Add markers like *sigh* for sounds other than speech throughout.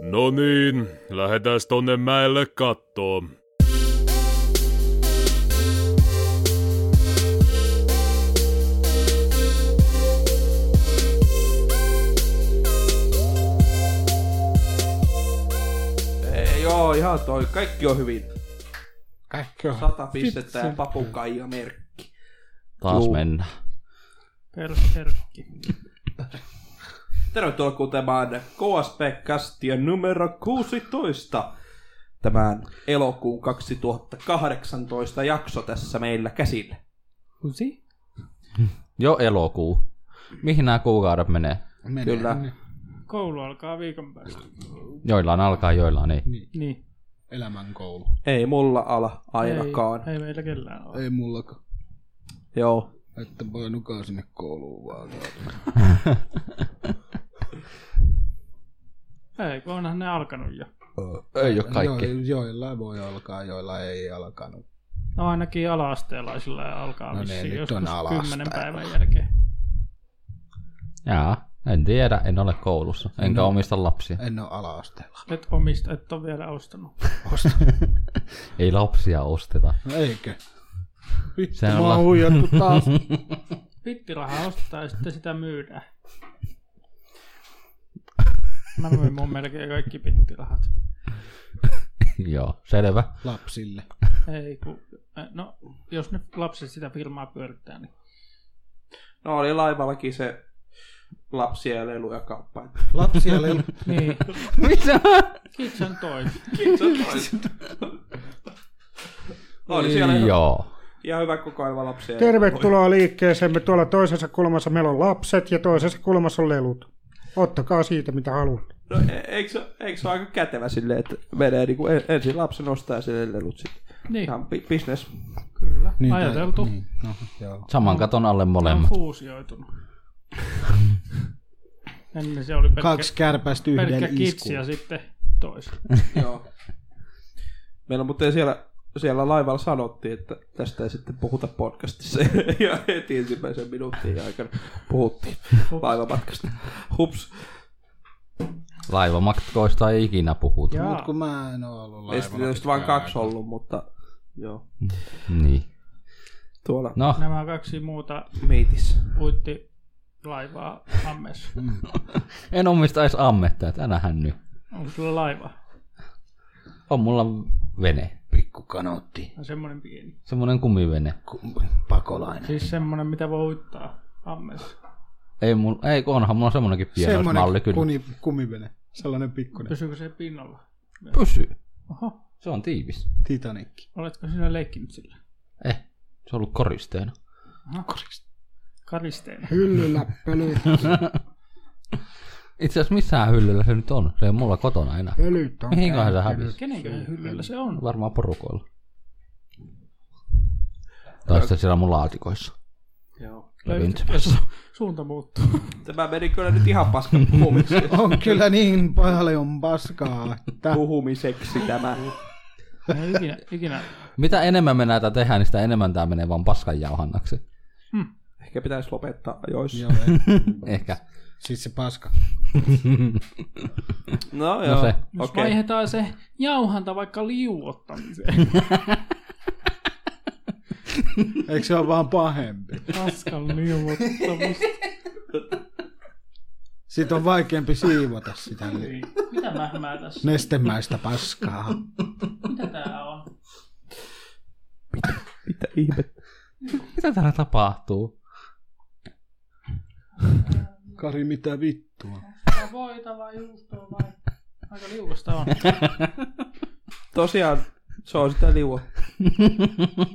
No niin, lähdetääs tonne mäelle kattoon. Ei, joo, ihan toi. Kaikki on hyvin. Kaikki on. Sata pistettä ja papukaija merkki. Taas Juu. mennään. Tervetuloa kuuntelemaan KSP-kästiä numero 16. Tämän elokuun 2018 jakso tässä meillä käsillä. Kusi? Jo elokuu. Mihin nämä kuukaudet menee? Menee. Kyllä. Koulu alkaa viikon päästä. Joillain alkaa, joillain ei. Niin. Elämän koulu. Ei mulla ala ainakaan. Ei, ei meillä kellään ole. Ei mullakaan. Joo. Että voi nukaa sinne kouluun vaan. Ei, kun onhan ne alkanut jo. Ei ole kaikki. Jo, joilla voi alkaa, joilla ei alkanut. No ainakin ala-asteelaisilla alkaa No ne vissiin nyt joskus on ala-asteella. kymmenen päivän jälkeen. Jaa, en tiedä, en ole koulussa. Enkä No. omista lapsia. En ole ala-asteella. Et omista, et ole vielä ostanut. Ei lapsia osteta. *laughs* Eikö? Vittu, Sehän mä on oon la- huijattu *laughs* taas. Vittirahaa ostetaan ja sitten sitä myydään. Mä myin mun melkein kaikki pittirahat. Joo, selvä. Lapsille. Ei kun, no jos nyt lapset sitä filmaa pyörittää, niin No oli laivallakin se lapsia ja leluja kauppa. Lapsia oli... *laughs* niin, Mitä? kitsen toisi. oli siellä ihan- Joo. ihan hyvä koko ajan vaan lapsia. ja Tervetuloa liikkeeseemme. Tuolla toisessa kulmassa meillä on lapset ja toisessa kulmassa on lelut. Ottakaa siitä, mitä haluatte. No, e- eikö, se- eikö se ole aika kätevä silleen, että menee niin kuin ensin lapsen ostaa ja sille lelut sitten. Niin, Ihan bi- business. kyllä. Niin, tai- Ajateltu. Niin, no, joo. Saman katon alle Ne on molemmat. fuusioitunut. *laughs* Ennen se oli pelkkä, Kaksi kärpästä pelkkä yhden kitsi ja iskuun. sitten tois. Joo. Meillä muuten siellä, siellä laivalla sanottiin, että tästä ei sitten puhuta podcastissa. *laughs* Ja heti ensimmäisen minuutin aikana puhuttiin laivamatkasta. Hups. Laivamatkoista ei ikinä puhuta. Jaa. Mut kun mä en oo ollut Meistä laivalla. tietysti vain pitkään kaksi ollut, mutta joo. Niin. Tuolla no. No, Nämä kaksi muuta meitissä. uitti laivaa ammes. en omista edes ammetta, että älähän nyt. Onko sulla laiva? On mulla vene. aikaa. Pikku kanotti. No semmonen pieni. Semmonen kumivene. Pakolainen. Siis semmonen, mitä voi uittaa ammes. Ei, mul, ei kun onhan mulla semmonenkin pienoismalli kyllä. kuni, kumivene. Sellainen pikkuinen. Pysyykö se pinnalla? Pysy. Oho, Se on tiivis. Titanikki. oletko sinä leikkinyt sillä? Eh, se on ollut koristeena. Karisteena. Hyllyllä pölyt, Itse asiassa missään hyllyllä se nyt on. Se on mulla kotona enää. pölyt on Mihinköhän se käyttänyt. hävisi? Kenenköhän hyllyllä se on? Varmaan porukoilla. Tai sitten siellä mun laatikoissa. Joo. Levintymässä. Suunta muuttuu. Tämä meni kyllä nyt ihan paskan puhumiseksi. On kyllä niin paljon paskaa, että... puhumiseksi tämä. Ei No, ikinä, ikinä. Mitä enemmän me näitä tehdään, niin sitä enemmän tää menee vaan paskan jauhannaksi. Ehkä pitäisi lopettaa joissa. Joo, ei. Ehkä. Siis se paska. No joo. No se. Jos Okei. vaihdetaan se jauhanta vaikka liuottamiseen. Eikö se ole vaan pahempi? Paskan liuottamus. Sitten on vaikeampi siivota sitä Niin. Mitä mähmää tässä? nestemäistä paskaa. Mitä tää on? Mitä ihmettä? Mitä täällä tapahtuu? Kari, mitä vittua? On voita vai juustoa vai? Aika liukasta on. Tosiaan se on sitä liua.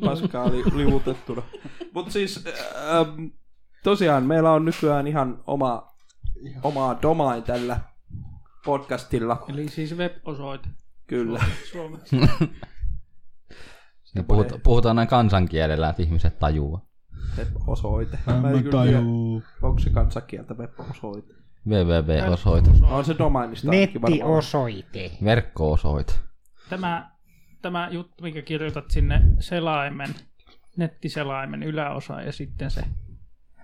Paskaa li, liuutettuna. Mutta siis ähm, tosiaan meillä on nykyään ihan oma, omaa domain tällä podcastilla. Eli siis web-osoite. Kyllä. Suomessa. Ja puhuta, puhutaan näin kansankielellä, että ihmiset tajuu. Web-osoite. Mä en kyllä tiedä, tajuu. onko se kansankieltä web-osoite. www-osoite. On se domainista ainakin varmaan. Nettiosoite. Verkko-osoite. Tämä, tämä juttu, mikä kirjoitat sinne selaimen, nettiselaimen yläosaan ja sitten se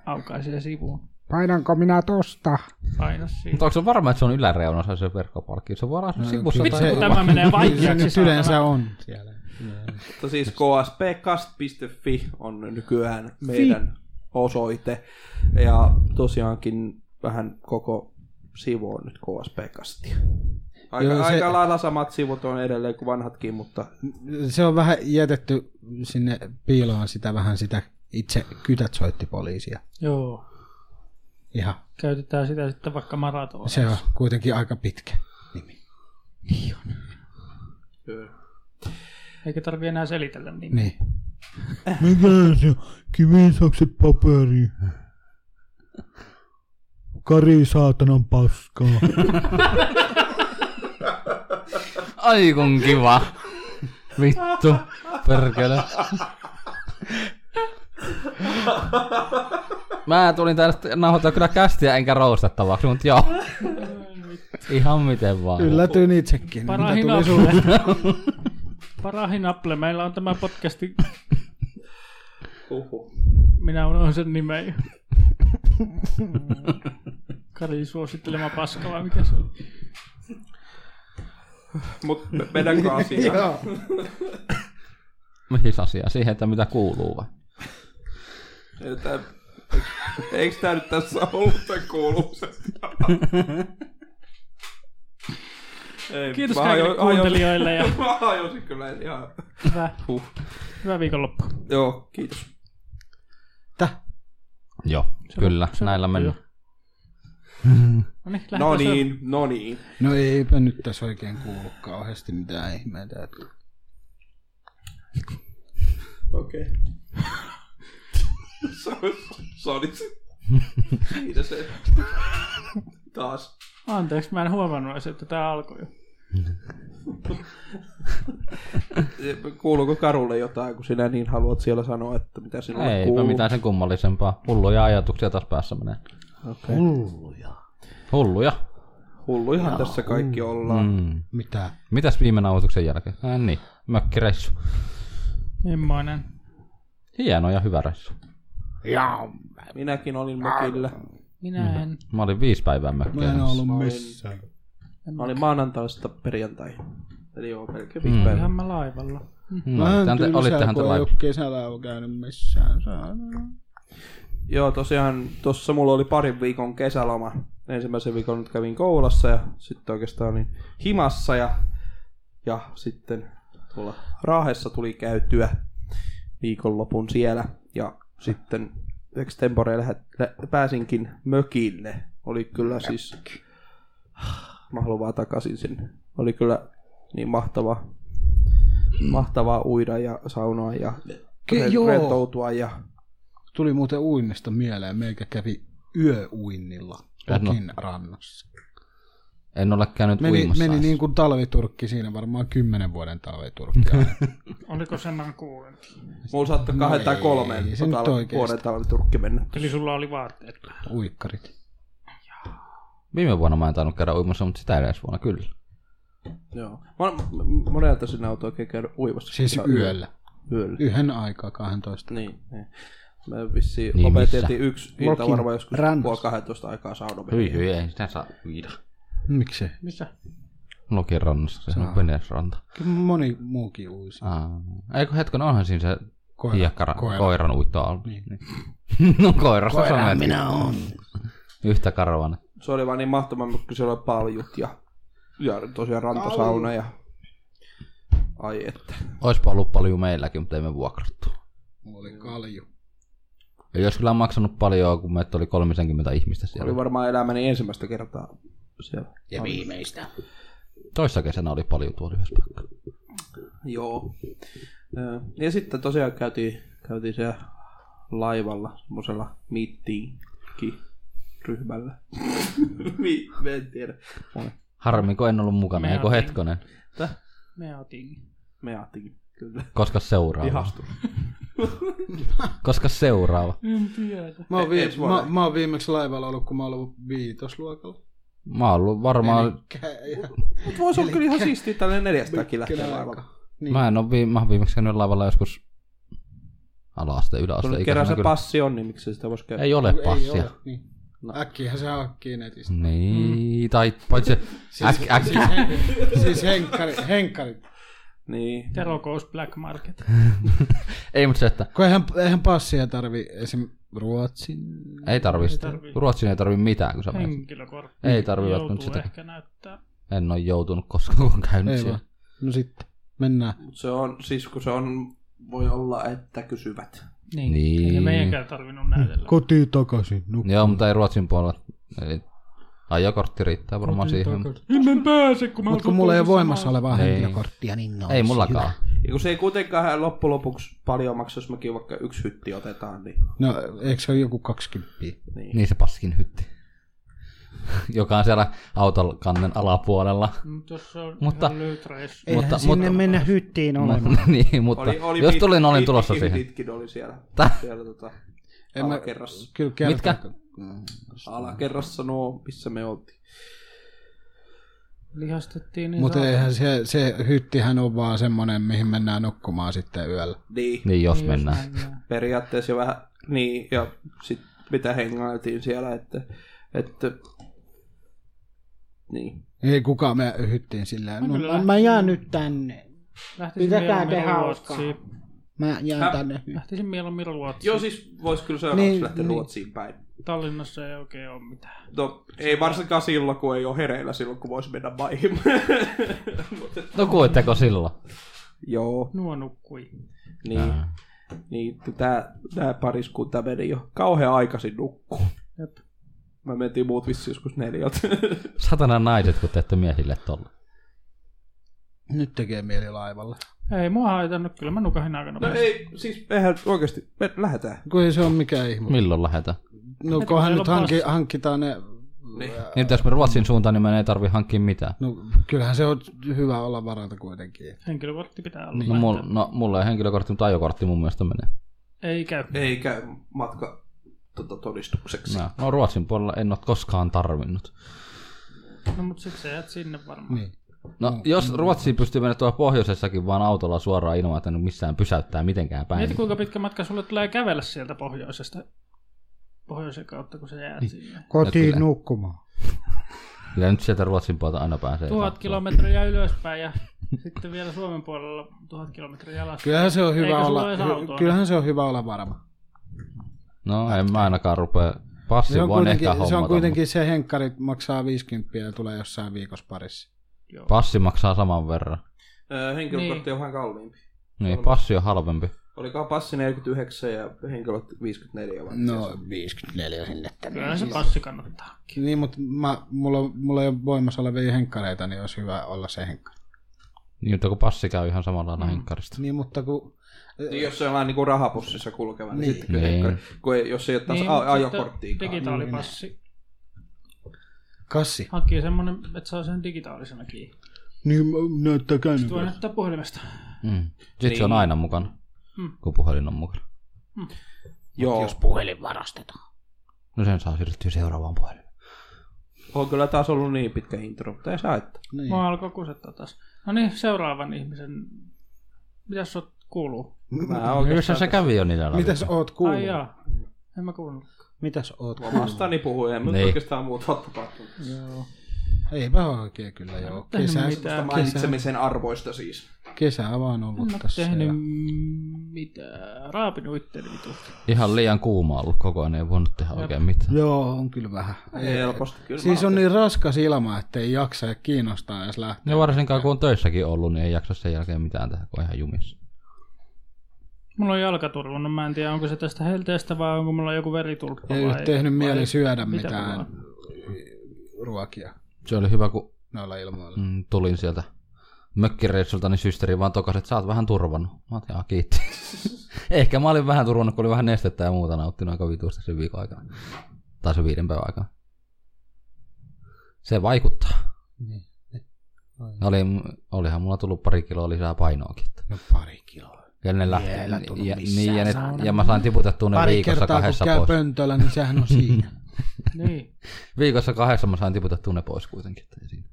aukaisee sivuun. Painanko minä tosta? Paina siitä. Mutta onko se varma, että se on yläreunassa se verkkopalkki? Se voi olla no, sivussa Vitsi, tai kun tämä menee siis Se vaikeaksi. nyt yleensä saatana. on siellä. Mutta siis kspcast.fi on nykyään meidän osoite. Ja tosiaankin vähän koko sivu on nyt kspcastia. Aika, Joo, Joo, se- se... aika lailla samat sivut on edelleen kuin vanhatkin, mutta Se on vähän jätetty sinne piiloon sitä vähän sitä itse kytät soitti poliisia. Joo. Ihan. Käytetään sitä sitten vaikka maratonissa. Se on kuitenkin aika pitkä nimi. Eikä tarvi enää selitellä niin. Niin. Mikä se on? Kivisaksen paperi. Kari saatanan paskaa. Ai kun kiva. Vittu, perkele. Mä tulin tänne nauhoittaa kyllä kästiä enkä roustattavaksi, mutta joo. Ihan miten vaan. Yllätyin itsekin. Mitä Parahin tuli sun? Apple. Parahin Apple. Meillä on tämä podcasti. Uhu. Minä unohdin sen nimen. jo. Kari suosittelema paska vai mikä se on? Mut me- mennäänkö *laughs* asiaan? Mihin asiaan? Siihen, että mitä kuuluu vai? Tää- Eikö e- tää nyt tässä ollut tän kuuluisesta? *laughs* Ei, Kiitos mä kaikille hajo- hajo- kuuntelijoille ja *laughs* Mä hajosin kyllä ihan. hyvää, Huh. hyvää viikonloppua. Joo, kiitos. Joo, kyllä, se- näillä joo. mennään. No niin, No lähdetään syömään. niin, no niin. No eipä nyt tässä oikein kuulu kauheasti mitään ihmeitä. että Okei. *laughs* Okay. Sonic. Siitä se. Taas. Anteeksi, mä en huomannut edes, että tää alkoi jo. Kuuluuko Karulle jotain, kun sinä niin haluat siellä sanoa, että mitä sinulle Eipä kuuluu? mitään sen kummallisempaa. Hulluja ajatuksia taas päässä menee. Okay. Hulluja. Hullu ihan tässä kaikki ollaan. Mm. Mm. Mitä? Mitäs viime nauhoituksen jälkeen? Äh, niin, mökkireissu. Mimmoinen? Hieno ja hyvä reissu. Minäkin olin mökillä. Minä en. Mä olin viisi päivää Mä en mökkireissu. oo ollut missään. Mä olin maanantaista perjantaihin. Eli joo, melkein Mm. viisi päivää. Ihan mä laivalla. Mm, Vähän olittehan te- tylsää, olittehan te kun ei laiva. oo kesällä oo käynyt missään. Saatana. Joo, tosiaan tuossa mulla oli parin viikon kesäloma. Ensimmäisen viikon nyt kävin koulassa ja sitten oikeastaan olin himassa ja, ja sitten tuolla Raahessa tuli käytyä viikonlopun siellä. Ja sitten extempore lähet, lä, pääsinkin mökille. Oli kyllä siis... Mä haluan vaan takaisin sinne. Oli kyllä niin mahtava, mahtavaa uida ja saunoa ja Ke- re- joo. rentoutua ja Tuli muuten uinnista mieleen, meikä kävi yöuinnilla Eh, no. Pokin rannassa. En ole käynyt meni, Meni, uimassa. meni niin kuin talviturkki siinä, varmaan kymmenen vuoden talviturkki. aina. Oliko sen noin kuulempi? Mulla saattaa kahden No tai ei, kolmeen se nyt tal- oikeesti. tota, vuoden talviturkki mennä. Eli sulla oli vaatteet päällä. *laughs* Uikkarit. Viime vuonna mä en tainnut käydä uimassa, mutta sitä edes vuonna kyllä. Joo. Mä, m- monelta sinä oot oikein käynyt uivassa. Siis Kyllä, yöllä. Yöllä. Yhden aikaa 12. Niin, niin. Me vissiin Niin, niin, missä? lopeteltiin yksi ilta Lokin varmaan joskus rannassa. puoli 12 aikaa saunomia. Hyi hyi, ei sitä saa uida. Miksi? Missä? Lokin rannassa, se on Saa. venesranta. Kyllä moni muukin uisi. Aa. Eikö hetken, onhan siinä se Koira- hiekkara, koira. koira. koiran uitto alla. Niin. *laughs* no koirasta koira minä on. Yhtä karvana. Se oli vaan niin mahtavaa, kun siellä oli paljut ja, ja tosiaan rantasauna ja... Ai että. Oispa ollut paljon meilläkin, mutta ei me vuokrattu. Mulla oli kalju. Ei olisi kyllä maksanut paljon, kun meitä oli 30 ihmistä siellä. Oli varmaan elämäni ensimmäistä kertaa siellä. Ja viimeistä. Toissa kesänä oli paljon tuolla yhdessä paikka. Joo. Ö, Ja sitten tosiaan käytiin, käytiin siellä laivalla, semmoisella mittiinkin ryhmällä. *laughs* Mi- mä en tiedä. Harmi, kun en ollut mukana, Me eikö oltiin. hetkonen. Me otin. Me ajattelin, kyllä. Koska seuraava. Ihastu. Koska seuraava. En tiedä. Mä oon, E- vi- ensi vuonna. mä, mä oon viimeksi laivalla ollut, kun mä oon ollut viitosluokalla. Mä oon ollut varmaan Elikkä ihan Mut vois olla kyllä ihan siistiä tällainen neljästäkin lähtee pitkänä laivalla. aikaa. Mä en ole viime, mä oon viimeksi käynyt laivalla joskus ala-aste, Kun yläaste. nyt kerran se passi on, niin miksi sitä voisi käydä? Ei ole passia. Niin. Äkkiä se hankkii netistä. Niin, tai *laughs* paitsi se Siis, äk, äkki, siis, hen, siis henkkari, henkkari. Niin. Tero goes black market. ei mutta se, että Kun eihän, eihän passia tarvi esim. Ruotsin. ei tarvi sitä. tarvii. Ruotsin ei tarvi mitään, kun sä menet. Henkilökortti. Ei tarvii välttämättä Joutuu sitä. ehkä näyttää. En ole joutunut koskaan, kun on käynyt Ei siellä. vaan. No sitten, mennään. Mut se on, siis kun se on, voi olla, että kysyvät. Niin. Niin. niin. Ei meidänkään tarvinnut näytellä. Kotiin takaisin. No, Joo, mutta ei Ruotsin puolella. Eli ajokortti riittää varmaan siihen. En mä pääse, kun mä Mutta kun mulla ei ole voimassa olevaa Ei. henkilökorttia, niin no. Ei mullakaan. Ja kun se ei kuitenkaan loppujen lopuksi paljon maksa, jos mekin vaikka yksi hytti otetaan, niin... No, eikö se ole joku 20? niin. Niin se paskin hytti. *laughs* Joka on siellä autokannen alapuolella. Mutta jos se on Mutta- mutta... ihan löyt reissu. Eihän Mutta- sinne mutta- mennä hyttiin Mutta, *laughs* niin, mutta oli, oli jos tulin, olin tulossa siihen. Pitkin oli siellä, Täh. siellä tota, En mä- alakerrassa. Kyllä kertoo. Mitkä? Alakerrassa nuo, missä me oltiin. Lihastettiin niin Mutta saa- eihän se, se hyttihän on vaan semmonen, mihin mennään nukkumaan sitten yöllä. Niin, Niin jos Niin, mennään. periaatteessa jo vähän, niin, ja sit mitä hengailtiin siellä, että, että niin. Ei kukaan me hyttiin silleen. Mä No, kyllä mä, mä jään nyt tänne. Lähtisin Mitä tää mieluummin tehdään Ruotsiin. Mä jään Häh? tänne. Lähtisin mieluummin Ruotsiin. Joo, siis vois kyllä seuraavaksi Niin, niin, lähteä niin. niin. Ruotsiin päin. Tallinnassa ei oikein ole mitään. No, ei varsinkaan silloin, kun ei ole hereillä silloin, kun voisi mennä maihin. *laughs* No kuitteko silloin? Joo, Nuo nukkui. niin. Ää. Niin, tää, tää pariskunta meni jo kauhean aikaisin nukkuun. Jep. Mä mentiin muut vissi joskus neljältä. Satana naiset, kun teette miehille tolla. Nyt tekee mieli laivalle. Ei mua haitannut, kyllä mä nukahin *laughs* aika no nopeasti. ei, siis eihän oikeesti, me lähetään. Kun ei se ole mikään ihme. Milloin lähetään? No Heti, kunhan kun nyt Mm. meillä on hanki, passi. hankitaan ne... Niin. Niin, mutta jos me Ruotsin suuntaan, niin me ei tarvi hankkia mitään. No kyllähän se on hyvä olla varalta kuitenkin. Henkilökortti pitää olla. Niin. No, mul, laittaa. no mulla ei henkilökortti, mutta ajokortti mun mielestä menee. Ei käy. Ei käy matka tota, todistukseksi. No, no Ruotsin puolella en ole koskaan tarvinnut. No mut sit sä jäät sinne varmaan. Niin. No, jos Ruotsiin pystyy mennä tuolla pohjoisessakin vaan autolla suoraan ilman, että en missään pysäyttää mitenkään päin. Mieti kuinka pitkä matka sulle tulee kävellä sieltä pohjoisesta. Pohjoisen kautta, kun sä jäät Niin. sinne. Ja Kotiin kyllä. nukkumaan. Kyllä niin- nyt sieltä Ruotsin puolta aina pääsee. Tuhat kilometriä ylöspäin ja sitten vielä Suomen puolella tuhat kilometriä alas. Kyllähän se on hyvä Eikä sulla olla, ole edes autoa. hy, kyllähän se on hyvä olla varma. No en mä ainakaan rupea. Se Passi on, voin ehkä kuitenkin, hommata, se on kuitenkin se henkkari maksaa 50 ja tulee jossain viikossa parissa. Joo. mutta passi maksaa saman verran. Öö, henkilökortti on vähän kalliimpi. Niin, passi on halvempi. Olikaan passi 49 ja henkilöt 54 vai? No 54 sinne tänne. Kyllähän se passi kannattaa. Niin, mutta mä, mulla, on- mulla ei ole voimassa olevia henkkareita, niin olisi hyvä olla se henkkari. Niin, mutta kun passi käy ihan samalla lailla henkkarista. Niin, mutta kun... Niin, jos se on niinku rahapussissa kulkeva, niin, Niin. niin. sitten kyllä Niin. henkilö, kun ei, jos ei ole taas niin, mutta ajokorttiikaan. sitten Digitaalipassi. Kassi. niin, Hankkii semmonen, että saa sen digitaalisena kiinni. Niin m- näyttää käynyt. Sitten voi näyttää puhelimesta. Mm. Sitten se on aina mukana, Mm. kun puhelin on mukana. Joo, puhelin varastetaan. No sen saa siirtyä seuraavaan puhelimeen. on kyllä taas ollut niin pitkä intro, mutta ei saa että. Niin. Mua alkoi kusettaa taas. No niin, seuraavan ihmisen. Mitäs sot kuuluu? Mä Yhdessä oikeastaan se kävi jo niillä läpi. Mitäs oot Ai kuullut? jaa. En mä kuullut. Mitäs oot kuullut? omastani puhuu, ei Niin. niin. oikeastaan muuta ole tapahtunut. Joo. Eipä oikein kyllä joo. tehnyt Kesä, mitään. Tästä mainitsemisen arvoista siis. kesä vaan ollut En oo tässä. tehnyt ja- mitään. Raapinut itteni vitusti. Ihan liian kuuma ollut koko ajan, ei voinut tehdä oikein mitään. Joo, on kyllä vähän. Ei helposti kyllä. Siis mä- on niin raskas ilma, että ei jaksa ja kiinnostaa edes lähteä. Ja varsinkaan kun on töissäkin ollut, niin ei jaksa sen jälkeen mitään tehdä, kun on ihan jumissa. Mulla on jalkaturva, no mä en tiedä onko se tästä helteestä vai onko mulla joku veritulppa Ei vai... ole tehnyt mieli syödä mitä mitään mulla ruokia Se oli hyvä, kun noilla ilmoilla. mm, tulin sieltä mökkireissulta, niin systeri vaan tokas, että sä oot vähän turvannut. Mä oot, jaa, kiitti. *laughs* Ehkä mä olin vähän turvannut, kun oli vähän nestettä ja muuta nauttinut aika vituusta sen viikon aikana. Tai sen viiden päivän aikana. Se vaikuttaa. Niin. Oli, olihan mulla tullut pari kiloa lisää painoakin. että- No pari kiloa. Ja ne lähtee. Vielä tullut Ja, missään niin, ja, ne, saunan. ja mä sain tiputettua ne Pari viikossa kertaa kun kahdessa käy pois. pöntöllä, niin sehän on *laughs* siinä. *laughs* Niin. Viikossa kahdessa mä sain tiputettua ne pois kuitenkin. että ei siinä.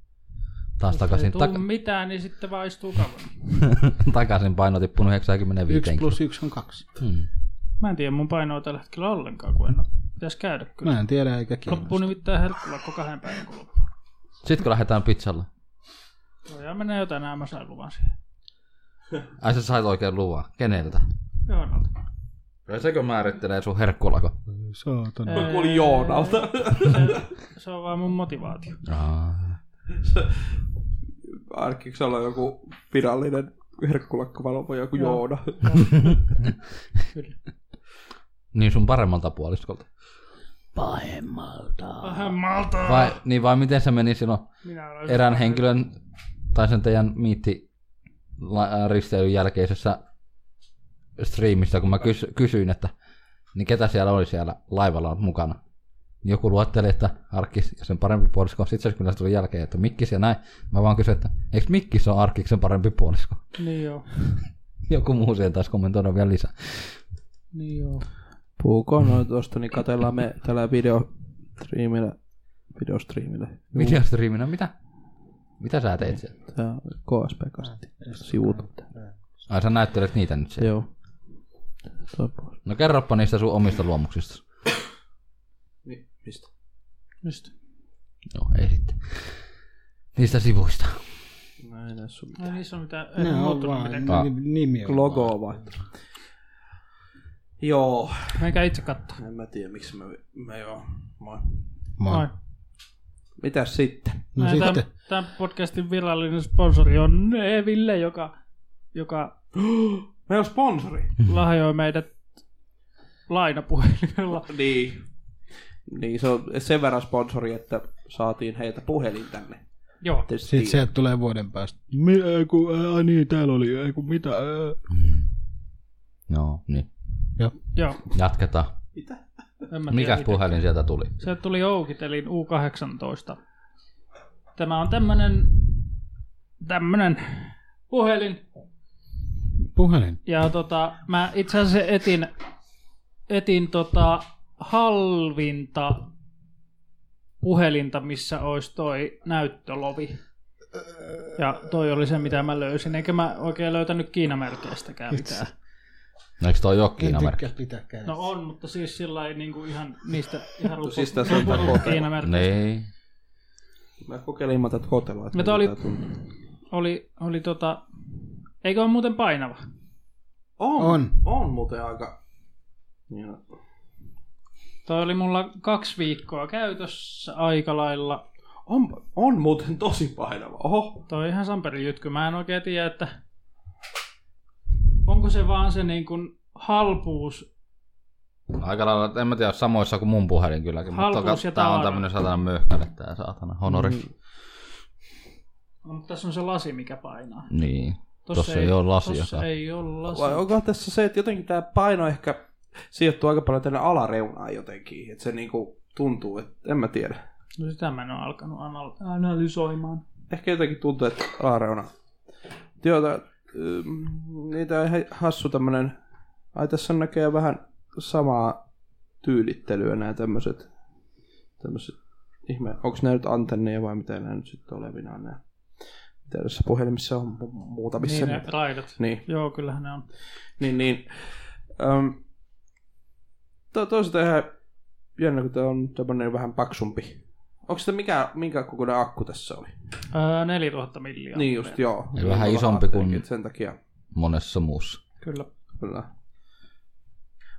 Taas Jos ei takaisin, tuu tak- mitään, niin sitten vaan istuu kauan. *laughs* takaisin paino tippunut 95. Yksi plus yksi on kaksi. Hmm. Mä en tiedä mun painoa tällä hetkellä ollenkaan, kun en ole Pitäis käydä kyllä. Mä en tiedä eikä Loppuu kiinnosta. nimittäin herkkulakko kahden päivän kuluttua. Sitten kun lähdetään pizzalle. Voidaan mennä jotain, nää mä sain luvan siihen. Ai sä sait oikein luvan. Keneltä? Joonalta. Kyllä sekö määrittelee sun herkkulako? Saatana. Ei, Kuulin Joonalta. se- Se on vaan mun motivaatio. Aa. Ainakin se on joku virallinen herkkulakkovalvo, joku Joo. Joona. Kyllä. Niin sun paremmalta puoliskolta. Pahemmalta. Pahemmalta. Vai, niin vai miten se meni silloin Minä olen erään henkilön tai sen teidän miitti la- risteilyn jälkeisessä striimissä, kun mä kys- kysyin, että niin ketä siellä oli siellä laivalla mukana. Niin Joku luetteli, että Arkkis ja sen parempi puolisko. Sitten se kyllä tuli jälkeen, että Mikkis ja näin. Mä vaan kysyin, että eikö Mikkis ole Arkkiksen parempi puolisko? Niin joo. Joku muu siihen taas kommentoida vielä lisää. Niin joo. Puhukoon noin tosta, niin katellaan me tällä videostriimillä. Videostriimillä. Videostriiminä, mitä? Mitä sä teit siellä? Tää KSP-kasti. Sivut. Ai sä näyttelet niitä nyt siellä. Joo. Toi pois. No kerropa niistä sun omista luomuksista. Niin, Mistä? Mistä? No ei sitten. Niistä sivuista. Mä en edes sun No Ei niissä ole mitään, ei Ne on muuttunut vaan mitenkään. mitenkään. ni- nimi. on Logo vaihto. Joo. niin. Menkää itse katsoa. En mä tiedä, miksi mä, mä joo. Moi. vaan. Noin. Mitäs sitten? No Näin, sitten. Tämän, tämän podcastin virallinen sponsori on Eville, joka, joka Meillä on sponsori. Mm. lahjoi meidät lainapuhelimella. Niin. Niin, se on sen verran sponsori, että saatiin heitä puhelin tänne. Joo, Tietysti Sitten sieltä tulee vuoden päästä. Mi- ei kun, ää, niin, täällä oli, ei kun mitä, ää. Mm. Joo, niin. joo. Jatketaan. Mitä? En mä Mikäs tiedä puhelin sieltä tuli? Sieltä tuli Oukitelin U18. Tämä on tämmönen, tämmönen puhelin. Puhelin. Ja tota, mä itse asiassa etin, etin tota halvinta puhelinta, missä olisi toi näyttölovi. Ja toi oli se, mitä mä löysin. Eikä mä oikein löytänyt Kiinamerkeistäkään mitään. No, Eikö toi ole En Kiinamerkki? tykkää pitääkään. No on, mutta siis sillä ei niinku ihan niistä ihan rupo, siis tässä on tää kokemus. Kiinamerkeistä. Niin. Mä kokeilin mä tätä kotelua. että No tää oli- mitä tää tuntuu. Oli, oli tota, eikö ole muuten painava? On, on. On. On muuten aika... Niin Joo. Toi oli mulla kaksi viikkoa käytössä aika lailla. On, on muuten tosi painava. Oho. Toi ihan samperi jytky. Mä en oikein tiedä, että onko se vaan se niin kuin halpuus. Aika lailla, en mä tiedä, samoissa kuin mun puhelin kylläkin. Halpuus ja Mutta tää on tavara. tämmönen satana möhkäle tää saatana honori. Mm. No, mutta tässä on se lasi, mikä painaa. Niin. Tossa ei oo lasia, Tossa saa. ei ole lasia. Vai onko tässä se, että jotenkin tämä paino ehkä sijoittuu aika paljon tänne alareunaan jotenkin. Että se niinku tuntuu, että en mä tiedä. No sitä mä en ole alkanut anal- Niin, analysoimaan. Ehkä jotenkin tuntuu, että alareuna. Joo, tää, ym, niin tää on ihan hassu tämmönen... Ai tässä on näköjään vähän samaa tyylittelyä nämä tämmöset... Tämmöset ihme... Onks nää nyt antenneja vai mitä nää nyt sitten olevinaan nää? Mitä tässä puhelimissa on mu- muutamissa? niin ne niitä? raidat. niin. Joo, kyllähän ne on. Niin, niin. Um, to, toisaalta ihan jännä, kun tämä on tämmöinen vähän paksumpi. Onko sitä mikä, minkä kokoinen akku tässä oli? Öö, 4000 milliä. niin just, joo. Eli vähän Mä isompi kuin- ajattelinkin, että Sen takia, Monessa muussa. Kyllä. kyllä.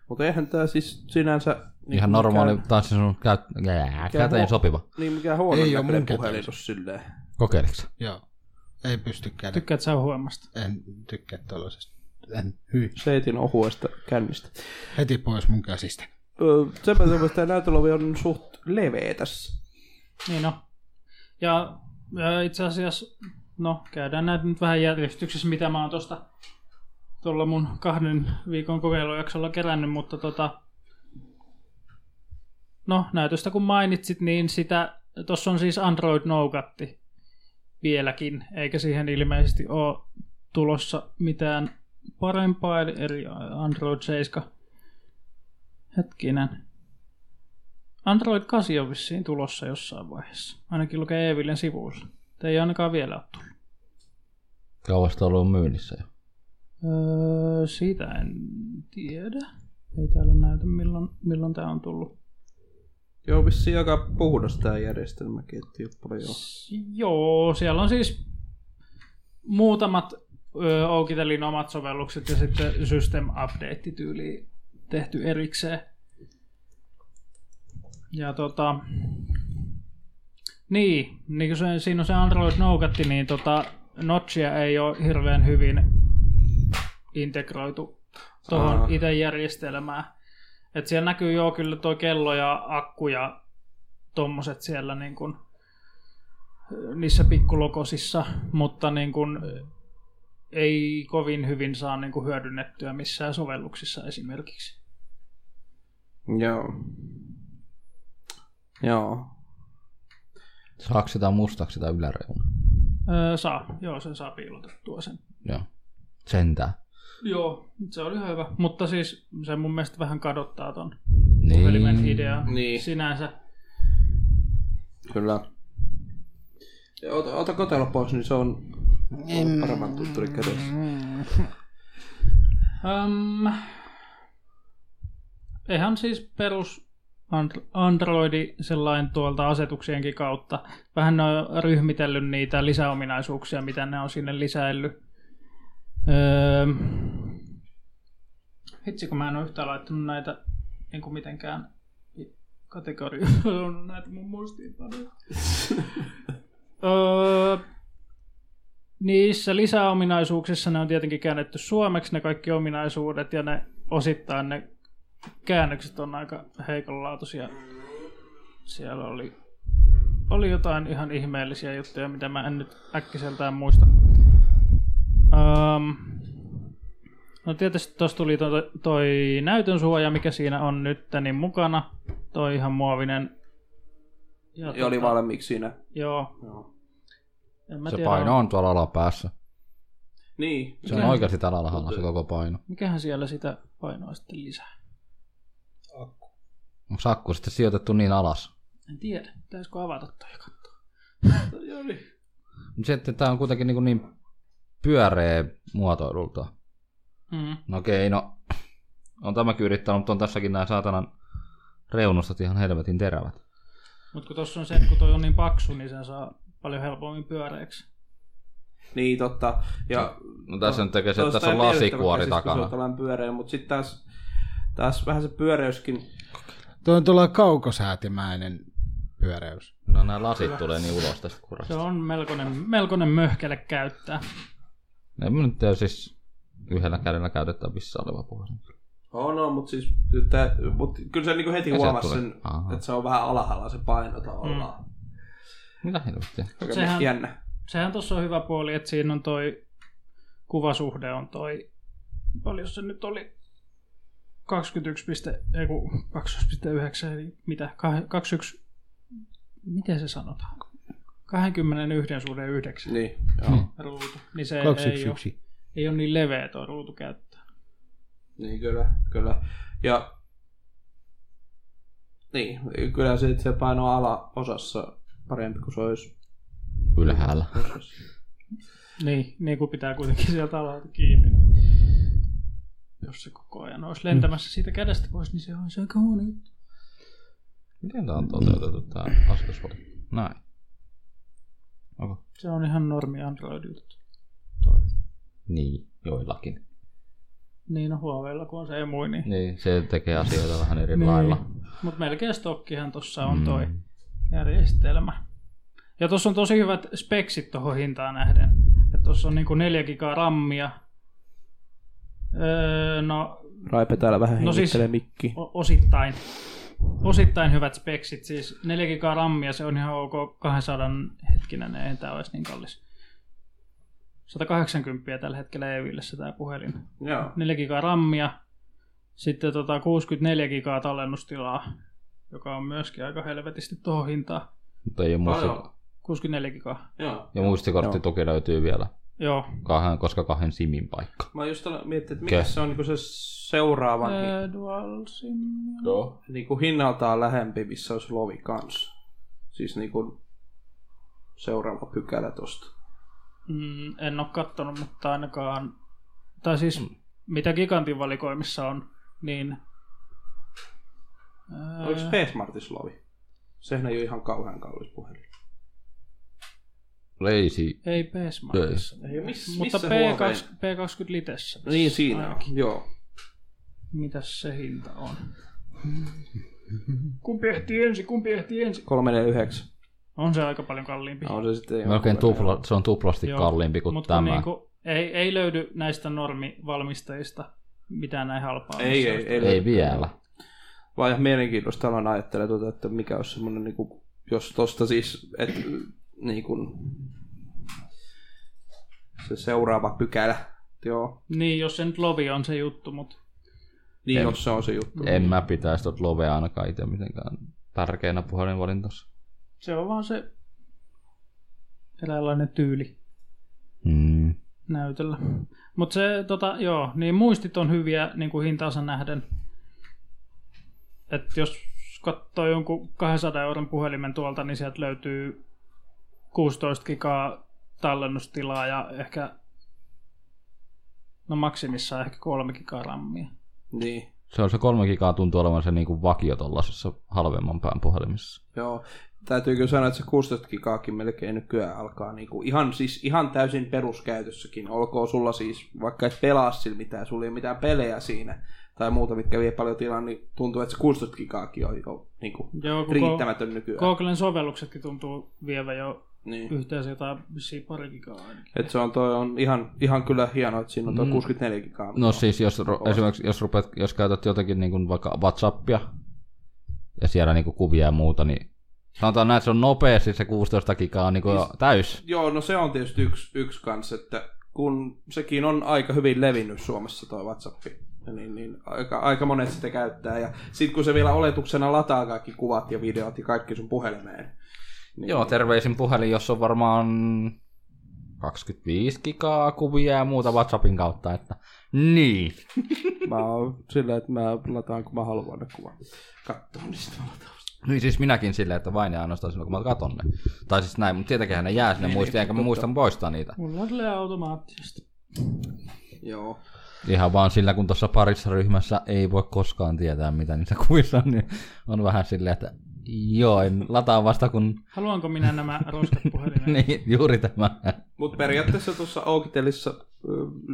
Mutta eihän tämä siis sinänsä... Niin Ihan normaali, Mikään, tai siis sun käyt... jää, käytäjien huo- sopiva. niin mikään huono Ei oo näköinen mun käteen. puhelin tuossa silleen. Kokeileksä? Joo. Ei pysty käydä. Tykkäät sä huomasta. en tykkää tällaisesta. En, hyi. Seitin ohuesta kännistä. Heti pois mun käsistä. Öö, senpä takia tämä näytölovi on suht leveä tässä. Niin no. Ja, ja itse asiassa, no käydään näitä nyt vähän järjestyksessä, mitä mä oon tosta tuolla mun kahden viikon kokeilujaksolla kerännyt, mutta tota, no näytöstä kun mainitsit, niin sitä, tossa on siis Android Nougatti vieläkin, eikä siihen ilmeisesti ole tulossa mitään parempaa, eli eri Android 7. Hetkinen. Android 8 on vissiin tulossa jossain vaiheessa. Ainakin lukee Eevillen sivuilla. Te ei ainakaan vielä ole tullut. Kauasta on ollut myynnissä jo. Öö, siitä en tiedä. Ei täällä näytä milloin, milloin tämä on tullut. Joo, vissiin aika puhdas tämä järjestelmäkin, että ei ole paljon. Joo, siellä on siis muutamat ö, Oukitelin omat sovellukset ja sitten system update tyyli tehty erikseen. Ja tota... Niin, niin kuin se, siinä on se Android Nougatti, niin tota, Notchia ei ole hirveän hyvin integroitu tuohon Aa. itse järjestelmään. Et siellä näkyy joo kyllä tuo kello ja akku ja tommoset siellä niin kun, niissä pikkulokosissa, mutta niin kun, ei kovin hyvin saa niin kun, hyödynnettyä missään sovelluksissa esimerkiksi. Joo. Joo. Saako sitä mustaksi sitä yläreuna? Öö, saa, joo sen saa piilotettua sen. Joo. Sentään. Joo, se oli ihan hyvä, mutta siis se mun mielestä vähän kadottaa ton puhelimen Niin. idean Niin. sinänsä. Kyllä. Ja Ota, ota kotelo pois, niin se on paremman tutturi kädessä. Mm. *laughs* Um, eihän siis perus And- Androidi sellainen tuolta asetuksienkin kautta. Vähän ne on ryhmitellyt niitä lisäominaisuuksia, mitä ne on sinne lisäillyt. Öö, hitsi, kun mä en ole yhtään laittanut näitä niin kuin mitenkään kategorioon *laughs* näitä mun muistiinpanoja. öö, Niissä lisäominaisuuksissa ne on tietenkin käännetty suomeksi ne kaikki ominaisuudet ja ne osittain ne käännökset on aika heikonlaatuisia. Siellä oli, oli jotain ihan ihmeellisiä juttuja, mitä mä en nyt äkkiseltään muista. Um, no tietysti tuossa tuli toi, toi näytön suoja, mikä siinä on nyt niin mukana. Toi ihan muovinen. Ja Ja oli tota- valmiiksi siinä. Joo. Joo. En mä Se tiedä, paino on tuolla alapäässä. Niin. Se on Joo. oikeasti tällä alhaalla se koko paino. Mikähän siellä sitä painoa sitten lisää? Onko sakku sitten sijoitettu niin alas? En tiedä. Pitäisikö avata toi ja katsoa? Joo, niin. Mutta sitten tämä on kuitenkin niin, niin pyöreä muotoilulta. Mm. No okei, no on tämäkin yrittänyt, mutta on tässäkin nämä saatanan reunustat ihan helvetin terävät. Mutta kun tossa on se, että kun toi on niin paksu, niin sen saa paljon helpommin pyöreäksi. Niin, totta. Ja No tässä To- nyt tekee se, että tosta tässä on ei miellyttävä lasikuori käsis, siis kun Se on takana. tällainen pyöreä, mutta sitten taas, taas vähän se pyöreyskin. Tuo on tuolla kaukosäätimäinen pyöreys. No nämä lasit tulee niin ulos tästä Se kurasta. on melkoinen, melkoinen möhkele käyttää. Ne mun nyt on siis yhdellä kädellä käytettävissä oleva puhelin. On, on, mutta siis, tää, mut kyllä se niinku heti Ja se huomasi tulee. sen, Aha. että se on vähän alhaalla se paino tavallaan. Mm. Mitä helvettiä? Aika Sehän- jännä. Sehän tuossa on hyvä puoli, että siinä on toi kuvasuhde on toi, paljon se nyt oli, 21. piste- ei kun 22,9, eli mitä, Kah- 21, miten se sanotaan? 21 suhde 9 Niin, joo. Hmm. ruutu, niin se ei, ole, 211. ei ole niin leveä tuo ruutu käyttää. Niin, kyllä, kyllä. Ja niin, kyllä se, se paino alaosassa parempi kuin se olisi. Ylhäällä. osassa. Niin, niin kuin pitää kuitenkin sieltä alalta kiinni. Jos se koko ajan olisi lentämässä siitä kädestä pois, niin se on se aika huono juttu. Miten tää on toteutettu tää asetusvali? Näin. Onko? Se on ihan normi android juttu. Niin, joillakin. Niin on Huaweilla, kun on se emui, niin... Niin, se tekee asioita vähän eri lailla. Mutta melkein stokkihan tuossa on toi järjestelmä. Ja tuossa on tosi hyvät speksit tuohon hintaan nähden. Tuossa on niinku 4 gigaa rammia. Öö, no Raipe täällä vähän No siis- hengittelee mikki. O- osittain, osittain hyvät speksit. Siis 4 gigaa rammia, se on ihan ok. 200 hetkinen, ei tämä olisi niin kallis. 180 tällä hetkellä Evillissä tämä puhelin. Joo. 4 gigaa rammia, sitten tota 64 gigaa tallennustilaa, joka on myöskin aika helvetisti tuohon hintaan. Mutta ei ole muisti... Paljon. 64 gigaa. Joo. Ja muistikortti toki löytyy vielä. Joo. Kahden, koska kahden simin paikka. Mä just aloin miettiä, että mikä Okei. se on niinku se seuraavan hi- Ää, Dual SIM. Joo. niinku hinnaltaan lähempi, missä olisi lovi kans. Siis niinku seuraava pykälä tosta. Mm, en ole kattonut, mutta ainakaan... Tai siis, mm. mitä Gigantin valikoimissa on, niin... Öö. Oliko Space Martis lovi? Sehän ei ole ihan kauhean kallis puhelin. Leisi. Ei P-Smartissa. Ei, miss- Mutta missä P2, P20 Litessä. Niin siinä on, joo. Mitäs se hinta on? Kumpi ehtii ensin, kumpi ehtii ensin? 349. On se aika paljon kalliimpi. No, on se sitten Melkein jonkun tupla, se on tuplasti Joo, kalliimpi kuin Mutta tämä. niinku, ei, ei löydy näistä normivalmistajista mitään näin halpaa. verran. Ei, ei, ei. Ei vielä. Vaan ihan mielenkiintoista on ajattelee, tuota, että mikä olisi semmoinen, niin kuin, jos tosta siis, että niin kuin, se seuraava pykälä. Joo. Niin, jos se nyt lovi on se juttu, mutta Niin, En- jos se on se juttu. En mä pitäisi tuota lovea ainakaan itse mitenkään tärkeänä puhelinvalintassa. se on vaan se eräänlainen tyyli Mm. näytöllä. Mutta se, tota, joo, niin muistit on hyviä niin kuin hintaansa nähden. Et jos katsoo jonkun 200 euron puhelimen tuolta, niin sieltä löytyy 16 gigaa tallennustilaa ja ehkä no maksimissaan ehkä 3 gigaa rammia. Niin. Se on se kolme gigaa tuntuu olevan se niinku vakio tollasessa halvemman pään puhelimessa. Joo. Täytyy kyllä sanoa, että se 16 gigaakin melkein nykyään alkaa niinku ihan, siis ihan täysin peruskäytössäkin. Olkoon sulla siis, vaikka et pelaa sillä mitään, sulla ei ole mitään pelejä siinä tai muuta, mitkä vie paljon tilaa, niin tuntuu, että se 16 gigaakin on jo niinku Joo, kun riittämätön nykyään. Googlen sovelluksetkin tuntuu vievä jo niin. yhteensä jotain vissiin pari gigaa ainakin. Et se on, toi on ihan, ihan kyllä hieno, että siinä on toi Mm. 64 gigaa. No siis jos, ru- esimerkiksi jos, rupeat, jos käytät jotakin niin kuin vaikka Whatsappia ja siellä niin kuin kuvia ja muuta, niin sanotaan näin, että se on nopeasti se 16 gigaa on niin kuin täys. Joo, no se on tietysti yksi, yksi kans, että kun sekin on aika hyvin levinnyt Suomessa toi WhatsApp, niin, niin aika, aika monet sitä käyttää. Ja sit kun se vielä oletuksena lataa kaikki kuvat ja videot ja kaikki sun puhelimeen. Niin, Joo, terveisin puhelin, jos on varmaan 25 gigaa kuvia ja muuta Whatsappin kautta, että niin. Mä oon sillä, että mä lataan kun mä haluan ne kuvat. Katsoa niistä mä lataan. Niin siis minäkin silleen, että vain ja ainoastaan silloin, kun mä katon ne. Tai siis näin, mutta tietenkin ne jää sinne muistiin, eikä mä muistan poistaa niitä. Mulla tulee automaattisesti. Joo. Ihan vaan sillä, kun tuossa parissa ryhmässä ei voi koskaan tietää, mitä niissä kuvissa on, niin on vähän silleen, että joo, en lataa vasta kun... *laughs* Haluanko minä nämä roskat puhelimeen? niin, juuri tämä. Mutta periaatteessa tuossa Oukitelissa ö,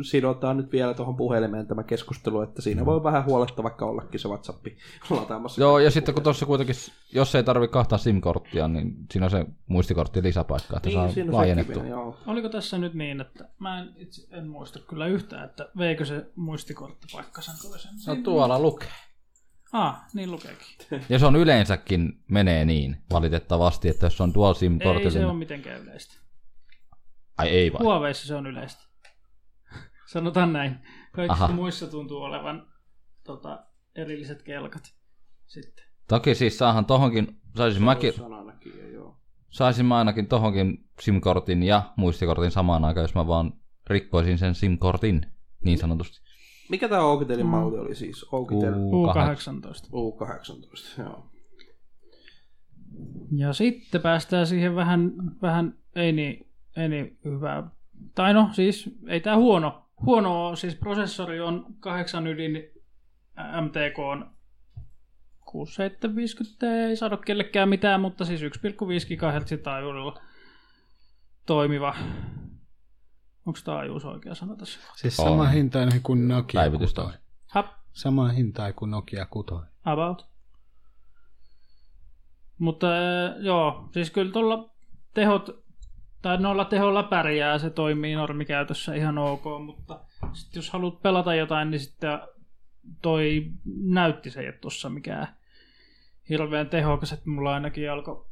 sidotaan nyt vielä tuohon puhelimeen tämä keskustelu, että siinä voi vähän huoletta vaikka ollakin se WhatsApp lataamassa. joo, ja sitten kun tuossa kuitenkin, jos ei tarvi kahta SIM-korttia, niin siinä on se muistikortti lisäpaikka, että niin, saa siinä laajennettu. sekin vielä, joo. Oliko tässä nyt niin, että mä en, itse, en muista kyllä yhtään, että veikö se muistikortti paikkansa toisen? No tuolla lukee. Ah, *laughs* niin lukeekin. Ja se on yleensäkin menee niin, valitettavasti, että jos on dual SIM-kortilla... Ei se niin- ole mitenkään yleistä. Ai ei vai? Huoveissa se on yleistä. *laughs* Sanotaan näin. Kaikissa Aha. muissa tuntuu olevan tota, erilliset kelkat. Sitten. Toki siis saahan tohonkin, saisin mäkin, sananakin, ja joo. saisin mä ainakin tohonkin SIM-kortin ja muistikortin samaan aikaan, jos mä vaan rikkoisin sen SIM-kortin, niin sanotusti. Mikä tämä Oukitelin Mm. malli oli siis? Oukitel U18. U18, joo. Ja sitten päästään siihen vähän, vähän ei, niin, ei niin hyvää. Tai no, siis ei tämä huono. Huono on, siis prosessori on 8 ydin ä, MTK on 6750, ei saada kellekään mitään, mutta siis 1,5 GHz taajuudella toimiva. Onko taajuus oikea sana tässä? Siis On. sama hintainen kuin Nokia Päivitystä. kutoi. Hap, Sama hintainen kuin Nokia kutoi. about. Mutta äh, joo, siis kyllä tuolla tehot, tai noilla teholla pärjää, se toimii normikäytössä ihan ok, mutta sit jos haluat pelata jotain, niin sitten toi näytti se ei ole tuossa mikään hirveän tehokas, että mulla ainakin alkoi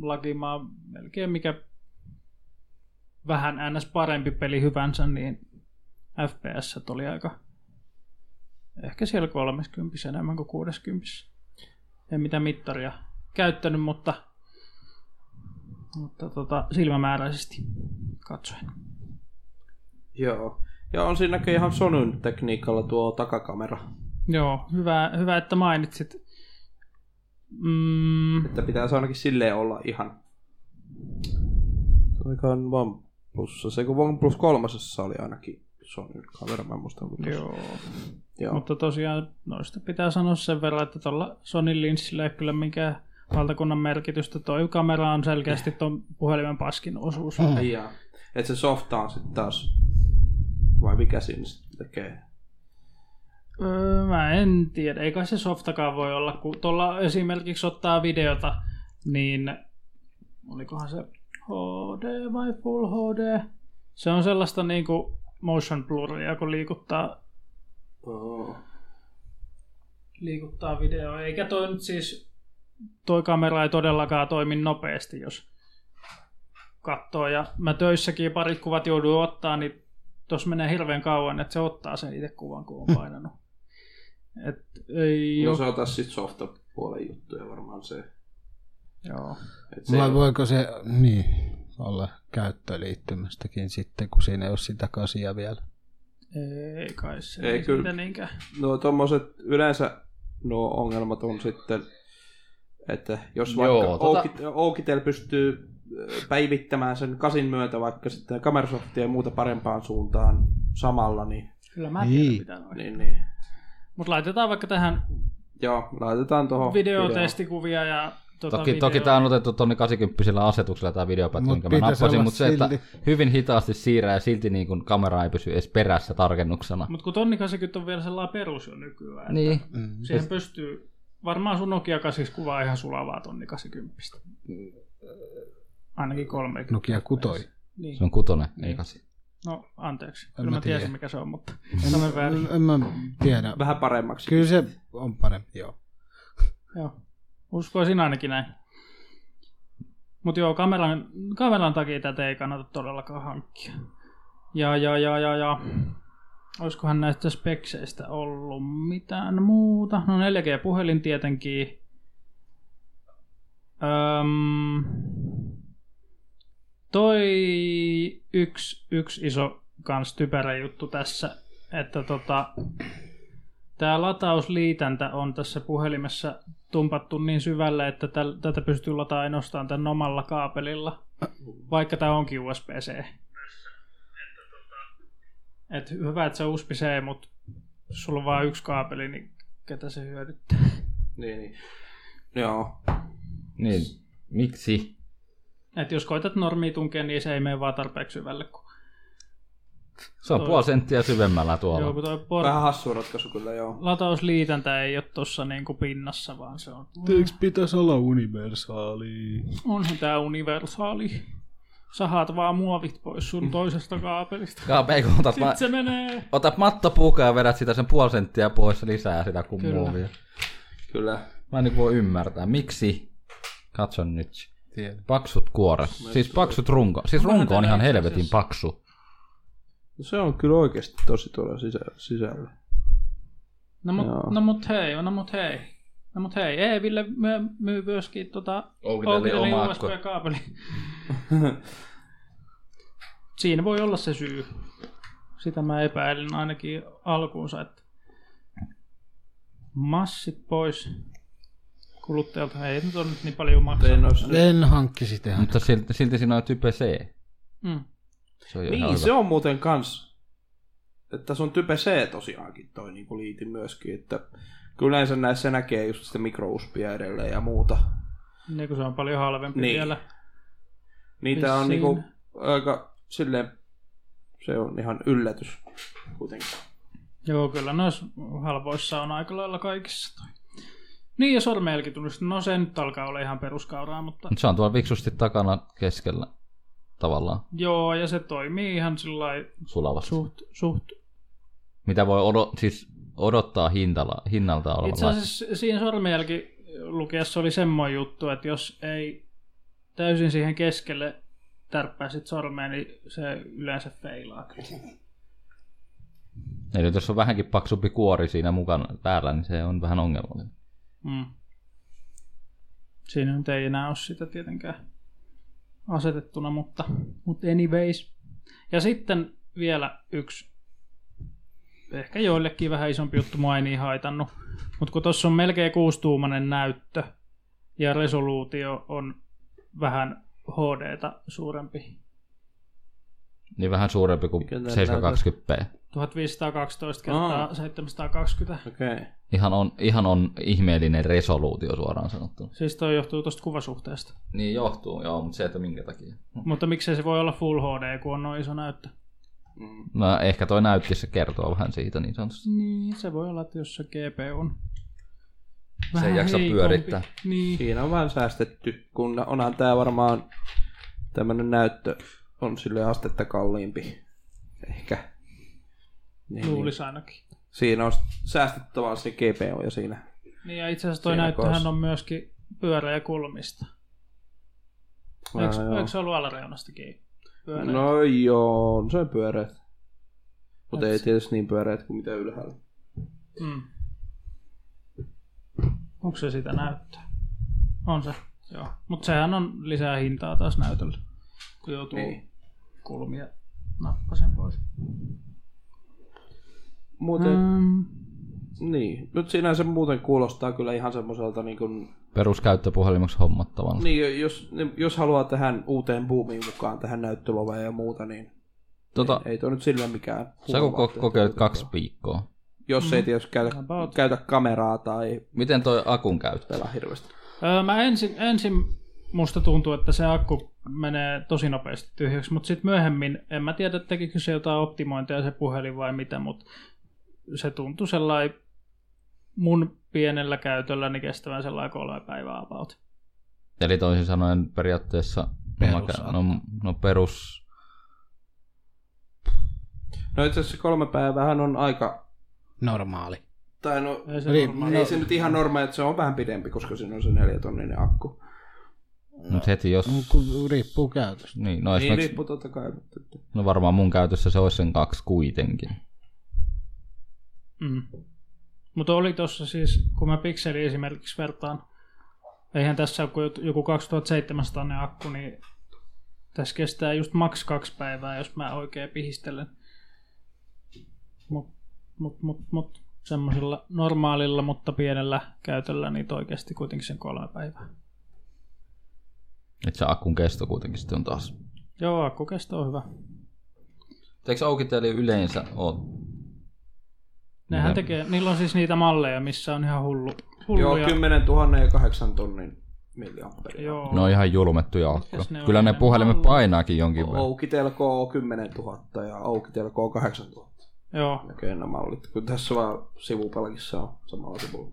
lakimaan melkein mikä vähän ns. parempi peli hyvänsä, niin FPS oli aika ehkä siellä 30 enemmän kuin 60. En mitään mittaria käyttänyt, mutta, mutta tota, silmämääräisesti katsoen. Joo. Ja on siinä näköjään ihan Sonyn tekniikalla tuo takakamera. Joo, hyvä, hyvä että mainitsit. Mm, Että pitää se ainakin silleen olla ihan... Tulikaan OnePlussa. Se kun OnePlus kolmasessa oli ainakin Sonyn kamera, mä en muista. onko tuossa. joo. joo. Mutta tosiaan noista pitää sanoa sen verran, että tuolla Sony Lynchillä ei kyllä mikään valtakunnan merkitystä. Toi kamera on selkeästi tuon puhelimen paskin osuus. Ai jaa. Et se softa on sitten taas, vai mikä siinä sitten tekee? Öö, mä en tiedä, ei kai se softakaan voi olla, kun tuolla esimerkiksi ottaa videota, niin olikohan se HD vai Full HD? Se on sellaista niinku motion bluria, kun liikuttaa Oh. liikuttaa videoa. Eikä toi nyt siis, toi kamera ei todellakaan toimi nopeasti, jos katsoo. Ja mä töissäkin parit kuvat jouduin ottaa, niin tuossa menee hirveän kauan, että se ottaa sen itse kuvan, kun on painanut. Et ei No oo- se on taas sit softa puolen juttuja varmaan se. Joo. Et se Vai voiko se niin, olla käyttöliittymästäkin sitten, kun siinä ei ole sitä kasia vielä? Ei kai se Ei ei kyllä. siitä niinkään. No tommoset yleensä nuo ongelmat on sitten, että jos vaikka Joo, Joo, tota- Oukitel pystyy äh, päivittämään sen kasin myötä vaikka sitten kamerasoftia ja muuta parempaan suuntaan samalla, niin, Kyllä mä tiedän, Niin. mitä noin. niin, niin Mutta laitetaan vaikka tähän joo, laitetaan tuohon videotestikuvia ja tota Toki, video- toki tämä on otettu tuonne 80 asetuksella tämä videopätkä, Mut minkä mä pitäisi nappasin, olla mutta se, että silti. hyvin hitaasti siirrää ja silti niin kun kamera ei pysy edes perässä tarkennuksena. Mut kun tonni 80 on vielä sellainen perus jo nykyään. että Niin, Mm. Siihen pystyy, varmaan sun Nokia 8 kuvaa ihan sulavaa tonni 80. Ainakin 30. Nokia kutoi. Niin. No, se on kutonen, ei Niin. kasi. No anteeksi, mä kyllä mä tiedä. tiesin mikä se on, mutta Samoin väärin. En, en mä tiedä. Vähän paremmaksi. Kyllä se on parempi, joo. joo. Uskoisin ainakin näin. Mutta joo, kameran, kameran takia tätä ei kannata todellakaan hankkia. Ja, ja, ja, ja, ja. Olisikohan näistä spekseistä ollut mitään muuta? No 4G-puhelin tietenkin. Öm, toi yksi, yksi iso kans typerä juttu tässä, että tota, tämä latausliitäntä on tässä puhelimessa tumpattu niin syvälle, että täl, tätä pystyy lataamaan ainoastaan tämän omalla kaapelilla, vaikka tämä onkin USB-C. Et hyvä, että se on USB-C, mutta sulla on vain yksi kaapeli, niin ketä se hyödyttää. Niin, niin. Joo, Niin, miksi? Et jos koitat normia tunkea, niin se ei mene vaan tarpeeksi syvälle. Kun... Se on Toi- puoli senttiä syvemmällä tuolla. Joo, kun toi por... vähän hassu ratkaisu kyllä, joo. latausliitäntä ei ole tuossa niinku pinnassa, vaan se on... Eikö pitäisi olla universaali? Onhan tää universaali. Sahat vaan muovit pois sun toisesta kaapelista. Joo, ei kun otat, Sitten ma- se menee. otat mattopuukaa ja vedät sitä sen puoli senttiä pois lisää sitä kuin Kyllä. muovia. Kyllä. Mä en niin voi ymmärtää, miksi? Katson nyt. Tiedä. Paksut kuoret. Siis paksut runko. Siis runko on ihan helvetin paksu. No se on kyllä oikeasti tosi tuolla sisä- sisällä. No mut, Joo. no mut hei, no mut hei. No mut hei, Eeville myö- myy myöskin tota Oukidelin USB-kaapeli. *laughs* Siinä voi olla se syy. Sitä mä epäilin ainakin alkuunsa, että massit pois kuluttajalta. Ei nyt on nyt niin paljon En maksaa. olisi... En hankkisi tehdä. Mutta silti, silti siinä on type C. Mm. Se on jo ihan Niin, hyvä. se on muuten kans, että tässä on type C tosiaankin toi niinku liiti myöskin, että kyllä yleensä näissä näkee just sitä mikrouspia edelleen ja muuta. Niin kun se on paljon halvempi Niin. vielä. Niitä on Vissiin. niinku aika silleen, se on ihan yllätys kuitenkin. Joo, kyllä noissa halvoissa on aika lailla kaikissa toi. Niin, ja sormenjälkitunnus. No se nyt alkaa olla ihan *laughs* peruskauraa, mutta Mut se on tuolla viksusti takana keskellä tavallaan joo, ja se toimii ihan sillä sulavasti. Su- suht, suht. Mitä voi odo- siis odottaa hintala, hinnalta Itse olevalla. asiassa siinä sormenjälkilukiassa oli semmoinen juttu, että jos ei täysin siihen keskelle tärppäisit sormeen, niin se yleensä feilaa kyllä. Eli jos on vähänkin paksumpi kuori siinä mukana päällä, niin se on vähän ongelmallinen. Mm. Siinä nyt ei enää ole sitä tietenkään asetettuna, mutta, mutta anyways. Ja sitten vielä yksi, ehkä joillekin vähän isompi juttu, mua ei niin haitannut, mutta kun tuossa on melkein kuustuumainen näyttö ja resoluutio on vähän HDta suurempi. Niin vähän suurempi kuin Mikä tää 720p. 1512 kertaa Aa. 720. Okei. Okay. Ihan on, ihan on ihmeellinen resoluutio suoraan sanottuna. Siis toi johtuu tuosta kuvasuhteesta. Niin johtuu, joo, mutta se, että minkä takia. Mutta miksei se voi olla Full HD, kun on noin iso näyttö? Mm. No ehkä toi näytti, se kertoo vähän siitä niin sanotusti. Niin, se voi olla, että jos se GP on Se ei jaksa heikompi. pyörittää. Niin. Siinä on vähän säästetty, kun onhan tämä varmaan tämmöinen näyttö on sille astetta kalliimpi. Ehkä. Niin, Luulisi ainakin. niin. Siinä on säästetty tavallaan se GPU ja siinä. Niin ja itse asiassa toi Siinä näyttöhän kohdassa. on myöskin pyöreä kulmista. Eikö, joo. eikö se ollut alareunasta kiinni? Pyöreä. No joo, on se pyöreät. Mutta Et ei se- tietysti niin pyöreät kuin mitä ylhäällä. Mm. Onko se sitä näyttöä? On se, joo. Mutta sehän on lisää hintaa taas näytölle, kun joutuu Niin. kulmia nappasen pois. Muuten, mm. Mm. niin. Nyt sinänsä muuten kuulostaa kyllä ihan semmoiselta niin kuin Peruskäyttöpuhelimeksi hommattavan. Niin. Niin, jos, jos haluaa tähän uuteen buumiin mukaan, tähän näyttöloveen ja muuta, niin Tota, ei, ei toi nyt sillä mikään. sä kun huono ko- vaihtoehto kokeilet kuitenkaan. kaksi Mm. viikkoa. Jos ei tietysti käytä, About. käytä kameraa tai Miten toi akun käyttö? pelaa hirveästi. Öö, mä ensin, ensin musta tuntuu, että se akku menee tosi nopeasti tyhjäksi, mutta sitten myöhemmin, en mä tiedä tekikö se jotain optimointia se puhelin vai mitä, mutta se tuntui sellainen mun pienellä käytölläni kestävän sellainen kolme päivää about. Eli toisin sanoen periaatteessa perus. No, no perus No itse asiassa kolme päivää on aika... Normaali. Tai no, Ei se Eli- normaali. ei se nyt ihan normaali, että se on vähän pidempi, koska siinä on se neljä tonninen akku. Nyt heti jos... No, kun riippuu käytöstä. Niin, no, Niin esimerkiksi, riippuu totta kai, mutta... Että... no varmaan mun käytössä se olisi sen kaksi kuitenkin. Mm. Mutta oli tuossa siis, kun mä pikseli esimerkiksi vertaan, eihän tässä ole kuin joku 2700 akku, niin tässä kestää just maks kaksi päivää, jos mä oikein pihistelen. Mut, mut, mut, mut semmoisella normaalilla, mutta pienellä käytöllä, niin toi kesti kuitenkin sen kolme päivää. Nyt se akun kesto kuitenkin sitten on taas. Joo, akku kesto on hyvä. Eikö aukiteli yleensä ole? Nehän Mitä? tekee, niillä on siis niitä malleja, missä on ihan hullu, hulluja. Joo, 10 000 ja 8 tonnin miljoonperia. Joo, Ne on No ihan julmettuja akkuja. Mikäs ne on? Kyllä ne Ne puhelimet on- painaakin jonkin verran. Oukitel K10 000 ja Oukitel K8 000. joo. näköjään nämä no mallit, kun tässä vaan sivupalkissa on samalla sivulla.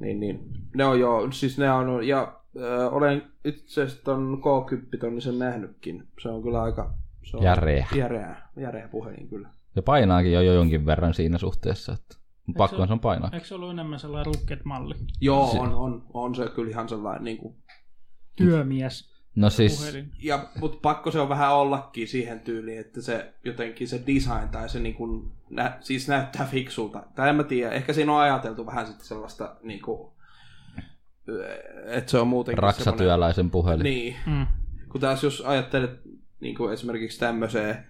Niin, niin. Ne on joo, siis ne on, ja ö, olen itse asiassa ton K10 niin sen nähnytkin. Se on kyllä aika... Se on Järeä. Järeä, järeä puhelin kyllä. Ja painaakin jo jo jonkin verran siinä suhteessa, että pakkohan se on painaa. Eikö se ollut enemmän sellainen rukket-malli? Niin. Joo, on, on, on se kyllä ihan sellainen, niin kuin, Työmies. No siis, puhelin. ja, mutta pakko se on vähän ollakin siihen tyyliin, että se jotenkin se design tai se niin kuin, nä, siis näyttää fiksulta. Tai en mä tiedä, ehkä siinä on ajateltu vähän sitten sellaista, niin kuin, että se on muutenkin semmoinen- raksatyöläisen puhelin. Niin, Mm. kun taas jos ajattelet niin kuin esimerkiksi tämmöiseen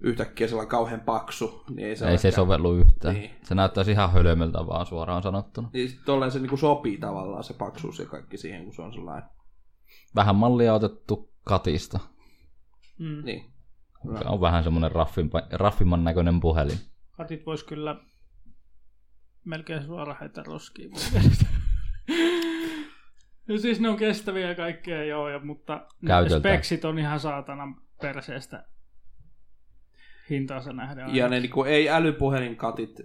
yhtäkkiä sellainen kauhean paksu, niin ei se, Ei se olekaan. sovellu yhtään. Niin. Se näyttäisi ihan hölmöltä vaan suoraan sanottuna. Niin sit tolleen se niin kuin sopii tavallaan se paksuus ja kaikki siihen, kun se on sellainen. Vähän mallia otettu katista. Mm. Niin. Se on vähän semmoinen raffimpa- raffimman näköinen puhelin. Katit vois kyllä melkein suoraan heitä roskiin. no siis ne on kestäviä ja kaikkea joo, ja, mutta ne Käytöltä. speksit on ihan saatanan perseestä hintaansa nähden. aina. Ja ne niin kuin ei älypuhelinkatit,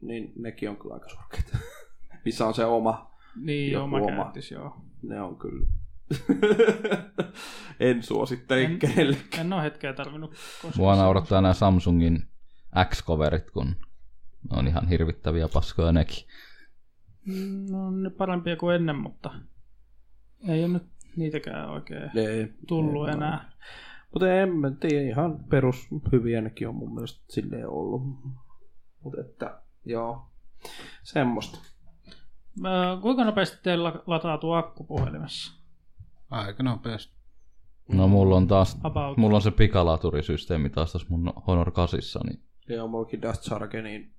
niin nekin on kyllä aika surkeita. *laughs* Missä on se oma, niin joo, joku mä oma. käyttis, joo. ne on kyllä. *laughs* en suosittele En- kenellekään. En ole hetkeä tarvinnut koskaan. Mua naurattaa nämä Samsungin X-coverit, kun ne on ihan hirvittäviä paskoja nekin. Mm, No on ne parempia kuin ennen, mutta ei ole nyt niitäkään oikein Ei, tullut ei, enää. Mutta en mä tiedä, ihan perus hyviä nekin on mun mielestä silleen ollut. Mutta että, joo, semmoista. Öö, Kuinka nopeasti teillä latautuu akku puhelimessa? Aika nopeasti. No mulla on taas, About. mulla on se pikalaturisysteemi taas tässä mun Honor 8, niin Joo, mullakin Dust Sarge, niin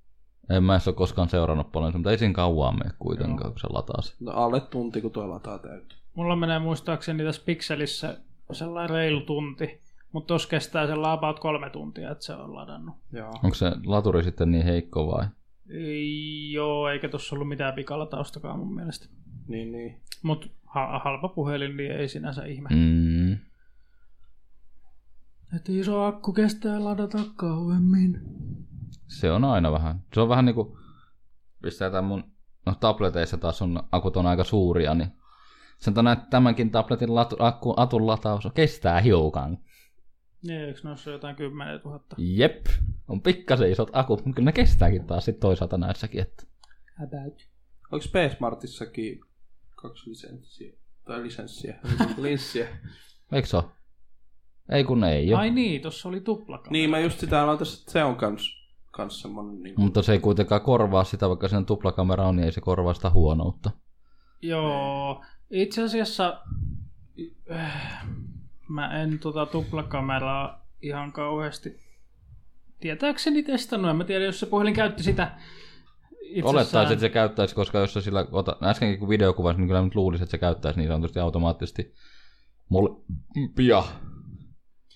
en mä edes ole koskaan seurannut paljon, sitä, mutta ei siinä kauan mene kuitenkaan, kun se lataa se. no alle tunti, kun toi lataa täytyy. Mulla menee muistaakseni tässä Pixelissä sellainen reilu tunti, Mutta tuossa kestää sen about kolme tuntia, että se on ladannut. Joo. Onko se laturi sitten niin heikko vai? Ei, joo, eikä tuossa ollut mitään pikalataustakaan mun mielestä. Niin, niin. Mutta ha- halpa puhelin, niin ei sinänsä ihme. Mm. Mm. Että iso akku kestää ladata kauemmin. Se on aina vähän. Se on vähän niinku, pistää tämän mun, no tableteissa taas on akut on aika suuria, niin sen tänä, tämänkin tabletin latu, akku, atun lataus kestää hiukan. Niin, eikö noissa jotain 10 000? Jep, on pikkasen isot akut, mutta kyllä ne kestääkin taas sit toisaalta näissäkin. Että. About. Onko P-Smartissakin kaksi lisenssiä? Tai lisenssiä. Linssiä. Eikö se ole? Ei kun ei ole. Ai niin, tuossa oli tuplakamera. niin, mä just sitä aloin tässä, että se on kans, kans semmonen niinku... Mutta se ei kuitenkaan korvaa sitä, vaikka sen tuplakamera on, niin ei se korvaa sitä huonoutta. Joo, Niin. itse asiassa äh, mä en tota tuplakameraa ihan kauheasti tietääkseni testannut. En mä tiedä, jos se puhelin käytti sitä itsessään. Olettaisin, että se käyttäisi, koska jos se sillä, ota, äskenkin kun video kuvasi, niin kyllä nyt luulisi, että se käyttäisi niin sanotusti automaattisesti molempia.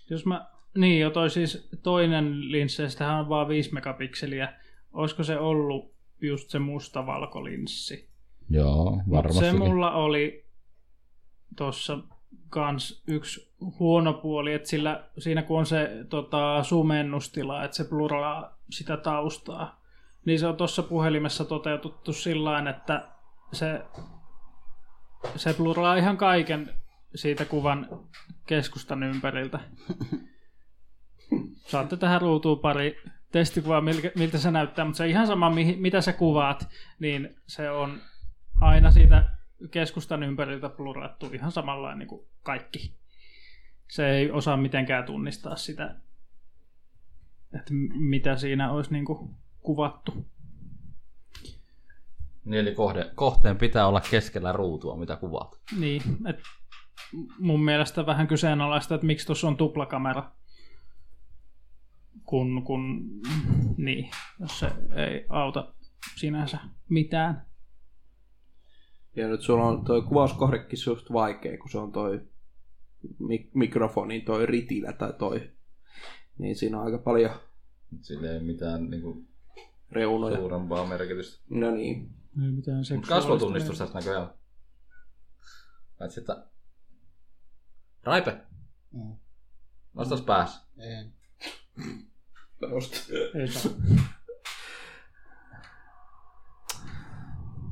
Jos mä, niin jo, toi siis toinen linsseistähän on vaan 5 megapikseliä. Olisiko se ollut just se mustavalkolinssi? Joo, Mut Se varmastikin. mulla oli tuossa kans yksi huono puoli, että sillä, siinä kun on se tota, sumennustila, että se pluraa sitä taustaa, niin se on tuossa puhelimessa toteutettu sillä lailla, että se, se pluraa ihan kaiken siitä kuvan keskustan ympäriltä. Saatte tähän ruutuun pari testikuvaa, milkä- miltä se näyttää, mutta se ihan sama, mihin- mitä sä kuvaat, niin se on aina siitä keskustan ympäriltä plurattu ihan samanlainen niin kuin kaikki. Se ei osaa mitenkään tunnistaa sitä, että m- mitä siinä olisi niin kuin kuvattu. Niin, eli kohde, kohteen pitää olla keskellä ruutua, mitä kuvat. Niin, et mun mielestä vähän kyseenalaista, että miksi tuossa on tuplakamera. Kun, kun, niin, jos se ei auta sinänsä mitään. Ja nyt sulla on toi kuvauskohdekin just vaikea, kun se on toi mik- mikrofoni, toi ritilä tai toi. Niin siinä on aika paljon Sillä ei mitään niin kuin, reunoja. suurempaa merkitystä. No niin. Ei mitään Mut Kasvotunnistus tässä näköjään. Paitsi, että... Raipe! Mm. Vastaus pääs. En. Ei saa.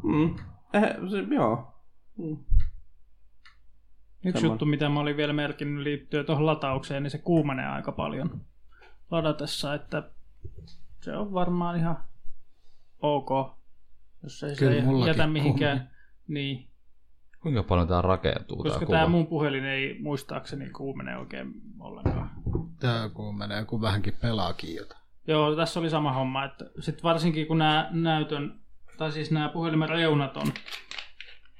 Mm. Eh, se, joo. Mm. Yksi Semmoinen. juttu, mitä mä olin vielä merkinnyt liittyen tuohon lataukseen, niin se kuumenee aika paljon ladatessa, että se on varmaan ihan ok, jos ei Kyllä se mullakin jätä mihinkään. Niin, Kuinka paljon tää rakentuu koska tää tämä kuva? mun puhelin ei muistaakseni kuumenee oikein ollenkaan. Tää kun menee, kun vähänkin pelaakin jotain. Joo, tässä oli sama homma, että sit varsinkin kun nämä näytön, tai siis nämä puhelimen reunat on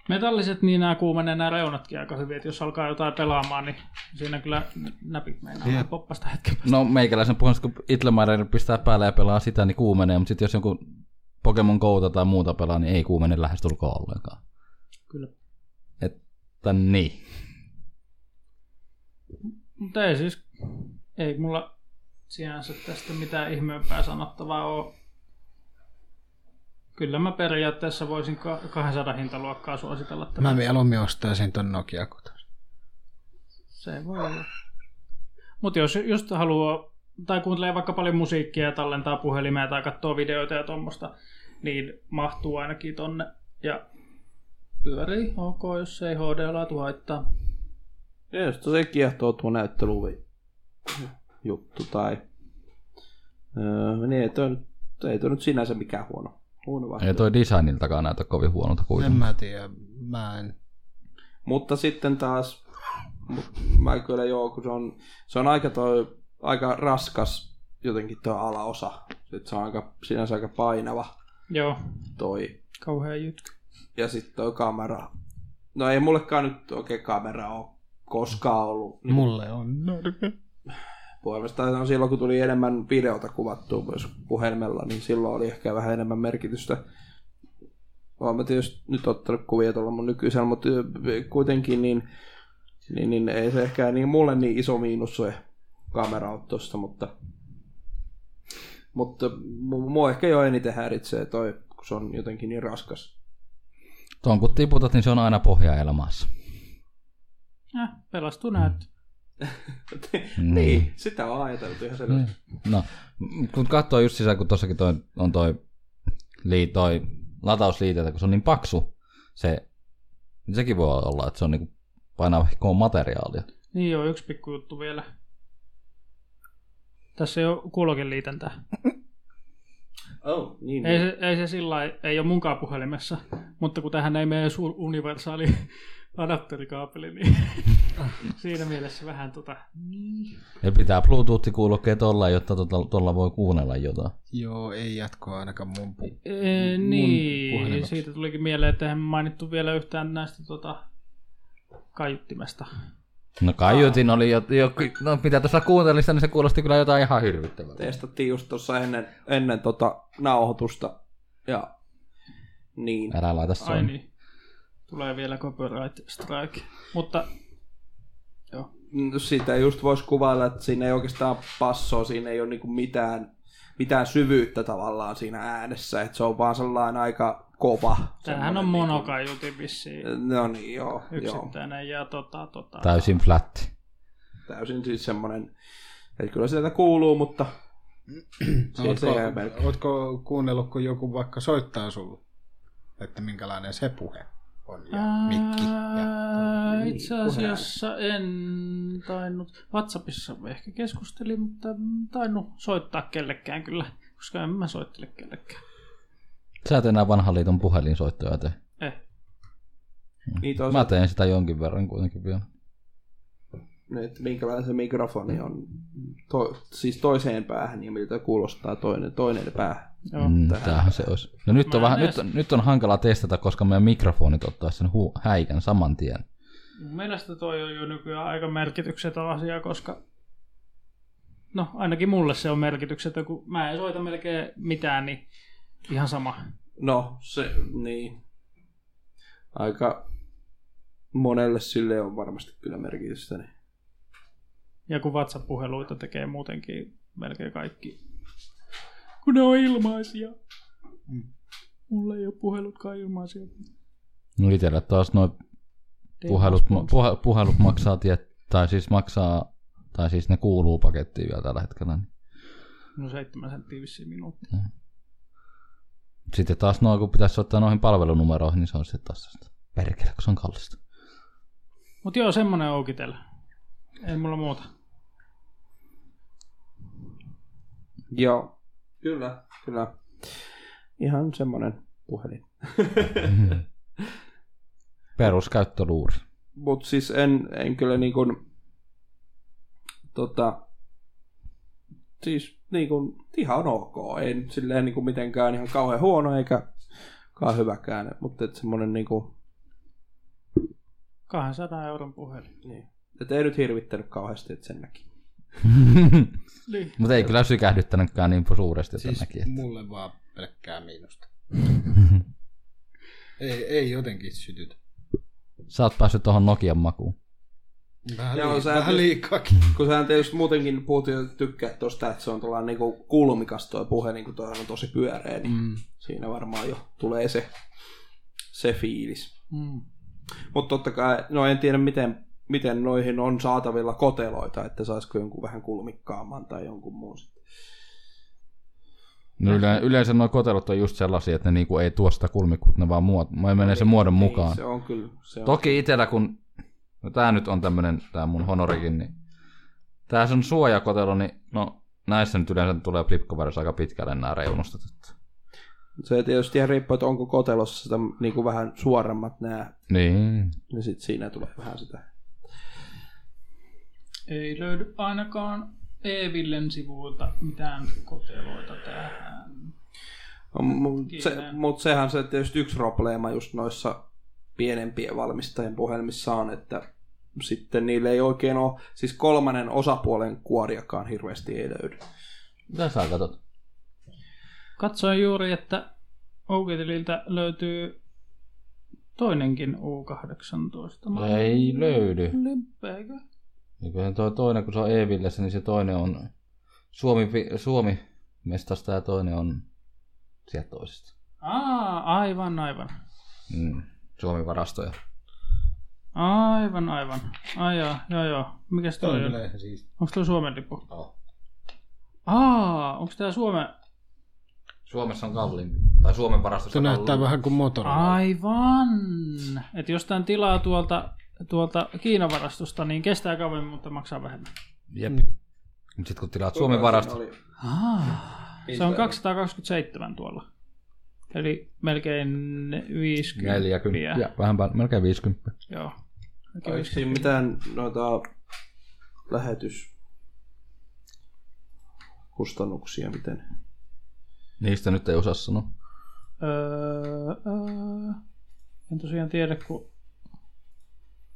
metalliset, niin nämä kuumenee nämä reunatkin aika hyvin, että jos alkaa jotain pelaamaan, niin siinä kyllä näpit meinaa Jep. poppasta hetken No meikäläisen puheessa, kun Itlemaiden pistää päälle ja pelaa sitä, niin kuumenee, mutta sitten jos joku Pokemon Gouta tai muuta pelaa, niin ei kuumene lähestulkoon ollenkaan. Kyllä. Että niin. Mutta ei siis, ei mulla sinänsä tästä mitään ihmeempää sanottavaa ole. Kyllä mä periaatteessa voisin ka- 200 hintaluokkaa suositella tätä. Mä mieluummin ostaisin ton Nokia kotoa. Se voi olla. Mutta jos just haluaa, tai kuuntelee vaikka paljon musiikkia ja tallentaa puhelimeen tai katsoo videoita ja tuommoista, niin mahtuu ainakin tonne. Ja pyörii, ok, jos ei HD-laatu haittaa. Ja jos se kiehtoo tuo näyttelyvi juttu tai... Öö, niin ei toi, nyt- ei toi nyt sinänsä mikään huono. Huono Ei vaihtoehto. toi designiltakaan näytä kovin huonolta En kuitenkaan. mä tiedä, mä en. Mutta sitten taas, mu- mä kyllä joo, kun se on, se on aika, toi, aika raskas jotenkin tuo alaosa. Sitten se on aika, sinänsä aika painava Joo, toi. kauhea jytky. Ja sitten toi kamera. No ei mullekaan nyt oikein kamera ole koskaan ollut. Niin Mulle on nörkä. puhelimesta. Tai no silloin kun tuli enemmän videota kuvattua myös puhelimella, niin silloin oli ehkä vähän enemmän merkitystä. Olen mä tietysti nyt ottanut kuvia tuolla mun nykyisellä, mutta ö, kuitenkin niin, niin, niin ei se ehkä niin mulle niin iso miinus se kameraottosta, mutta, mutta mu- mua ehkä jo eniten häiritsee toi, kun se on jotenkin niin raskas. *laughs* Tuon kun tiputat, niin se on aina pohja elämässä. Äh, pelastu näyttö. niin, sitä on ajateltu ihan selvästi. No, Kun katsoo just sisään, kun tossakin toi, on toi, lii, toi latausliite, kun se on niin paksu, se, niin sekin voi olla, että se on niinku painaa vähän koon materiaalia. Niin joo, yksi pikku juttu vielä. Tässä ei ole kuulokeliitäntää. Oh, niin, Ei niin. se, ei se sillä lailla- ei ole munkaan puhelimessa, mutta kun tähän ei mene suur universaali *laughs* adapterikaapeli, *laughs* niin siinä mielessä vähän tota... Ja pitää Bluetooth-kuulokkeet olla, jotta tuolla, tuolla voi kuunnella jotain. Joo, ei jatkoa ainakaan mun pu- Ee, mun niin, puhelimeksi. siitä tulikin mieleen, että eihän mainittu vielä yhtään näistä tota, kaiuttimesta. No kaiutin oli, jo, jo, no mitä tuossa kuuntelista, niin se kuulosti kyllä jotain ihan hirvittävältä. Testattiin just tuossa ennen, ennen tota nauhoitusta. Ja niin. Älä laita Ai soin. niin, tulee vielä copyright strike. Mutta No sitä just voisi kuvailla, että siinä ei oikeastaan passoa, siinä ei ole niinku mitään, mitään syvyyttä tavallaan siinä äänessä, että se on vaan sellainen aika kova. tämähän semmoinen on niinku- monokaiutin vissiin No niin, joo, joo. yksittäinen ja tota, tota, Täysin flätti. Täysin siis semmoinen, että kyllä sieltä kuuluu, mutta Siis- siitä Ootko, jää pelkkä. ootko kuunnellut, kun joku vaikka soittaa sulle, että minkälainen se puhe on ja mikki? Ja... Ää, Itse asiassa en tainnut, Whatsappissa ehkä keskustelin, mutta en tainnut soittaa kellekään kyllä, koska en mä soittele kellekään. Sä et enää vanhan liiton puhelinsoittoja tee. Eh. Niitä on Mä teen sitä jonkin verran kuitenkin vielä. se, että minkälainen se mikrofoni on to, siis toiseen päähän ja miltä kuulostaa toinen, toinen päähän. Joo. Mm, tähän. tämähän se olisi. No nyt Mä on, en vähän, edes- nyt, on- nyt on hankala testata, koska meidän mikrofonit ottaa sen hu- häikän saman tien. Mun mielestä toi on jo nykyään aika merkityksetön asia, koska no ainakin mulle se on merkityksetön, kun mä en soita melkein mitään, niin ihan sama. No, se, niin. Aika monelle sille on varmasti kyllä merkitystä. Niin. Ja kun WhatsApp-puheluita tekee muutenkin melkein kaikki, kun ne on ilmaisia. Mm. Mulla ei ole puhelutkaan ilmaisia. No itellä taas noin puhelut, ma- puhe, puhelut maksaa, tiet, tai siis maksaa, tai siis ne kuuluu pakettiin vielä tällä hetkellä. niin. No seitsemän senttiä vissiin minuutti. Sitten taas noin, kun pitäisi ottaa noihin palvelunumeroihin, niin se on sitten taas sitä. Perkele, kun se on kallista. Mut joo, semmonen oukitella. Ei mulla muuta. Joo. Kyllä, kyllä. Ihan semmoinen puhelin. *laughs* Peruskäyttöluuri. Mutta siis en, en kyllä niin kuin, tota, siis niin kuin, ihan ok. Ei nyt silleen niin kuin mitenkään ihan kauhean huono eikä kauhean hyväkään, mutta et semmoinen niin kuin, 200 euron puhelin. niin. Et ei nyt hirvittänyt kauheasti, että sen näki. Niin. Mutta ei kyllä sykähdyttänytkään niin suuresti siis... tänäkin. että- mulle vaan pelkkää *laughs* miinusta. ei, ei jotenkin sytytä. Sä oot päässyt tuohon Nokian makuun. Vähän, Joo, lii- sä- vähän liikaakin. Kun sä tietysti muutenkin puhut ja tykkäät tosta, että se on tuollainen niin kuin kulmikas toi puhe, niin kuin toihan on tosi pyöreä, niin Mm. siinä varmaan jo tulee se, se fiilis. Mm. Mutta totta kai, no en tiedä miten, miten noihin on saatavilla koteloita, että saisiko jonkun vähän kulmikkaamman tai jonkun muun. sitten. No yle- yleensä nuo kotelot on just sellaisia, että ne niinku ei tuo sitä kulmikkuutta, ne vaan muot, mä menee sen muodon mukaan. Niin, se on kyllä. Se on. Toki itellä kun, no tää nyt on tämmönen, tää mun honorikin, niin tää on suojakotelo, niin no näissä nyt yleensä tulee plipkavarissa aika pitkälle nämä reunustat. että- Se tietysti ihan riippuu, että onko kotelossa sitä, niin kuin vähän suoremmat nämä, Niin. niin sitten siinä tulee vähän sitä. Ei löydy ainakaan Eevillen sivuilta mitään koteloita tähän. Se, Mutta sehän se tietysti yksi probleema just noissa pienempien valmistajien puhelimissa on, että sitten niille ei oikein ole, siis kolmannen osapuolen kuoriakaan hirveästi ei löydy. Mitä sä katot? Katsoin juuri, että Oukitililtä löytyy toinenkin U18. Ei löydy. Limpeikö? Eiköhän Niin toi toinen, kun se on Eevillessä, niin se toinen on Suomi, Suomi mestasta ja toinen on sieltä toisesta. Aa, aivan, aivan. Mm. Suomi varastoja. Aivan, aivan. Ai joo, joo, joo. Mikäs Toi on toi on? kyllä ihan siisti. Onko toi Suomen lippu? Oh. Aa, onko tää Suomen? Suomessa on kalliimpi. Tai Suomen varastossa Se on näyttää kalliimpi. vähän kuin Motorola. Aivan. Että jos tän tilaa tuolta, tuolta Kiinan varastosta, niin kestää kauemmin, mutta maksaa vähemmän. Jep. Mm. Mut sit kun tilaat Suomen Siinä varasto, oli- Ah, se on 227 tuolla. Eli melkein 50. 40. niin Ja, vähän pää- melkein 50. Joo. Oliko siinä mitään noita lähetys kustannuksia, miten? Niistä nyt ei osaa sanoa. Öö, öö, en tosiaan tiedä, kun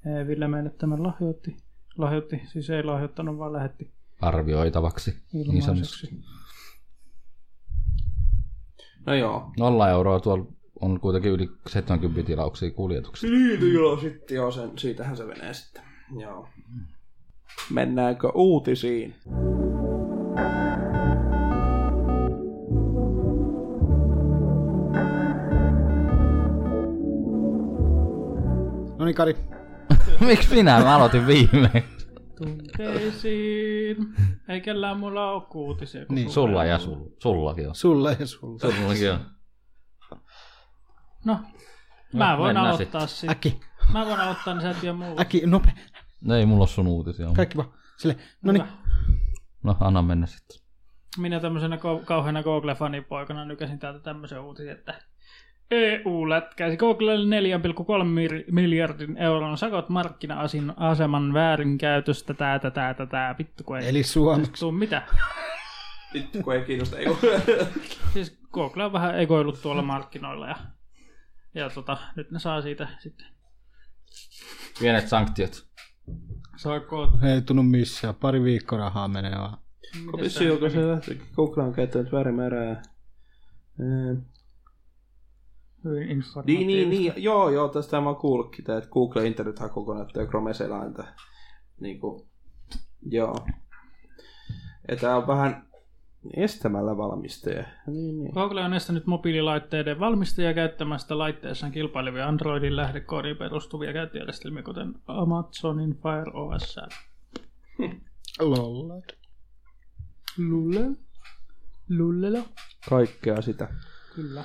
ee, Ville meille tämän lahjoitti. Lahjoitti, siis ei lahjoittanut, vaan lähetti Arvioitavaksi. Niin sanotusti. ilmaiseksi. No joo. Nolla euroa tuolla on kuitenkin yli 70 tilauksia *laughs* kuljetuksista. Liity joo sitten, joo, sen, siitähän se menee sitten. Joo. Mennäänkö uutisiin? No niin, Kari. Miksi minä? Mä aloitin viimein. Tunteisiin. Ei kellään mulla ole kuutisia. kun Niin, Sulla ja sulla. Sullakin on. Sulle ja sulle. Sullakin on. No, mä No, voin mennään aloittaa sitten. Äkki, Mä voin aloittaa, niin sä et vielä muu. äkki, nope. No ei mulla ole sun uutisia. mut- Kaikki vaan. Sille, no niin. No anna mennä sitten. Minä tämmöisenä kau- kauheana Google-fanin poikana nykäsin täältä tämmöisen uutisen, että EU lätkäisi Googlelle 4,3 mir- miljardin euron sakot markkina-aseman väärinkäytöstä tää tää tää tää tää vittu kun ei Eli suomeksi. tuu mitä. Vittu, kun ei kiinnosta. Ei, Siis Google on vähän egoillut tuolla markkinoilla ja, ja tota, nyt ne saa siitä sitten Pienet sanktiot. sakot. Ei tunnu missään. Pari viikkorahaa menee vaan. Mites Komissio, joka se lähti, Google on käyttänyt väärimäärää. Eh, Hyvin Niin, niin, informatiivista. niin, joo, joo, tästä mä oon kuullutkin, tää, että Google internet-hakukonetta ja Chrome selainta. Niin kuin, joo. Ja tää on vähän estämällä valmistaja. Niin, niin. Google on estänyt mobiililaitteiden valmistajia käyttämästä laitteessaan kilpailevia Androidin lähdekoodiin perustuvia käyttöjärjestelmiä, kuten Amazonin Fire OS. Lol. Lulle? Lullelo? Kaikkea sitä. Kyllä.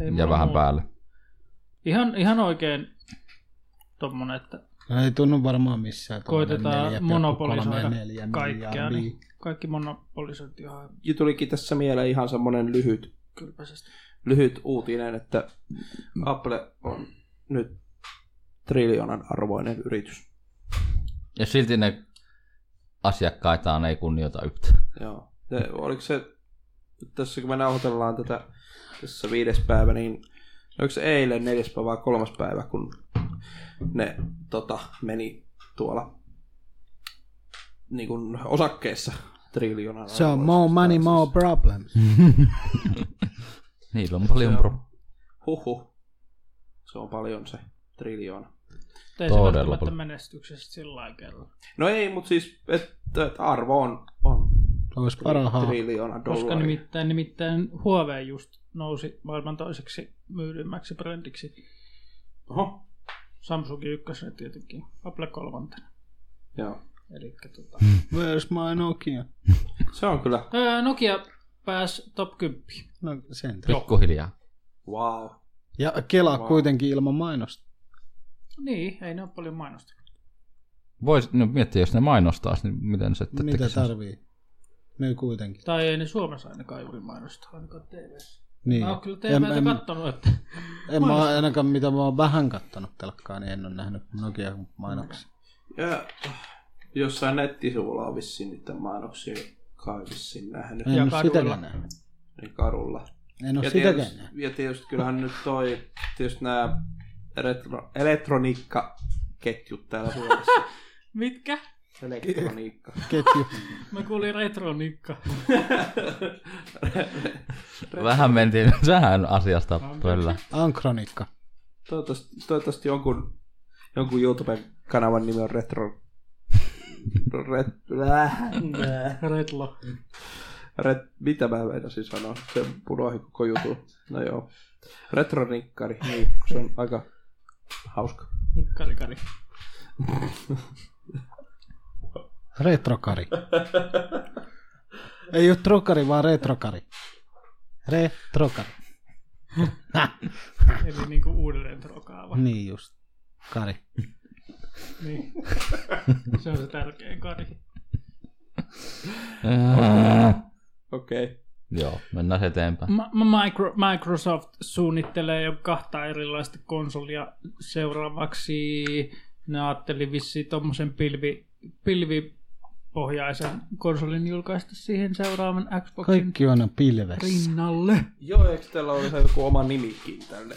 Ei Ja mulla vähän muuta. päälle. Ihan, ihan oikein tommonen, että Ei tunnu varmaan missään. tuollainen Koitetaan 4,34 monopolisoida miljardia. kaikkea, niin kaikki monopolisointi ihan Ja tulikin tässä mieleen ihan semmonen lyhyt, kylpäisesti. lyhyt uutinen, että Mm. Apple on nyt triljoonan arvoinen yritys. Ja silti ne asiakkaitaan ei kunnioita yhtään. Joo. Ja oliko se, tässä kun me nauhoitellaan tätä tässä viides päivä, niin oliko se eilen neljäs päivä vai kolmas päivä, kun ne tota, meni tuolla niin kuin osakkeessa siis triljoonan Se on arvoiseksi. more money, more problems. Niillä on paljon Se on- pro. Huhhuh. Se on paljon se triljoona. Ei se Todella välttämättä paljon. menestyksestä sillä lailla kerro. No ei, mutta siis, että et arvo on, on Olisi parhaa. triljoona Koska dollaria. nimittäin, nimittäin Huawei just nousi maailman toiseksi myydymmäksi brändiksi. Oho, Samsung ykkösenä tietenkin, Apple kolmantena. joo. Eli tota... Where's my Nokia? Se on kyllä, öö, Nokia pääsi top 10. No sen takia. Pikkuhiljaa. wow. Ja Kela Wow. kuitenkin ilman mainosta. Niin, ei ne ole paljon mainosta. Voisi nyt miettiä, jos ne mainostaa, niin miten se sitten Mitä tekisi. tarvii? Myy kuitenkin. Tai ei ne Suomessa ainakaan juuri mainosta, ainakaan tv Niin. Mä oon kyllä En- TVtä en- kattonut, että *laughs* En mä oo ainakaan, mitä mä oon vähän kattonut telkkaa, niin en oo nähnyt Nokia mainoksia. Ja jossain nettisivulla on vissiin niitä mainoksia, kai vissiin nähnyt, En Ja oo kadulla. sitäkään nähnyt. niin kadulla. En oo ja, No, sitäkään tietysti, nähnyt. ja tietysti kyllähän nyt toi, tietysti nämä elektro, elektroniikkaketjut täällä Suomessa. mitkä? Elektroniikka. Ketju. Mä kuulin retronikka. *laughs* Vähän mentiin *laughs* vähän asiasta pöllä. Ankronikka. Toivottavasti, toivottavasti jonkun, jonkun YouTuben kanavan nimi on Retro Red... Läh. Redlo. Äh. Ret... Mitä mä meinasin sanoa? Se punoihin koko jutu. No joo. Retronikkari, niin se on aika hauska. Nikkari, kari. *laughs* Retrokari. Ei ole trokari, vaan retrokari. Retrokari. Eli niinku uudelleen trokaava. Niin just. Kari. Niin. Se on se tärkein kari. Okei. Okay. Joo, mennään eteenpäin. Ma- ma- Micro- Microsoft suunnittelee jo kahta erilaista konsolia seuraavaksi. Ne ajatteli vissiin tuommoisen pilvi, pilvipohjaisen konsolin julkaista siihen seuraavan Xboxin Kaikki on aina pilvessä. rinnalle. Joo, eikö teillä ole se joku oma nimikin tälle?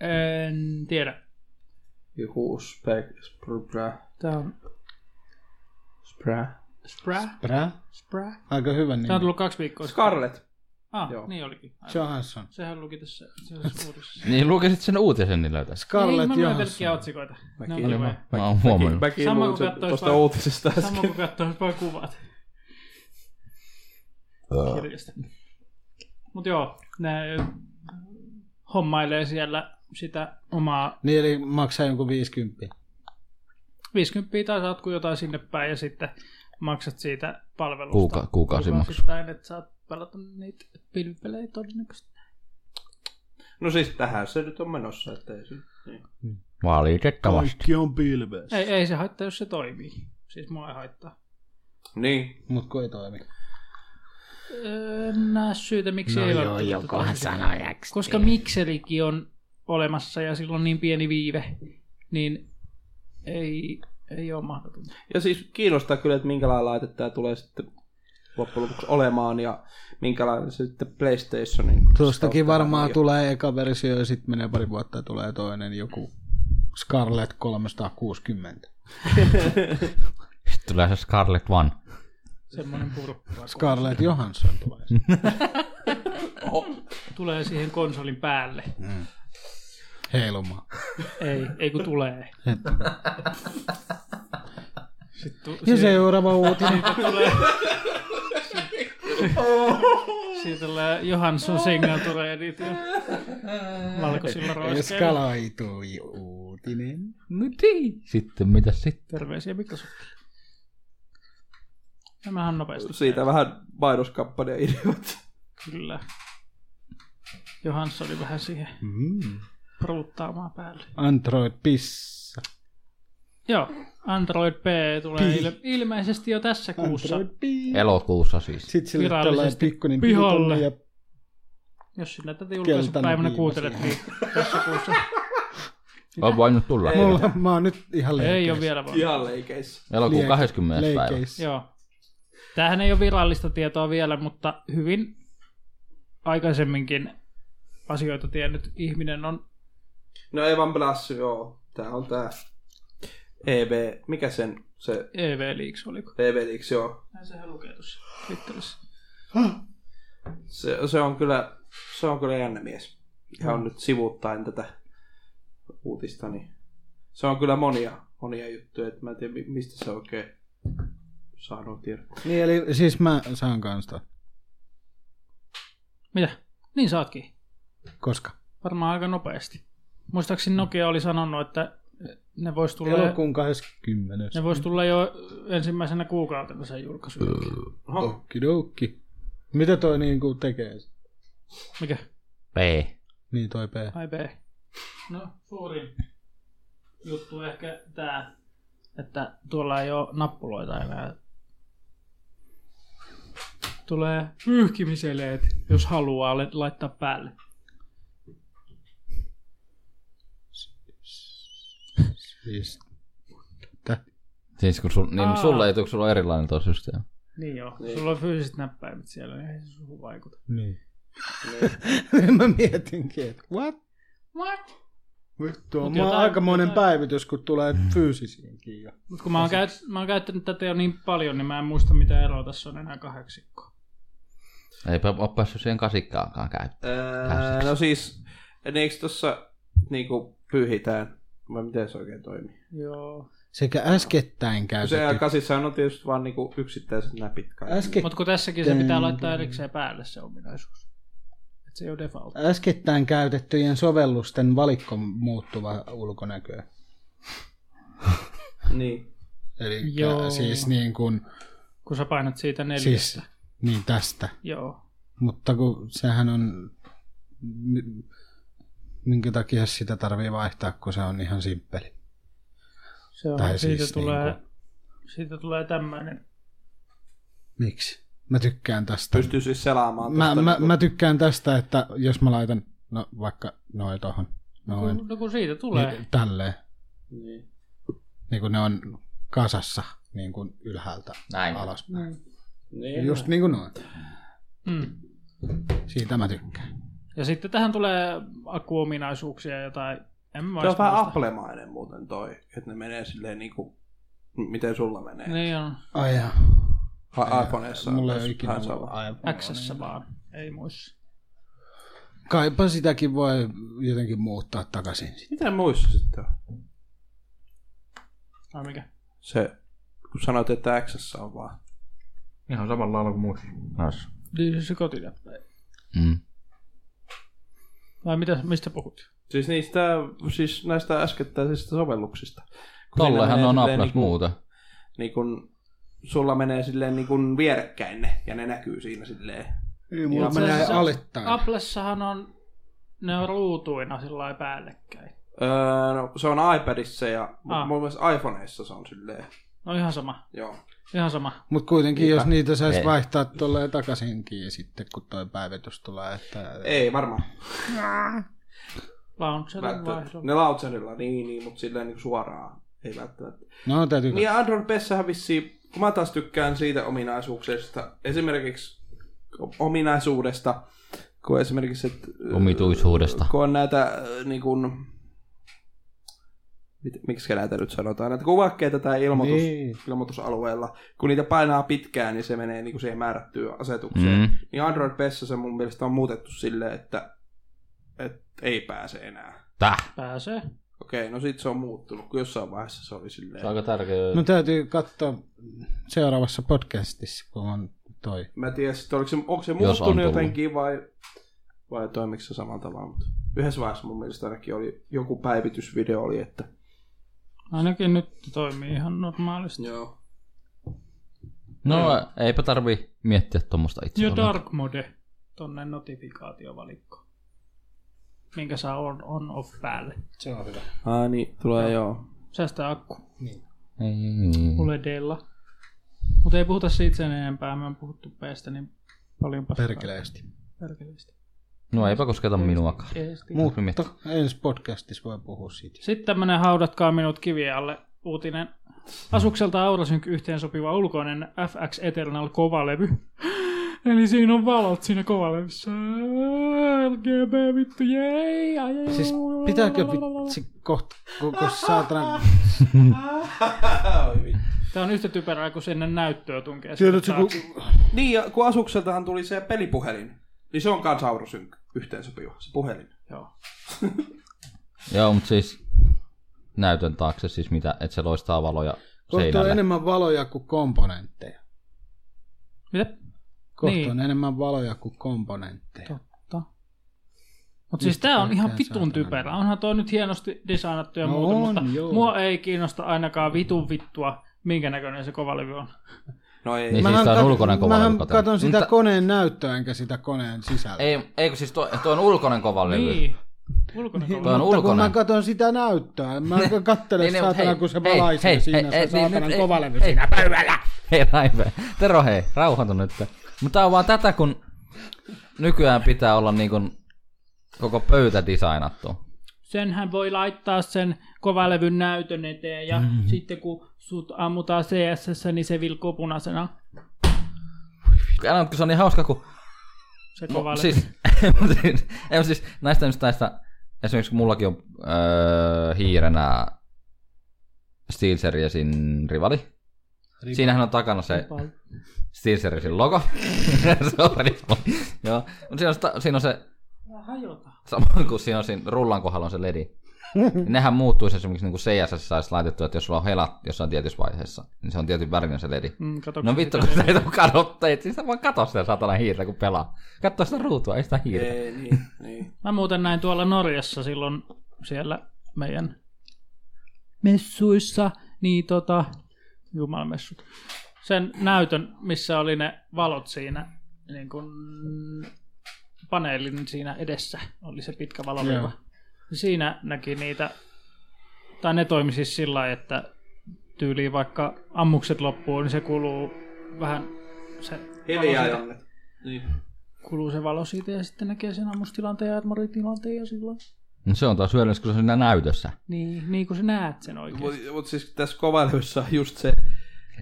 En tiedä. Joku spek... Spra... Tämä on Spra... Spra. Prä? Spra. Aika hyvä nimi. Tämä on tullut kaksi viikkoa. sitten. Scarlet. Ah, Joo. niin olikin. Aivan. Johansson. Sehän luki tässä, tässä uudessa. Niin lukisit sen uutisen niillä tässä. Ei, Scarlett mä luen pelkkiä Johansson. otsikoita. Mäkin. Ne on Oli kivoja. Mä oon huomannut. Mäkin Sama luin kun sen kattois tosta vaan- uutisesta Sama äsken. kuin katsois vain kuvat. Kirjasta. Mut joo, ne hommailee siellä sitä omaa Niin eli maksaa jonkun 50. 50 tai saat kun jotain sinne päin ja sitten maksat siitä palvelusta. Kuuka- kuukausimaksu. Kuukausittain, että saat pelata niitä pilvipelejä todennäköisesti. No siis tähän se nyt on menossa, ettei se... Niin. Valitettavasti. Kaikki on pilvessä. Ei, ei se haittaa, jos se toimii. Siis mua ei haittaa. niin. Mut kun ei toimi. Öö, Nää syytä, miksi ei ole. jokohan sanoi X. koska mikselikin on olemassa ja silloin niin pieni viive, niin ei, ei ole mahdotonta. Ja siis kiinnostaa kyllä, että minkälainen laite tämä tulee sitten loppujen lopuksi olemaan ja minkälainen se sitten PlayStationin... Tuostakin kautta varmaan on. tulee eka versio ja sitten menee pari vuotta ja tulee toinen joku Scarlett 360. Sitten tulee se Scarlet One. Semmoinen puru Scarlett Johansson tulee. tulee siihen konsolin päälle. Heilumaan. Ei, ei kun tulee. Sitten tu- Ja si- seuraava *laughs* uutinen. tulee... Siitä tulee Johansson Signature Edition valkoisilla roiskeilla. Eskaloitui uutinen. Sitten mitä sitten? Terveisiä Microsoft. Tämähän on nopeasti. Siitä vähän mainoskampanja ideoita. Kyllä. Johans oli vähän siihen Hmm. Mm. pruuttaamaan päälle. Android pissa. Joo, Android P tulee il- ilmeisesti jo tässä kuussa, Android pissa. Elokuussa siis. Sitten sille Virallisesti tällainen pikkuinen pihalle. pihalle. Ja *laughs* jos sinä tätä julkaisut Keltainen päivänä viiva kuuntelet, niin tässä *laughs* kuussa On voinut tulla. mulla, mä oon nyt ihan ei leikeissä. ole vielä vaan. Ihan leikeissä. Elokuun Liek- 20. päivä. leikeissä. Joo. Tämähän ei ole virallista tietoa vielä, mutta hyvin aikaisemminkin asioita tiennyt ihminen on No Evan Blass, joo. Tää on tää EV, mikä sen, se E EV E Leaks, oliko? EV Leaks, joo. Näin sehän lukee tuossa Twitterissä. Se, se, on kyllä, se on kyllä jännä mies. Mm. Ihan nyt sivuuttaen tätä uutista, niin se on kyllä monia, monia juttuja, että mä en tiedä mi- mistä se oikein saanut tiedä. Niin eli siis mä saan kanssa Mitä? Niin saatkin. Koska? Varmaan aika nopeasti. Muistaakseni Nokia oli sanonut, että ne vois tulla... Elokuun 20. Ne voisi tulla jo ensimmäisenä kuukautena sen julkaisu. Oh. Oho, Okidoki. Mitä toi niinku tekee? Mikä? P. Niin toi P. Ai B. No, suurin juttu ehkä tää, että tuolla ei ole nappuloita enää. Tulee pyyhkimiseleet, jos haluaa le- laittaa päälle. Siis. Siis kun sul, niin Aa. sulle ei tule, sulla on erilainen tuo systeemi. Niin joo, Niin. niin. sulla on fyysiset näppäimet siellä, niin ei se suhun vaikuta. Niin. *laughs* mä mietinkin, että what? What? Vittu, on jotain, Mut jotain- aikamoinen jotain- päivitys, kun tulee fyysisiinkin. Jo. Mut kun mä oon, käyt, mä oon käyttänyt tätä jo niin paljon, niin mä en muista mitä eroa tässä on enää kahdeksikkoa. Eipä ole päässyt siihen kasikkaankaan käy. Ää, no siis, eikö tossa niinku pyyhitään, vai miten se oikein toimii? Joo. sekä äskettäin Se käytetty... kasissahan on tietysti vaan niinku yksittäiset näpit kaikki. Äske, Mutta kun tässäkin se pitää laittaa erikseen päälle se ominaisuus. Et se ei ole default. äskettäin käytettyjen sovellusten valikko muuttuva ulkonäkö. Niin. Eli Joo. siis niin kuin, Kun sä painat siitä neljästä. siis, Siis. niin tästä. Joo. Mutta kun sehän on, m- minkä takia sitä tarvii vaihtaa, kun se on ihan simppeli. Se on, Tai siitä, siis siis tulee, niinku- siitä tulee tämmöinen. Miksi? Mä tykkään tästä. Pystyy siis selaamaan. Mä, tosta mä, niinku- mä tykkään tästä, että jos mä laitan, no vaikka noin tohon, noin, No kun siitä tulee. niin, tälleen, Niin. niin kuin ne on kasassa, niin kuin ylhäältä Näin. alaspäin. Niin. Just niin kuin noin. Mm. Siitä mä tykkään. Ja sitten tähän tulee akkuominaisuuksia jotain. En mä Se on edes vähän muista. applemainen muuten toi, että ne menee silleen niinku, m- miten sulla menee. Niin. Niin on. Ai jaa. iPhoneissa Mulla ei myös ole ikinä vähän ollut sama. iPhonea. x vaan. Ei muissa. Kaipa sitäkin voi jotenkin muuttaa takaisin. Miten muissa sitten on? Ai mikä? Se, kun sanoit, että X on vaan. Ihan samalla lailla kuin muissa. Nas. Niin siis se kotiläppä. Mm. Vai mitä, mistä puhut? Siis niistä, siis näistä äskettäisistä sovelluksista. Kun Tollehan siinä on menee Apples silleen niinku... muuta. Niin kun, sulla menee silleen niin kun vierekkäin ne, ja ne näkyy siinä silleen. Ei, mulla menee alittain. Applessahan on, ne on ruutuina sillä lailla päällekkäin. Öö, no, se on iPadissa ja ah. Ah. mun mielestä iPhoneissa se on silleen. No ihan sama, Joo. ihan sama. Mutta kuitenkin, jos niitä saisi Ei. vaihtaa tuolle takaisinkin ja sitten, kun toi päivitys tulee, että... Ei varmaan. Launcherin Välttämättä. vaihdolla. Ne lautserilla, niin, niin, mutta silleen niin Suoraan. Ei välttämättä. No, täytyy... Niin ja Android Pessähän vissiin, kun mä taas tykkään siitä ominaisuuksista, esimerkiksi ominaisuudesta, kun esimerkiksi, että, Omituisuudesta. kun on näitä äh, niin kuin, mit- miksi näitä nyt sanotaan, näitä kuvakkeita tai ilmoitus, Niin. ilmoitusalueella, kun niitä painaa pitkään, niin se menee niin kuin siihen määrättyyn asetukseen. Mm. Niin Android Pessä se mun mielestä on muutettu silleen, että, että ei pääse enää. Täh. Pääsee. Okei, no sit se on muuttunut, kun jossain vaiheessa se oli silleen. Se on aika tärkeä. No täytyy katsoa seuraavassa podcastissa, kun on toi. Mä en tiedä, sit oliko se, onko se on muuttunut tullut. jotenkin vai, vai toimiko se samalla tavalla. Mutta yhdessä vaiheessa mun mielestä ainakin oli joku päivitysvideo oli, että... Ainakin nyt toimii ihan normaalisti. Joo. No, eipä tarvi miettiä tuommoista itse. Ja Dark Mode, tonne notifikaatiovalikko. Minkä saa on, on off päälle. Se on hyvä. Ah niin, tulee joo. Säästää akku Mm. OLEDilla. Mutta ei puhuta siitä sen enempää, me on puhuttu peistä niin paljon paskaa. Perkeleesti. Perkeleesti. No eipä kosketa minuakaan. Eesti. Muut Mutta ensi podcastissa voi puhua siitä. Sitten tämmönen haudatkaa minut kivien alle uutinen. Asukselta Aurasync yhteen sopiva ulkoinen FX Eternal kovalevy. Eli siinä on valot siinä kovalevyssä. LGB vittu, jei! ai, ai, Siis ai, pitääkö ai, ai, ai, ai. vitsi kohta koko saatana... Tää on yhtä typerää, kun sinne näyttöä tunkee. Tiedätkö, kun sinne Niin, ja kun Asukseltahan tuli se pelipuhelin, niin se on kans Aurosync yhteensopiva, se puhelin. Joo. Joo, mutta siis näytön taakse siis mitä, että se loistaa valoja Kohta on seinälle. enemmän valoja kuin komponentteja. taakse. Mitä? Kohta Niin. on enemmän valoja kuin komponentteja. Siis Totta. Mutta siis tää on Mistä ihan mitään vitun saatana. typerä. Onhan toi nyt hienosti designattu ja No muuta, on, mutta joo. mua ei kiinnosta ainakaan vitun vittua, minkä näköinen se kovalevy on. No ei. Niin. siis tää on kat- ulkoinen kova Niin mähän levy, kato. katon sitä Mutta- koneen näyttöä, enkä sitä koneen sisällä. Ei, ei kun siis toi, toi on ulkoinen kova levy. Niin. Ulkoinen kovalevy. Toi on Mutta kun ulkoinen. mä katon sitä näyttöä, mä kattelen Niin, niin, niin, mut saatana, hei, kun se hei, valaisee hei, siinä, hei, se hei, saatanan nyt, niin, ei, kovalevy ei. siinä pöydällä. Hei Raive, Tero hei, rauhoitu nyt. Mutta on vaan tätä, kun nykyään pitää olla niin kuin koko pöytä designattu. senhän voi laittaa sen kovalevyn näytön eteen ja Mm-hmm. mm. sitten kun sut ammutaan CSS, niin se vilkkuu punaisena. Älä nyt, kun se on niin hauska, kun... Se Mu- kovalevy. siis, *laughs* mut siis, ei, mut siis näistä just näistä, esimerkiksi mullakin on öö, hiirenä SteelSeriesin rivali. Siinähän on takana se SteelSeriesin logo. *laughs* se on rivali. Joo, mutta siinä on, sta- siinä on se Hajota. Samoin kuin siinä on siinä rullan kohdalla on se ledi. Nehän muuttuisi esimerkiksi niin kuin CSS saisi laitettua, että jos sulla on helat jossain tietyssä vaiheessa, niin se on tietyn värinen se ledi. Mm, katso, No vittu, kun sä et ole kadottaa, et siis sä vaan katso sitä satana hiirtä, kun pelaa. Katso sitä ruutua, ei sitä hiirtä. Ei, niin, *laughs* niin. Mä muuten näin tuolla Norjassa silloin siellä meidän messuissa, niin tota, jumalmessut, sen näytön, missä oli ne valot siinä, niin kun paneelin siinä edessä oli se pitkä valoviiva. Joo. Siinä näki niitä, tai ne toimi siis sillä lailla, että tyyliin vaikka ammukset loppuu, niin se kuluu vähän se Hiljaa, valo siitä- Janne. Niin. kuluu se valo siitä ja sitten näkee sen ammustilanteen ja armoritilanteen ja sillä lailla. No se on taas hyödyllistä, kun se on siinä näytössä. Niin, niin kuin sä näet sen oikein. Mutta mut siis tässä kovalevyssä on just se,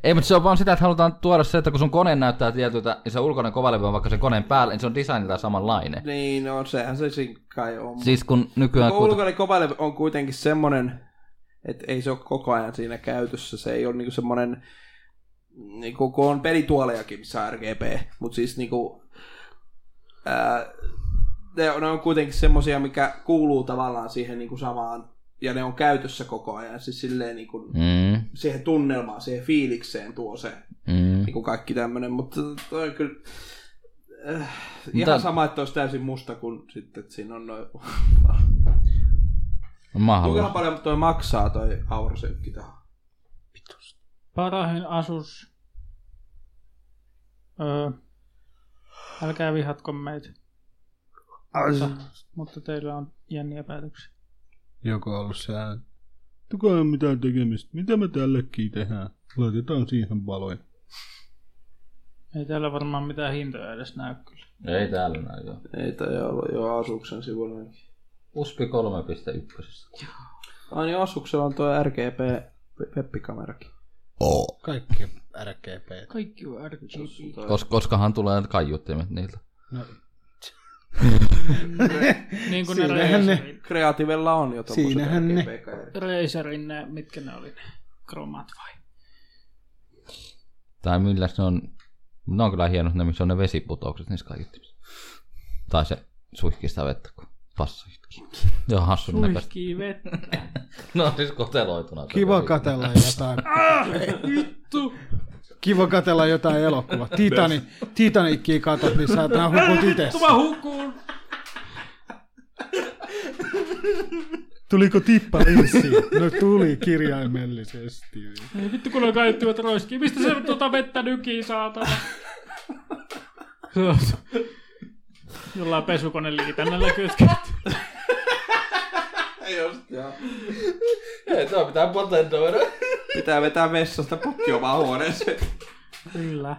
Ei, mutta se on vaan sitä, että halutaan tuoda se, että kun sun kone näyttää tietyltä, ja se ulkoinen kovalevy on vaikka sen koneen päällä, niin se on designilta samanlainen. niin no sehän se sinkkai on. Siis kun nykyään... Koko ulkoinen kovalevy on kuitenkin semmoinen, että ei se ole koko ajan siinä käytössä. Se ei ole niinku semmoinen, niinku, kun on pelituolejakin, missä on RGB, mutta siis niinku, ää, ne, on- ne on kuitenkin semmoisia, mikä kuuluu tavallaan siihen niinku samaan, ja ne on käytössä koko ajan, siis silleen niinku, mm. Mm, siihen tunnelmaan, siihen fiilikseen tuo se mm. niin kuin kaikki tämmöinen, mutta toi on kyllä äh, ihan Mutta- sama, että olisi täysin musta kuin sitten, että siinä on noin... Mä Kuinka haluan. paljon toi maksaa toi Aurosykki tähän? Parahin asus. Öö, älkää vihatko meitä. Mutta, mutta teillä on jänniä päätöksiä. Joku on ollut siellä. Tuko ei ole mitään tekemistä. Mitä me tällekin tehdään? Laitetaan siihen valoja. Ei täällä varmaan mitään hintoja edes näy kyllä. Ei täällä näy joo. Ei toi ollut jo Asuksen sivulla. USP 3.1. Ai niin, Asuksella on tuo RGB webbikamerakin. Kaikki RGP. Kaikki on RGB. Kos, koskahan tulee kaiuttimet niiltä. No, Niin kuin ne Siinähän ne- Razerin, Kreativella on jo tommoset Siinähän ne. RGB-kamerat. Razerin ne, mitkä ne oli ne? Kromat vai? Tai millä se on... Ne on kyllä hienot ne, missä on ne vesiputoukset niissä kaiuttimissa. Tai se suihkista vettä, kun passa itki. Se on hassun näköistä. Suihkii vettä. Ne on siis koteloituna. se kiva vesi. katella jotain. Vittu! Kiva katella jotain elokuvaa. Titani, Titanikkiä katot, niin saatana hukut itessä. Mä hukuun! Tuliko tippa linssiin? No tuli kirjaimellisesti. Ei vittu kun ne kaiuttivat roiskii. Mistä se tuota vettä nykii saatana? Jollain pesukone liitännällä kytketty. Just, joo. Ei, tää pitää patentoida. Pitää vetää vessasta putki omaan *laughs* huoneeseen. Kyllä.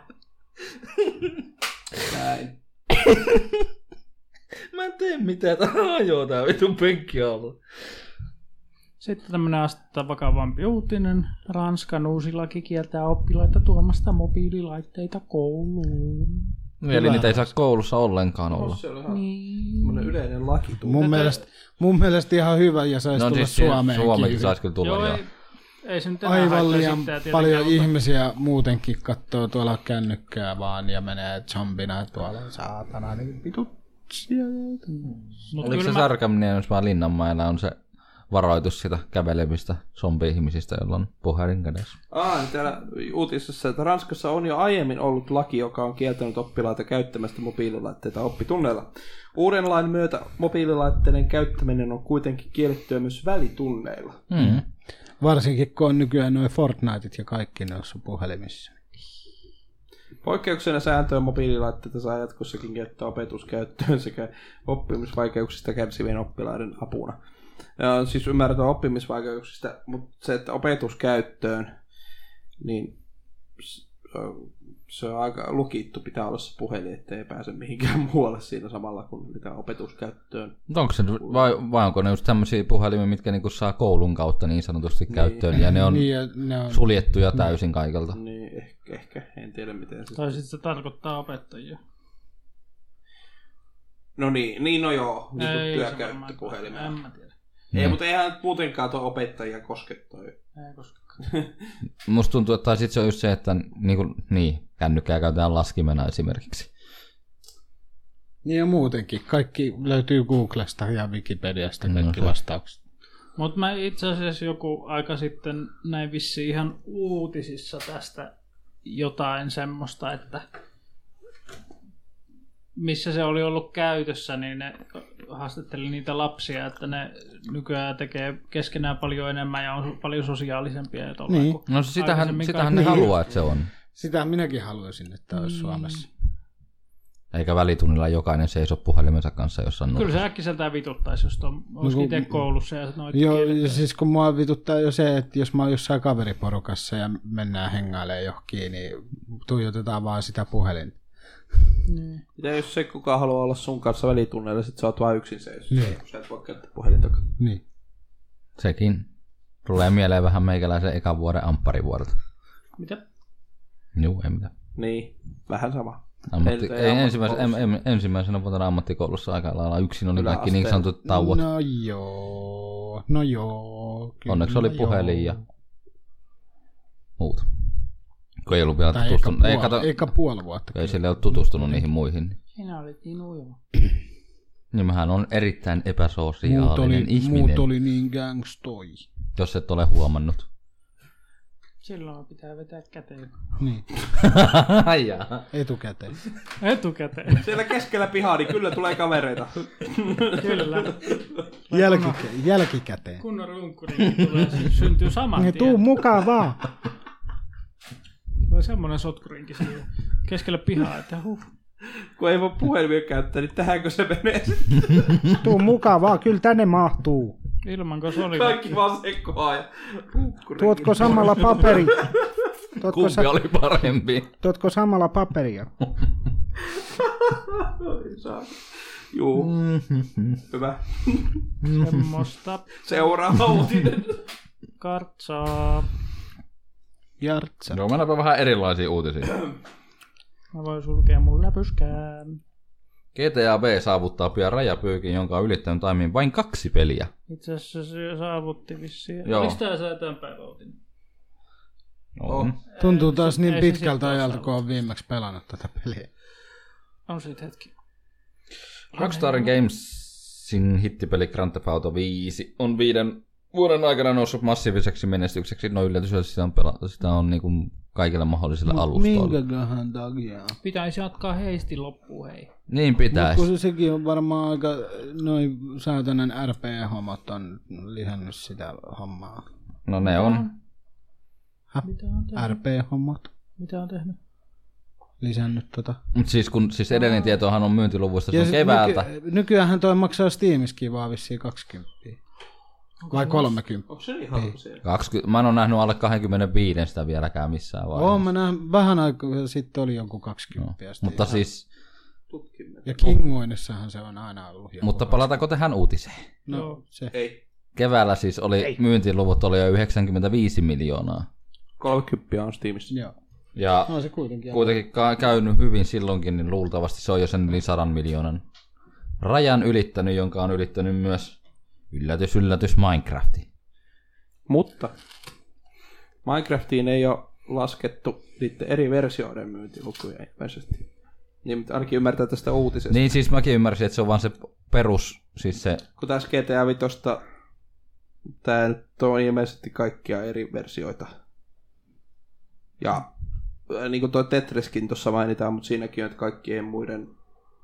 *laughs* Näin. Mä en tee mitään, tää hajoo tää vitun penkki alla. Sitten tämmönen astetta vakavampi uutinen. Ranskan uusi laki kieltää oppilaita tuomasta mobiililaitteita kouluun. Eli niitä ei saa koulussa ollenkaan olla. Se oli ihan Niin. semmonen yleinen laki tuo. Mun mielestä, mun mielestä ihan hyvä ja No, saisi tulla siis Suomeen. Suomeenkin saisi kyllä tulla. Joo, joo. ei, ei se nyt enää Aivan haittaa liian sitten, ja tietenkään, paljon mutta- ihmisiä muutenkin katsoo tuolla kännykkää vaan ja menee zombina tuolla. Saatana, niin vitut. Mut Oliko se kyllä mä... mä- Särkäminen, jos vaan Linnanmäellä on se varoitus sitä kävelemistä zombi-ihmisistä, jolla on puhelin kädessä. Ah, niin täällä uutisessa, että Ranskassa on jo aiemmin ollut laki, joka on kieltänyt oppilaita käyttämästä mobiililaitteita oppitunneilla. Uuden lain myötä mobiililaitteiden käyttäminen on kuitenkin kiellettyä myös välitunneilla. Mm. Varsinkin kun on nykyään noin Fortniteit ja kaikki ne on sun puhelimissa. Poikkeuksena sääntöön mobiililaitteita saa jatkossakin käyttää opetuskäyttöön sekä oppimisvaikeuksista kärsivien oppilaiden apuna. Ja on siis ymmärtää oppimisvaikeuksista, mutta se, että opetuskäyttöön, niin s- ö, se on aika lukittu, pitää olla se puhelin, ettei pääse mihinkään muualle siinä samalla kuin mitä opetuskäyttöön. Mut Onko se, vai, vai onko ne just tämmöisiä puhelimia, mitkä niinku saa koulun kautta niin sanotusti niin. käyttöön, ja ne on Niin niin. ja ne on suljettuja täysin No. kaikelta? Niin ehkä, ehkä en tiedä miten se... Tai sitten se tarkoittaa opettajia. No niin, niin no joo, niin kuin Ei se varmaan- työkäyttöpuhelimeen. En mä tiedä. Ei, mutta eihän nyt muutenkaan tuo opettajia koske toi. Ei koskaan. Musta tuntuu, että tai sit se on just se, että niinku, niin, kännykkää käytetään laskimena esimerkiksi. Niin ja muutenkin. Kaikki löytyy Googlesta ja Wikipediasta kaikki Mm. No se- vastaukset. Mutta mä itse asiassa joku aika sitten näin vissiin ihan uutisissa tästä jotain semmoista, että missä se oli ollut käytössä, niin ne haastatteli niitä lapsia, että ne nykyään tekee keskenään paljon enemmän ja on paljon sosiaalisempia ja tollain Niin. kuin No se- sitähän, aikaisemmin sitähän ne kaikki- haluaa, että se on. Sitä minäkin haluaisin, että Mm, olisi Suomessa. Eikä välitunnilla jokainen seiso puhelimensa kanssa jossain Kyllä nurkassa. se äkkiseltään vituttaisi, jos on, olisi No kun- itse koulussa ja noita Joo, kielletään. ja siis kun mua vituttaa jo se, että jos mä oon jossain kaveriporukassa ja mennään hengailemaan johonkin, niin tuijotetaan vaan sitä puhelinta. Mitä jos se kukaan haluaa olla sun kanssa välitunneilla, sit sä oot vaan yksin seissyt. Niin. Sä et voi käyttää puhelin takaa. Niin. Sekin tulee mieleen vähän meikäläisen ekan vuoden ampparivuodelta. Mitä? Juu, ei mitään. Niin, vähän sama. Ammatti, Ei- ei, ei ensimmäis, em, ammattikoulussa. em, ensimmäisenä vuotena ammattikoulussa aika lailla yksin oli kaikki Yläasteella. niin sanotut tauot. No, No joo, no joo. kyllä Onneksi oli puhelin ja muuta. Kun ei ollut vielä Tai eikä, tutustunut. puoli, Ei, ei, kato, eikä puoli vuotta. ei sille ole tutustunut niihin muihin. Sinä olit niin uiva. Niin mähän on erittäin Muut epäsosiaalinen oli, ihminen, muut oli niin gangstoi. jos et ole *laughs* huomannut. Silloin pitää vetää käteen. Niin, Ai jaa. etukäteen. Etukäteen, *laughs* Siellä keskellä pihaa, niin kyllä tulee kavereita. kyllä. Jälkikä, jälkikäteen. Kunnon runkkuri niin tulee, se syntyy saman Niin, tien. tuu mukaan vaan. Tulee semmoinen sotkurinki siihen keskellä pihaa, että huh. Kun ei voi puhelimia käyttää, niin tähänkö se menee sitten Tuu mukaan vaan, kyllä tänne mahtuu. Ilmanko se oli? kaikki vaan sekoaa ja runkkuri. Tuotko samalla paperi? Tuotko, sa- Kumpi oli parempi? tuotko samalla paperia? Oi, saa. Juu, hyvä. Semmoista Seuraava uutinen. kartsaa. Jartsa. Joo, No, mennäänpä vähän erilaisia uutisia. Mä voin sulkea mun läpyskään. GTA B saavuttaa pian rajapyykin, jonka on ylittänyt aiemmin vain kaksi peliä. Itse asiassa se saavutti vissiin. Joo. Oliko tää säätään päiväutinen? On. Tuntuu Ei, taas se- niin ei se pitkältä sitten ajalta, osaa. kun on viimeksi pelannut tätä peliä. On siitä hetki. Rockstar Gamesin hittipeli Grand Theft Auto 5 on viiden vuoden aikana noussut massiiviseksi menestykseksi. No yllätys, jos sitä on, pela- sitä on niin kuin kaikilla mahdollisilla Mut alustoilla. Minkäköhän takia? Pitäisi jatkaa heisti loppuun, hei. Niin pitäisi. Kun se- sekin on varmaan aika, noin saatanan RP-hommat on lisännyt sitä hommaa. No ne on. Mitä on tehnyt? RP-hommat Mitä on tehnyt? lisännyt tota. Mutta siis, kun, siis edellinen tietohan on myyntiluvuista, se on se- keväältä. Nyky, nykyäänhän toi maksaa Steamiskin vaan vissiin 20. Vai 30. Onko se niin halpa siellä? 20, mä en ole nähnyt alle 25 sitä vieläkään missään vaiheessa. Oon mä nähnyt, vähän aikaa sitten oli jonkun 20. No, Mutta siis, Tutkimme. Ja Kingoinessahan se on aina ollut. joku mutta 20. palataanko tähän uutiseen? No, se. Ei. Keväällä siis oli, myyntiluvut oli jo 95 miljoonaa. 30 on Steamissa. Joo. Ja No se kuitenkin. kuitenkin ka- käynyt hyvin silloinkin, niin luultavasti se on jo sen yli 100 miljoonan rajan ylittänyt, jonka on ylittänyt myös yllätys, yllätys Minecrafti. Mutta Minecraftiin ei ole laskettu niiden eri versioiden myyntilukuja ilmeisesti. Niin, mutta ainakin ymmärtää tästä uutisesta. Niin. Niin siis mäkin ymmärsin, että se on vaan se perus, siis se, Kun tässä GTA Vitosta, tämä nyt on ilmeisesti kaikkia eri versioita. Ja äh, niin kuin tuo Tetriskin tuossa mainitaan, mutta siinäkin on, että kaikkien muiden,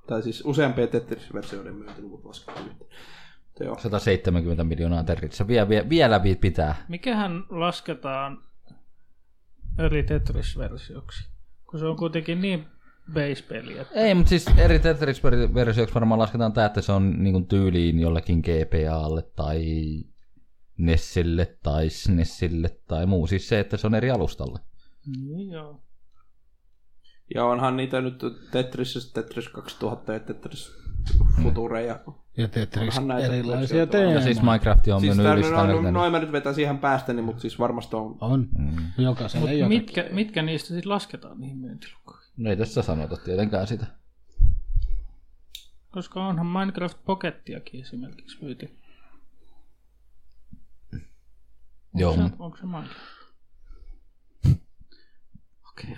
tai siis useampien Tetris-versioiden myyntiluvut laskettu yhteen. Mutta joo. 170 miljoonaa terrissä. Vie, vie, vielä vi- pitää. Mikähän lasketaan eri Tetris-versioksi? Kun se on kuitenkin niin base-peli, että Ei, mutta siis eri Tetris-versioiksi varmaan lasketaan tämä, että se on niinku tyyliin jollekin GPAlle tai Nessille tai SNESille tai muu. Siis se, että se on eri alustalle. niin joo. Ja onhan niitä nyt Tetris, Tetris 2000 ja Tetris Future ja Ja Siis Tetris Onhan näitä erilaisia versioita. teemoja. Ja siis Minecraft on Siis mennyt yli tää- 100 no, no, miljoonaa. noin mä nyt vetäisin ihan päästäni, mutta siis varmasti on. On. Jokaisella Mut ei jotakin. mitkä, mitkä niistä sitten lasketaan niihin myyntilukuihin? No ei tässä sanota tietenkään sitä. Koska onhan Minecraft Pockettiakin esimerkiksi myyti. Onko Joo, se, mut- onko se Minecraft? *laughs* Okei.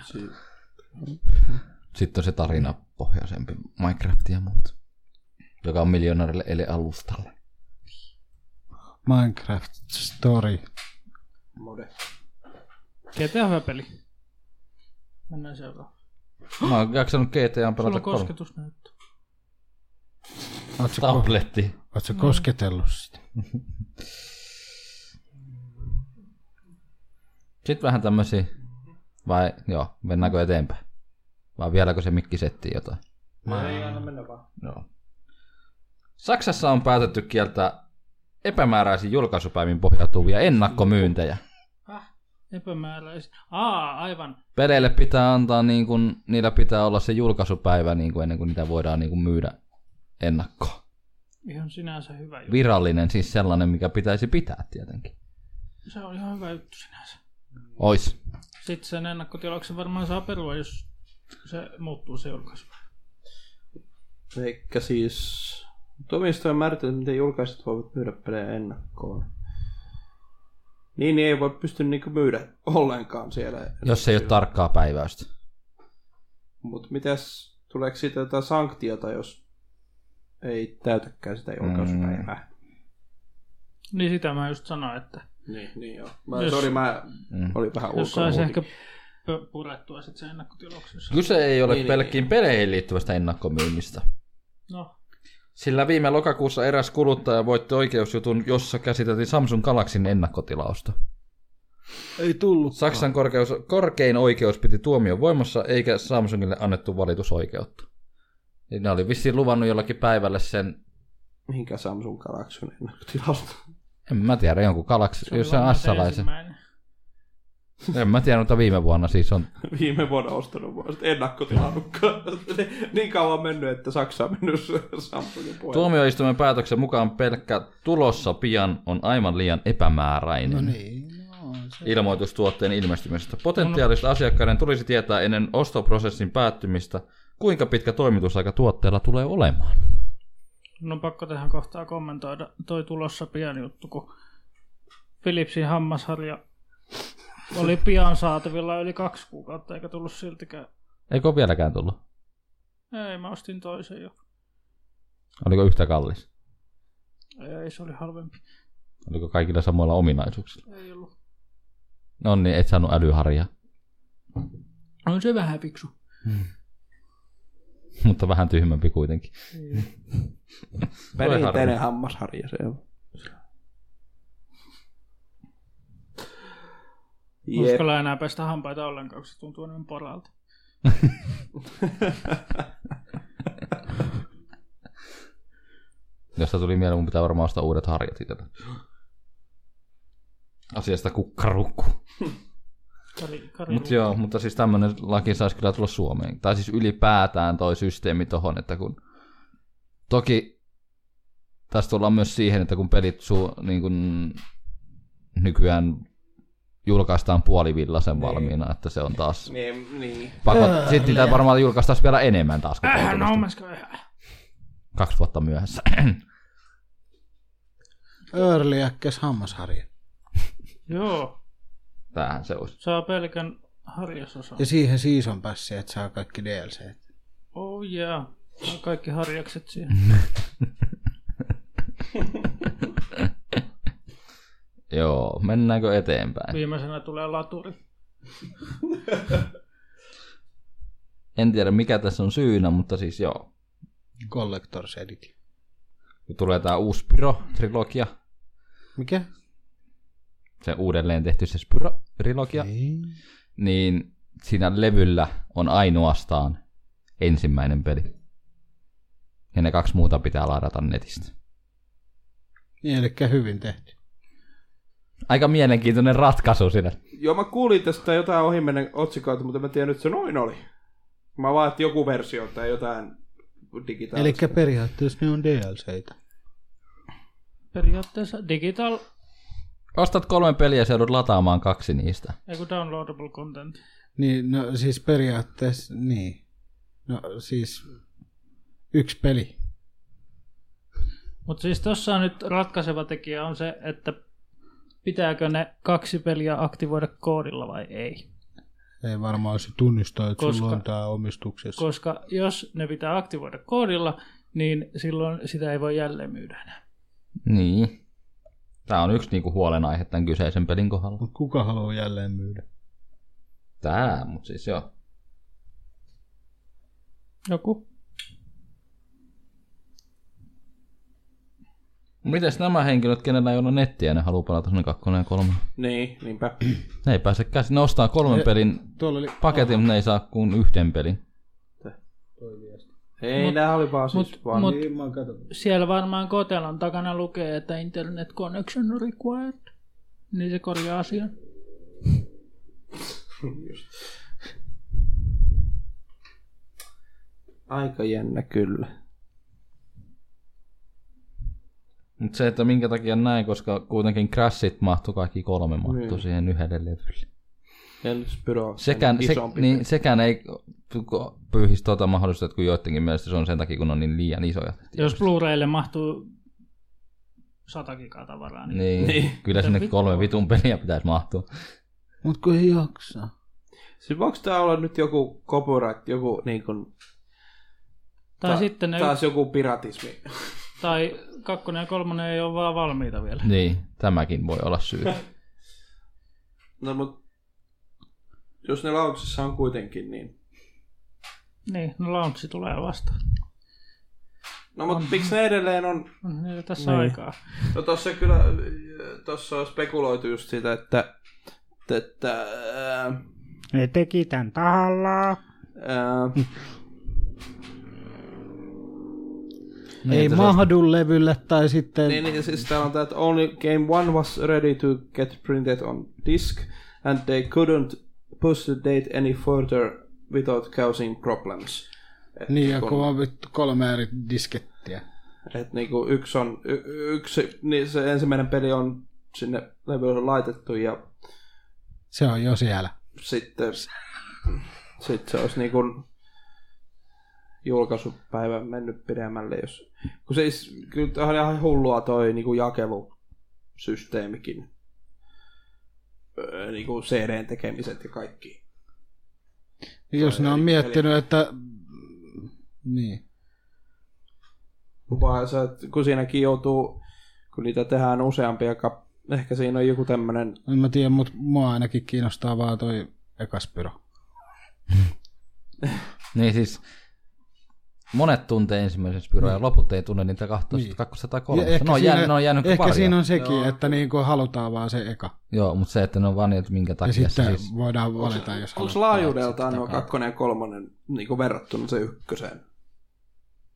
Sitten on se tarina pohjaisempi Minecraft ja muut, joka on miljonäärille eli alustalle. Minecraft Story. Mode. GTA on hyvä peli. Mennään seuraavaan. Mä oon jaksanut GTA Sulla pelata on kolme. kosketusnäyttö. Ootko, ko- Tabletti. ootko Mm. kosketellut sitä? Sitten vähän tämmösiä, vai joo, mennäänkö eteenpäin? Vai vieläkö se mikki settiin jotain? Ei aina mennä vaan. Joo. Saksassa on päätetty kieltää epämääräisiin julkaisupäivin pohjautuvia ennakkomyyntejä. Epämääräis. Aa, aivan. Peleille pitää antaa, niin kuin, niillä pitää olla se julkaisupäivä niin kuin ennen kuin niitä voidaan niin kuin myydä ennakkoon. Ihan sinänsä hyvä juttu. Virallinen siis sellainen, mikä pitäisi pitää tietenkin. Se on ihan hyvä juttu sinänsä. Ois. Sitten sen ennakkotilauksen varmaan saa perua, jos se muuttuu se julkaisu. Eikä siis... Tuomioistuin on määritellyt, miten julkaisijat voivat myydä pelejä ennakkoon. Niin, niin ei voi pysty niinku myydä ollenkaan siellä. Jos ei ole tarkkaa päiväystä. Mutta mitäs, tuleeko siitä jotain sanktiota, jos ei täytäkään sitä julkaisupäivää? Niin sitä mä just sanoin, että Mm. Niin, niin joo. Mä, Jos- sori, mä Mm. olin vähän jos ulkona. saisi muutenkin. ehkä pö- purettua sitten sen ennakkotilauksessa. Kyse ei ole Niin, pelkkiin peleihin liittyvästä ennakkomyynnistä. No, Sillä viime lokakuussa eräs kuluttaja voitti oikeusjutun, jossa käsiteltiin Samsung Galaxyn ennakkotilausta. Ei tullut. Saksan korkeus, korkein oikeus piti tuomion voimassa, eikä Samsungille annettu valitusoikeutta. Eli ne oli vissiin luvannut jollakin päivälle sen, Mihinkä Samsung Galaxy on ennakkotilausta? en mä tiedä, jonkun Galaxy, oli jos se on varmaan se assalaisen. ensimmäinen. En mä tiedä, mutta viime vuonna siis on. Viime vuonna ostanut vuosi ennakkotilannutkaan. niin kauan mennyt, että Saksa on mennyt Samsungin puolelle. Tuomioistuimen päätöksen mukaan pelkkä tulossa pian on aivan liian epämääräinen. No Niin, no, se ilmoitus tuotteen ilmestymisestä. Potentiaalista asiakkaiden tulisi tietää ennen ostoprosessin päättymistä, kuinka pitkä toimitusaika tuotteella tulee olemaan. Mun on pakko tähän kohtaan kommentoida toi tulossa pian juttu, kun Philipsin hammasharja oli pian saatavilla yli kaksi kuukautta, eikä tullut siltikään. Eikö ole vieläkään tullut? Ei, mä ostin toisen jo. Oliko yhtä kallis? Ei, se oli halvempi. Oliko kaikilla samoilla ominaisuuksilla? Ei ollut. No niin, et saanut älyharjaa, *laughs* On se vähän fiksu. mutta vähän tyhmempi kuitenkin. Perinteinen hammasharja se on. Jep. Jep. Uskalla enää pestä hampaita ollenkaan, kun se tuntuu niin poralta. Josta tuli mieleen, mun pitää varmaan ostaa uudet harjat itselle. Asiasta kukkarukku. Kari, kari Mutta joo, mutta siis tämmöinen laki saisi kyllä tulla Suomeen. Tai siis ylipäätään toi systeemi tohon, että kun... Toki tästä tullaan myös siihen, että kun pelit suu, niin kun nykyään julkaistaan Niin. puolivillasen valmiina, että se on taas... Niin, niin. Pakot, sitten niitä varmaan julkaistaan vielä enemmän taas, kun Äh, on no, tullut mä skä- äh. kaksi vuotta myöhässä. *clears throat* Early Access hammasharja. Joo, Tämähän se olisi. saa pelkän harjasosan. Ja siihen season passi, että saa kaikki DLC. Oh yeah. Saa Kaikki harjakset siihen. Joo, mennäänkö eteenpäin? Viimeisenä tulee laturi. En tiedä mikä tässä on syynä, mutta siis joo. Collector's Edition. Kun tulee tämä uusi Spyro-trilogia, Mikä? se uudelleen tehty se Spyro-trilogia, Ei. niin siinä levyllä on ainoastaan ensimmäinen peli. Ja ne kaksi muuta pitää ladata netistä. Niin, eli hyvin tehty. Aika mielenkiintoinen ratkaisu sinne. Joo, mä kuulin tästä jotain ohimennen otsikoita, mutta mä tiedän, että se noin oli. Mä vaan, että joku versio tai jotain Eli digitaalista. periaatteessa ne on DLCitä. Periaatteessa digital, Ostat kolme peliä ja se joudut lataamaan kaksi niistä. ei kun downloadable content. Niin, no siis periaatteessa, niin. No siis yksi peli. Mutta siis tossa nyt ratkaiseva tekijä on se, että pitääkö ne kaksi peliä aktivoida koodilla vai ei. Ei varmaan se tunnistaa, että Koska- sulla on tää omistuksessa. Koska jos ne pitää aktivoida koodilla, niin silloin sitä ei voi jälleen myydä enää. Niin. Tämä on yksi niinku huolenaihe tämän kyseisen pelin kohdalla. Mut kuka haluaa jälleen myydä? Tää, mutta siis joo. Joku. Mites nämä henkilöt, kenellä ei ole nettiä, ne haluaa palata sinne kakkonen ja kolmonen? Niin, niinpä. Ne ei pääse käsin. Ne ostaa kolmen Ne- pelin Tuolla oli... paketin, mutta ne ei saa kuin yhden pelin. Ei, Mut- mut, nää oli vaan siis mut- vaan... mut- Niin, mä oon katsonut. Siellä varmaan kotelon takana lukee, että internet connection required. Niin se korjaa asian. Aika jännä kyllä. Mutta se, että minkä takia näin, koska kuitenkin Crashit mahtu kaikki kolme mahtu Niin. siihen yhdelle levylle. El Spyro. Sekään, se, isompi. niin, sekään ei pyyhisi tuota mahdollisuutta, kun joidenkin mielestä se on sen takia, kun on niin liian isoja. Jos Blu-raylle mahtuu sata gigaa tavaraa, niin, Niin, Niin. niin. kyllä sinne Mitä kolme vittua? vitun peliä pitäisi mahtua. Mut kun ei jaksa. Siis voiko tää olla nyt joku copyright, joku niin kun, Tai Ta- sitten ne, taas joku piratismi? tai kakkonen ja kolmonen ei ole vaan valmiita vielä. Niin, tämäkin voi olla *laughs* syy. No mut, jos ne lauksessa on kuitenkin niin. Niin, no launchi tulee vasta. No mut miksi ne edelleen on On niillä tässä niin. aikaa. No tossa kyllä, tossa on spekuloitu just sitä, että, että ää, Ne teki tän tahallaan. ää, Niin, ei että se olisi- mahdu levylle tai sitten... niin, niin, siis täällä on tää, että only game one was ready to get printed on disk and they couldn't push the date any further without causing problems. Et Niin, ja kun- kun on vittu kolme eri diskettiä. Et niinku yksi on, y- y- yksi, niin se ensimmäinen peli on sinne levylle laitettu ja Se on jo siellä. sitten sit se olisi niin kuin julkaisupäivä mennyt pidemmälle, jos... Kun siis, kyllä tää on ihan hullua toi niin kuin jakelusysteemikin. Öö, niin kuin CDn tekemiset ja kaikki. Jos ne on eli- miettinyt, että... Niin. Vaan se, että kun siinäkin joutuu, kun niitä tehdään useampia, kap- ehkä siinä on joku tämmönen En mä tiedä, mutta mua ainakin kiinnostaa vaan toi Ekaspyro. Niin siis monet tuntee ensimmäisen Spyroa ja loput ei tunne niitä 12, Niin. 203. Ja ehkä Ne on, jäänyt, ne on jäänyt Ehkä varjoon. siinä on sekin, Joo. että niinku halutaan vaan se eka. Joo, mutta se, että ne on vaan niin, että minkä Ja takia se sitten siis... voidaan valita, jos Onko halutaan. laajuudeltaan nuo kakkonen ja kolmonen niin kuin verrattuna se ykköseen?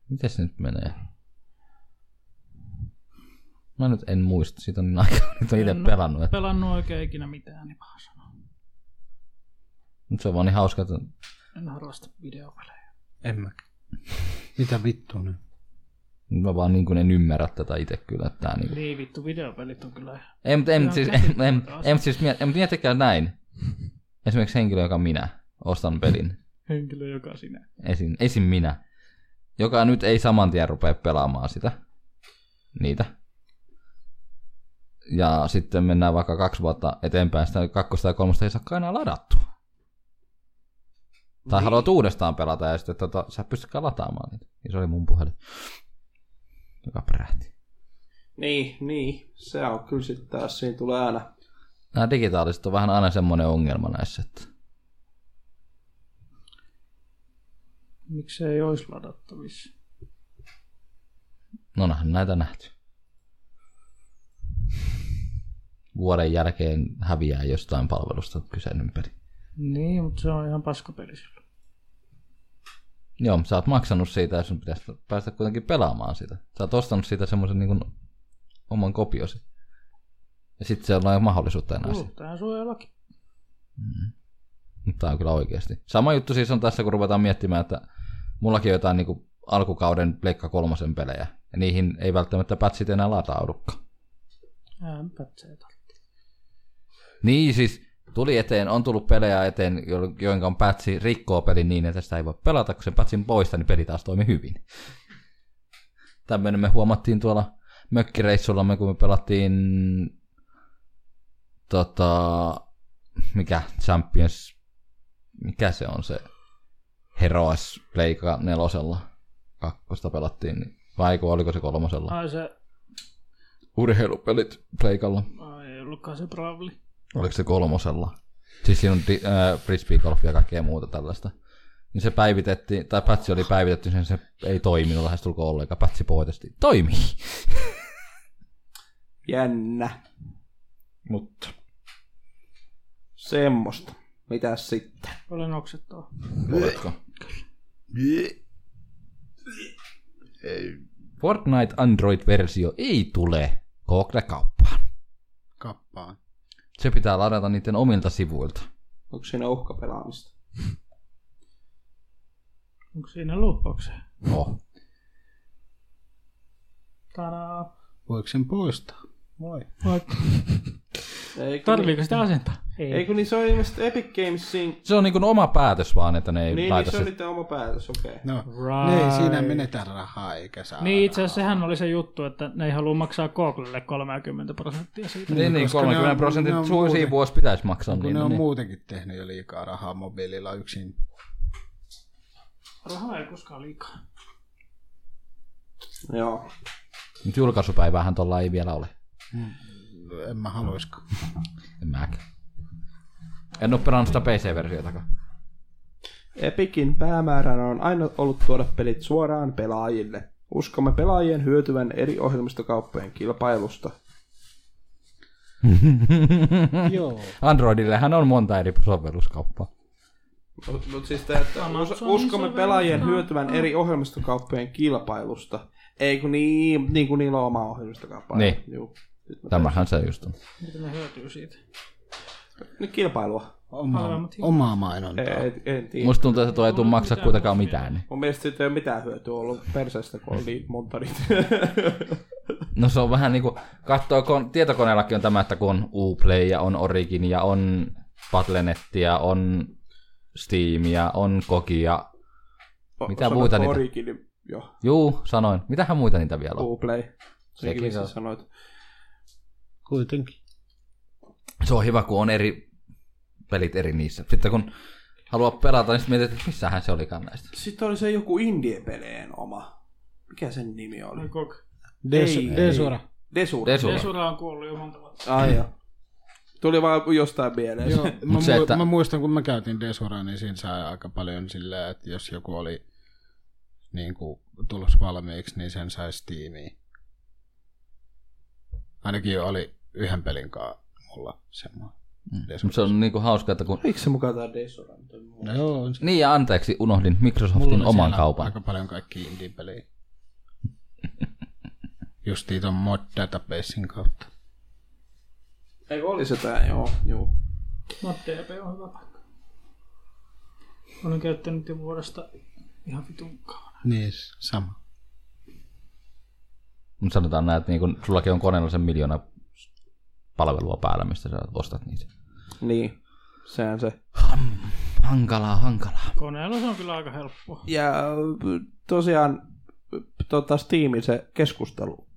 Miten se nyt menee? Mä nyt en muista, siitä on niin aikaa, *laughs* nyt on itse En pelannut. Että... Pelannut oikein ikinä mitään, niin paha sanoa. Mutta se on vaan niin hauska, että En harrasta videopelejä. En mä. *laughs* Mitä vittua nyt? mä vaan niin kuin en ymmärrä tätä itse kyllä. Että tää niin... Niin vittu, videopelit on kyllä ihan- *laughs* Ei, mutta en, Ihan siis, en, käsittämätöntä en, asia. en, siis, miet, en, miettikää näin. Esimerkiksi henkilö, joka on minä, ostan pelin. henkilö, joka sinä. Esim, esim minä, joka nyt ei saman tien rupea pelaamaan sitä, niitä. Ja sitten mennään vaikka kaksi vuotta eteenpäin, sitä kakkosta ja kolmosta ei saakaan enää ladattua. Tai haluat uudestaan pelata ja sitten tota, sä et pystykään lataamaan niitä. Ja se oli mun puhelin, joka pärähti. Niin, niin. Se on kyllä sitten taas, siinä tulee aina. Nämä digitaaliset on vähän aina semmoinen ongelma näissä, että Miksi ei olisi ladattavissa? no onhan näitä nähty. Vuoden jälkeen häviää jostain palvelusta kyseinen peli. Niin, mutta se on ihan paskapeli silloin. Joo, sä oot maksanut siitä ja sun pitäisi päästä kuitenkin pelaamaan sitä. Sä oot ostanut siitä semmoisen niin oman kopiosi. Ja sitten se on mahdollisuutta enää. Mm. Kuluttajan suojellakin. Mutta tää on kyllä oikeasti. Sama juttu siis on tässä, kun ruvetaan miettimään, että mullakin on jotain niin kuin alkukauden Pleikka kolmosen pelejä. Ja niihin ei välttämättä pätsit enää lataudukaan. Ämpätseitä. Niin siis, tuli eteen, on tullut pelejä eteen, jo- joinka on pätsi rikkoo pelin niin, että sitä ei voi pelata, kun sen pätsin poistaa, niin peli taas toimi hyvin. Tämmöinen me huomattiin tuolla mökkireissullamme, kun me pelattiin tota, mikä Champions, mikä se on se Heroes Pleika nelosella, kakkosta pelattiin, niin- vai kun oliko se kolmosella? Ai se urheilupelit pleikalla. Ai, ei ollutkaan se bravli. Oliko se kolmosella? Siis siinä on di- äh, frisbeegolfia ja kaikkea muuta tällaista. Niin se päivitettiin, tai pätsi oli päivitetty, sen se ei toiminut lähestulkoon ollenkaan. Pätsi poitesti. Toimii! Jännä. Mutta Semmosta. Mitäs sitten? Olen oksettaa. Oletko? Fortnite Android-versio ei tule Google-kauppaan. kappaan. Se pitää ladata niiden omilta sivuilta. Onko siinä uhkapelaamista? Onko siinä luuppauksia? No, Tadaa. Voiko sen poistaa? Voi. Vai Eikö, tarviiko sitä asentaa? Niin, eikö niin se on ilmeisesti Epic Gamesin... se on niin oma päätös vaan, että ne Niin, ei niin laita se se. on niiden oma päätös, okei. Okay. No, Right. ne ei siinä menetä rahaa eikä saa Niin itse asiassa rahaa. sehän oli se juttu, että ne ei halua maksaa Googlelle 30 prosenttia siitä. Niin, niin koska ne on- 30 prosentin ne on suu- muuten- sivuosi pitäisi maksaa. Kun Niin, ne on niin. muutenkin tehnyt jo liikaa rahaa mobiililla yksin. Rahaa ei koskaan liikaa. Joo. Nyt julkaisupäivähän tuolla ei vielä ole. En mä haluiskaan. En mäkään. En ole pelannut sitä PC-versiotakaan. Epicin päämääränä on aina ollut tuoda pelit suoraan pelaajille. Uskomme pelaajien hyötyvän eri ohjelmistokauppojen kilpailusta. Joo. Androidillehän on monta eri sovelluskauppaa. Mutta mut siis tää, että us, Amazonin uskomme sovellusta. pelaajien hyötyvän eri ohjelmistokauppojen kilpailusta. Ei kun niin, niin kun niillä on oma ohjelmistokauppa. Niin. Juu. Nyt mä- Tämähän se just on. Mitä ne hyötyy siitä? Nyt kilpailua. Oma, Halvemmat hinnat. omaa mainontaa. Ei, en, en tiedä. Musta tuntuu, että tuo ei tule maksaa kuitenkaan mitään. Niin. Mun mielestä siitä ei ole mitään hyötyä ollut perseestä, kun on niin monta niitä. No se on vähän niinku, kattoo, kun tietokoneellakin on tämä, että kun on Uplay ja on Origin ja on Battle.nettia, on Steamia, on Kokia. O- *laughs* Mitä sanoit muita niitä? Origin, joo, Juu, sanoin. Mitähän muita niitä vielä on? Google. Sekin Sekin missä on. sanoit. Kuitenkin. Se on hyvä, kun on eri pelit eri niissä. Sitten kun haluaa pelata, niin sitten mietit, että missähän se olikaan näistä. Sitten oli se joku indie-peleen oma. Mikä sen nimi oli? Ai kok. Ei. Des- Desura. Desur. Desura. Desura on kuollut jo monta vuotta. Ai joo. Tuli vaan jostain mieleen. *laughs* Joo, No, mä, se, mu- että- mä muistan, kun mä käytin Desuraa, niin siinä sai aika paljon sillä, että jos joku oli niin kuin, tulos valmiiksi, niin sen sai Steamiin. Ainakin oli yhden pelin kanssa mulla semmoinen. Mut Se on niinku hauska, että kun... Eikö se mukaan tää Desura? nyt on muu? No joo, on se- Niin ja anteeksi, unohdin Microsoftin oli oman siellä kaupan. Aika paljon kaikki indie-pelejä. *laughs* Justiin ton mod-databasein kautta. Eikö oli se tää? Joo, joo. Matti EP on hyvä paikka. Olen käyttänyt jo vuodesta ihan vitun kauan. Niin, sama. Mutta sanotaan näin, että niin kun sullakin on koneella sen miljoona palvelua päällä, mistä sä ostat niitä. Niin. Sehän se. Hankalaa, hankalaa. Koneella se on kyllä aika helppoa. Ja äh, tosiaan äh, tota Steamin se keskustelu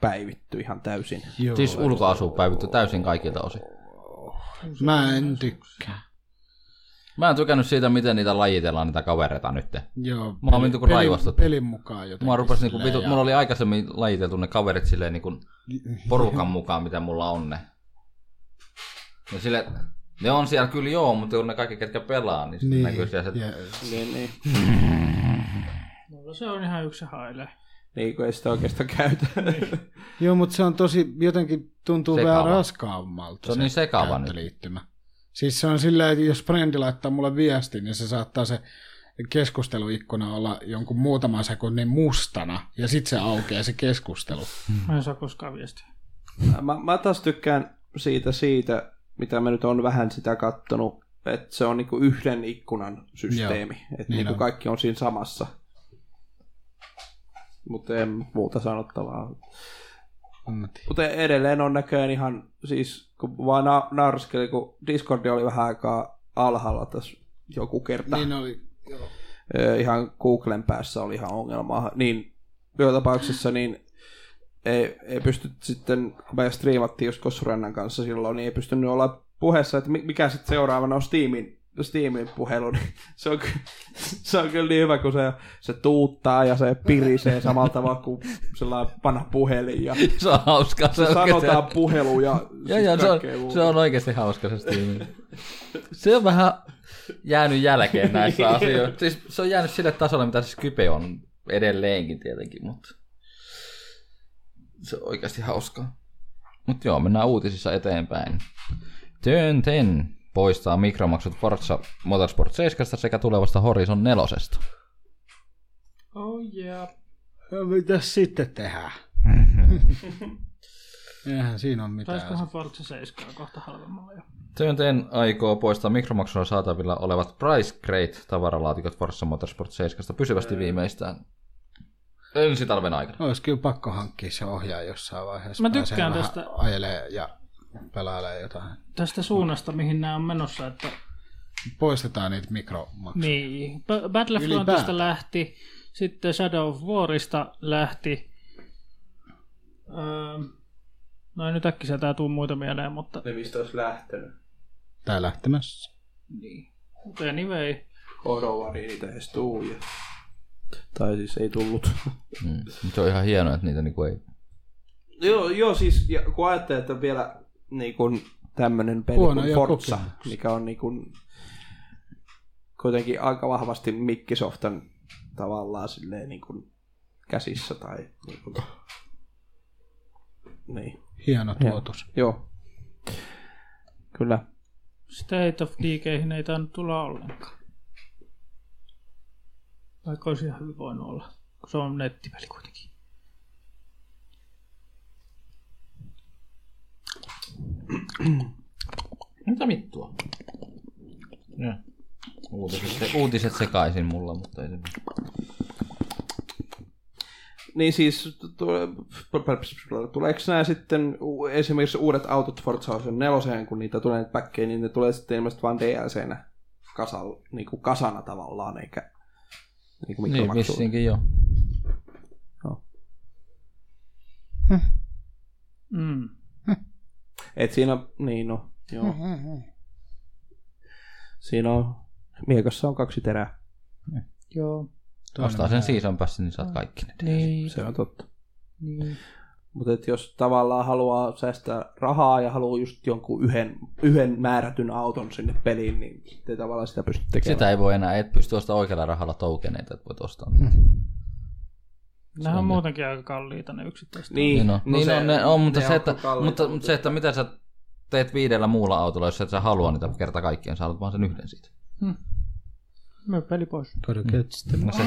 päivittyi ihan täysin. Joo. Siis ulkoasu päivitty täysin kaikilta osin. Mä en tykkää. Mä en tykännyt siitä, miten niitä lajitellaan niitä kavereita nyt. Joo, Mä oon peli- niinku pelin- raivostuttu. Pelin mukaan jotenkin. Mä rupesin, niinku silleen vitu, ja- mulla oli aikaisemmin lajiteltu ne kaverit silleen niin kun porukan mukaan, mitä mulla on ne. Ja sille, ne on siellä kyllä joo, mutta kun ne kaikki, ketkä pelaa, niin, niin. Niin, näkyy siellä se... ja Niin, niin. Mulla se on ihan yksi se hailee. Niin kun ei sitä oikeastaan käytä. Joo, mutta se on tosi, jotenkin tuntuu Sekava. Sekava. vähän raskaammalta. Se on niin sekava nyt. Liittymä. Siis se on sillä, että jos frendi laittaa mulle viesti, niin se saattaa se keskusteluikkuna olla jonkun muutaman sekunnin mustana, ja sitten se aukeaa se keskustelu. Mä en saa koskaan viestiä. mä, mä taas tykkään siitä, siitä, mitä mä nyt on vähän sitä kattonut, että se on niinku yhden ikkunan systeemi. Että Niin niinku on. kaikki on siinä samassa. Mutta en muuta sanottavaa. Mutta edelleen on näköjään ihan, siis kun vaan na- narskeli, kun Discordi oli vähän aikaa alhaalla tässä joku kerta. Niin oli, joo. Ö, ihan Googlen päässä oli ihan ongelmaa, niin joka tapauksessa niin ei, ei pysty sitten, kun me striimattiin just Kossurannan kanssa silloin, niin ei pystynyt olla puheessa, että mi- mikä sitten seuraavana on Steamin Steamin puhelu, niin *laughs* se on, ky- se on kyllä niin hyvä, kun se, se tuuttaa ja se pirisee samalla tavalla kuin sellainen vanha puhelin. Ja *laughs* Se on hauskaa. se oikeesti- sanotaan puhelu ja *laughs* siis Joo, joo, se on, kaikkea muuta. se on oikeasti hauska se Steam. Se on vähän jäänyt jälkeen Niin. näissä asioissa. Siis se on jäänyt sille tasolle, mitä se Skype on edelleenkin tietenkin, mutta se on oikeasti hauskaa. Mutta joo, mennään uutisissa eteenpäin. Turn 10 poistaa mikromaksut Forza Motorsport 7 sekä tulevasta Horizon 4. Oh yeah. No, Mitäs sitten *laughs* tehdään? Eihän siinä ole mitään. Taiskohan Forza 7 kohta halvemmalla jo. Turn 10 aikoo poistaa mikromaksulla saatavilla olevat Price Crate tavaralaatikot Forza Motorsport 7 Öö. pysyvästi viimeistään ensi talven aikana. Olisi kyllä pakko hankkia se ohjaa jossain vaiheessa. Mä Pääsee tykkään vähän tästä. Ajelee ja pelailee jotain. Tästä suunnasta, mihin nämä on menossa, että Poistetaan niitä mikromaksuja. Niin, Ba- Battlefrontista Ylipäätään. lähti, sitten Shadow of Warista lähti. Öö, no ei nyt äkkiä tää tuu muita mieleen, mutta Ne mistä olisi lähtenyt. Tai lähtemässä. niin. Mutta anyway, Kodovariin niitä edes tuu. Ja... Tai siis ei tullut. Mm. Mut Se on ihan hienoa, että niitä niinku ei... joo, joo, siis ja kun ajattelee, että vielä niin kun, tämmönen peli Huono kuin ja Forza, kokemuksia. mikä on niin kun, kuitenkin aika vahvasti Microsoftin tavallaan silleen niin kun, käsissä tai niin, kun, niin Hieno tuotus. joo. Kyllä. State of Decayhin ei tainnut tulla ollenkaan. Vaikka olisi ihan hyvin voinut olla, kun se on nettipeli kuitenkin. Mitä vittua? Ja. Uutiset. Se uutiset sekaisin mulla, mutta ei se... Niin siis, tu- tu- tuleeko nämä sitten u- esimerkiksi uudet autot Forza Horizon 4, kun niitä tulee nyt päkkeen, niin ne tulee sitten ilmeisesti vain DLCnä kasalla, niin kuin kasana tavallaan, eikä niin kuin Niin, vissinkin joo. Mm. Et siinä on, niin no, joo. Siinä on, miekassa on kaksi terää, Joo, Ostaa sen season passin, niin Mm. saat kaikki ne. niin, se on totta. niin. Mutta jos tavallaan haluaa säästää rahaa ja haluaa just jonkun yhden, yhden määrätyn auton sinne peliin, niin ei tavallaan sitä pysty tekemään. Sitä ei voi enää, et pysty ostamaan oikealla rahalla toukeneita, että voit ostaa. Nämä on muutenkin aika kalliita ne yksittäiset. Niin, Niin, no, niin se, on, ne on, mutta, ne se, että, kalliita, mutta, mutta se, että mitä sä teet viidellä muulla autolla, jos et sä halua niitä kerta kaikkiaan, sä haluat vaan sen yhden siitä. Myy peli pois. No se,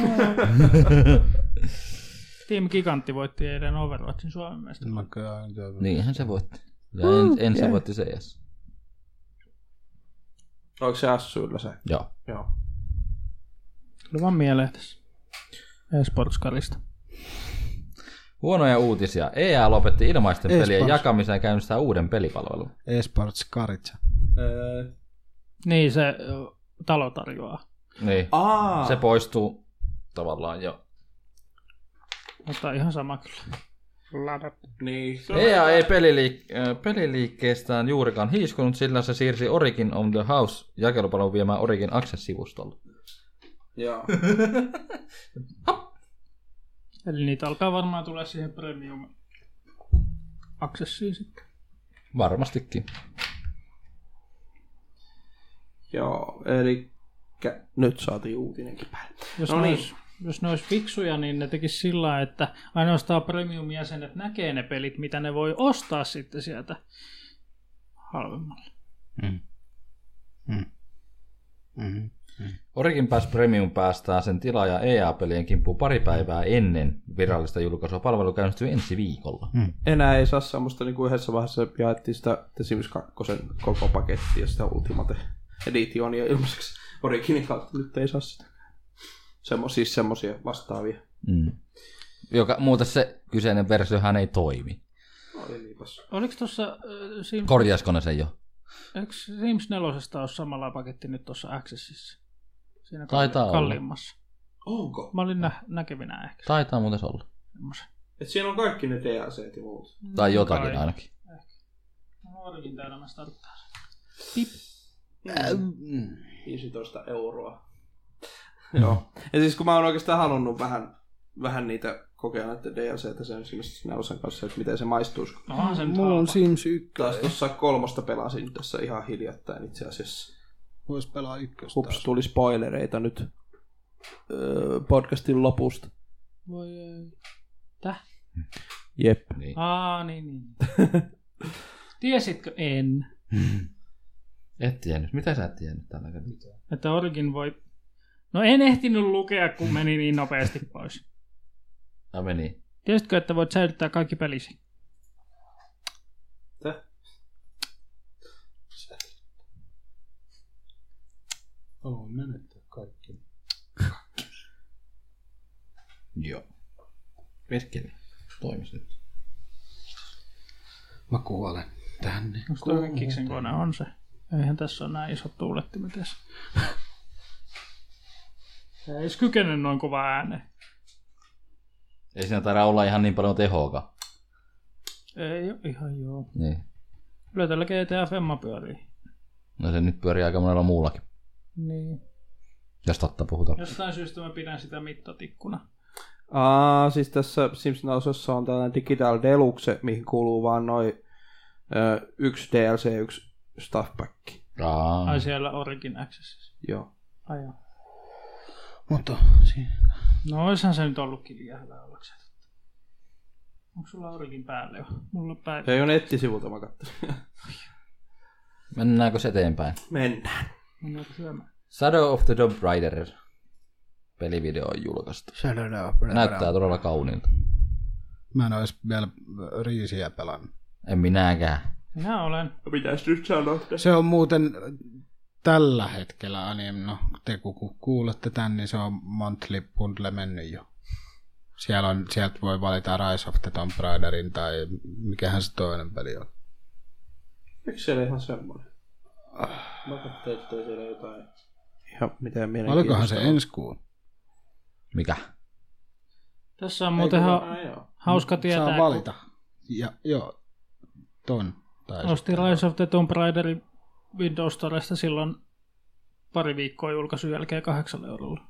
Team Gigantti voitti eilen Overwatchin Suomen mestaruuden. niinhän se voitti. Ja en, en se voitti CS. Onko se Assuilla se? Joo. Joo. Tuli vaan mieleen tässä. Esportskarista. Huonoja uutisia. EA lopetti ilmaisten Ei pelien spons- jakamisen ja käynnistää uuden pelipalvelun. Esports Karitsa. Öö, Niin se ö, talo tarjoaa. Niin. Aa, Se poistuu tavallaan jo. Mutta ihan sama kyllä. niin. Se EA E ei peliliik- äh, peliliikkeestään juurikaan hiiskunut, sillä se siirsi Origin on the House jakelupalvelun viemään Origin Access-sivustolle. Joo. Eli niitä alkaa varmaan tulla siihen premium accessiin sitten. Varmastikin. *laughs* Joo, eli nyt saatiin uutinenkin päälle. Jos No ne niin. olis- jos ne olisi fiksuja, niin ne tekisi sillä lailla, että ainoastaan premium-jäsenet näkee ne pelit, mitä ne voi ostaa sitten sieltä halvemmalla. Origin Pass Premium päästää sen tilaaja EA-pelien kimppuun pari päivää ennen virallista julkaisua. Palvelu käynnistyy ensi viikolla. Enää ei saa semmoista, niin kuin yhdessä vaiheessa jaettiin sitä The Sims 2 koko pakettia, sitä Ultimate Editionia ilmaiseksi Originin kautta. Nyt ei saa sitä. Semmo, siis semmosia vastaavia. Mm. Joka, muuten se kyseinen versiohan ei toimi. Oli niipas. Oliko tuossa äh, Sims, Korjaisiko ne sen jo? eikö Sims 4 ole samalla paketti nyt tuossa Accessissa? Siinä Taitaa kalli- olla. kalliimmassa. Onko? Mä olin nä- näkevinä ehkä Taitaa muuten se olla. semmoisen. Et siinä on kaikki ne DLC ja muut. Tai jotakin Kai. ainakin. Nuorikin täällä mä starttaan. Pip. Mm. 15 euroa. Mm. *laughs* Joo. *laughs* Ja siis kun mä oon oikeastaan halunnut vähän, vähän niitä kokea näitä DLCtä sen Sims Snausen kanssa, että miten se maistuisi. No, Onhan se nyt Mulla on halpa. Sims 1. Taas tuossa kolmosta pelasin tässä ihan hiljattain itse asiassa. Voisi pelaa ykköstä. Hups, tuli spoilereita nyt öö, podcastin lopusta. Voi ei. Jep. Niin. Aa, niin, niin. *laughs* Tiesitkö en, Et tiennyt. Mitä sä et tiennyt tällä kertaa? että Origin voi... No en ehtinyt lukea, kun meni niin nopeasti pois. Ja meni. Tiesitkö, että voit säilyttää kaikki pelisi? Haluan menettää kaikki. *laughs* Joo. Perkele. Toimis nyt. Mä kuolen niin tänne. Onko toi Kiksen kone on se? Eihän tässä ole näin isot *laughs* tuulettimet edes. Se Ei edes kykene noin kova ääneen. Ei siinä taida olla ihan niin paljon tehoakaan. Ei oo ihan joo. Niin. Kyllä tällä GTA Femma pyörii. No se nyt pyörii aika monella muullakin. Niin. Jos totta puhutaan. Jostain syystä mä pidän sitä mittatikkuna. Aa, siis tässä Sims Nousessa on tällainen Digital Deluxe, mihin kuuluu vaan noin öö, yksi DLC, yksi stuff pack. Aa. Ai siellä Origin Accessissa. Joo. Ai joo. Mutta No oishan se nyt ollutkin liian hyvä ollakseen. Onko sulla Origin päälle jo? Mulla päälle. Se ei ole nettisivulta, mä katsoin. Mennäänkö se eteenpäin? *laughs* Mennään. Mennäänkö syömään? Shadow of the Tomb Raider pelivideo on julkaistu. Näyttää todella kauniilta. Mä en ois vielä riisiä pelannut. En minäkään. Minä olen. No Mitäs nyt sanot? Se on muuten tällä hetkellä, anim, no te kun kuulette tän, niin se on monthly bundle mennyt jo. Siellä on, sieltä voi valita Rise of the Tomb Raiderin tai mikähän se toinen peli on. Miksi siellä ihan semmoinen? Mä katsoin, että toi siellä jotain. Ah. Ihan mitään mielenkiintoista. Olikohan se ensi kuun? Mikä? Tässä on muuten ha- hauska tietää, Saa kun valita. Ja, joo, ton. Tai ostin Rise of the Tomb Raiderin Windows Storesta silloin pari viikkoa julkaisun jälkeen kahdeksalla eurolla.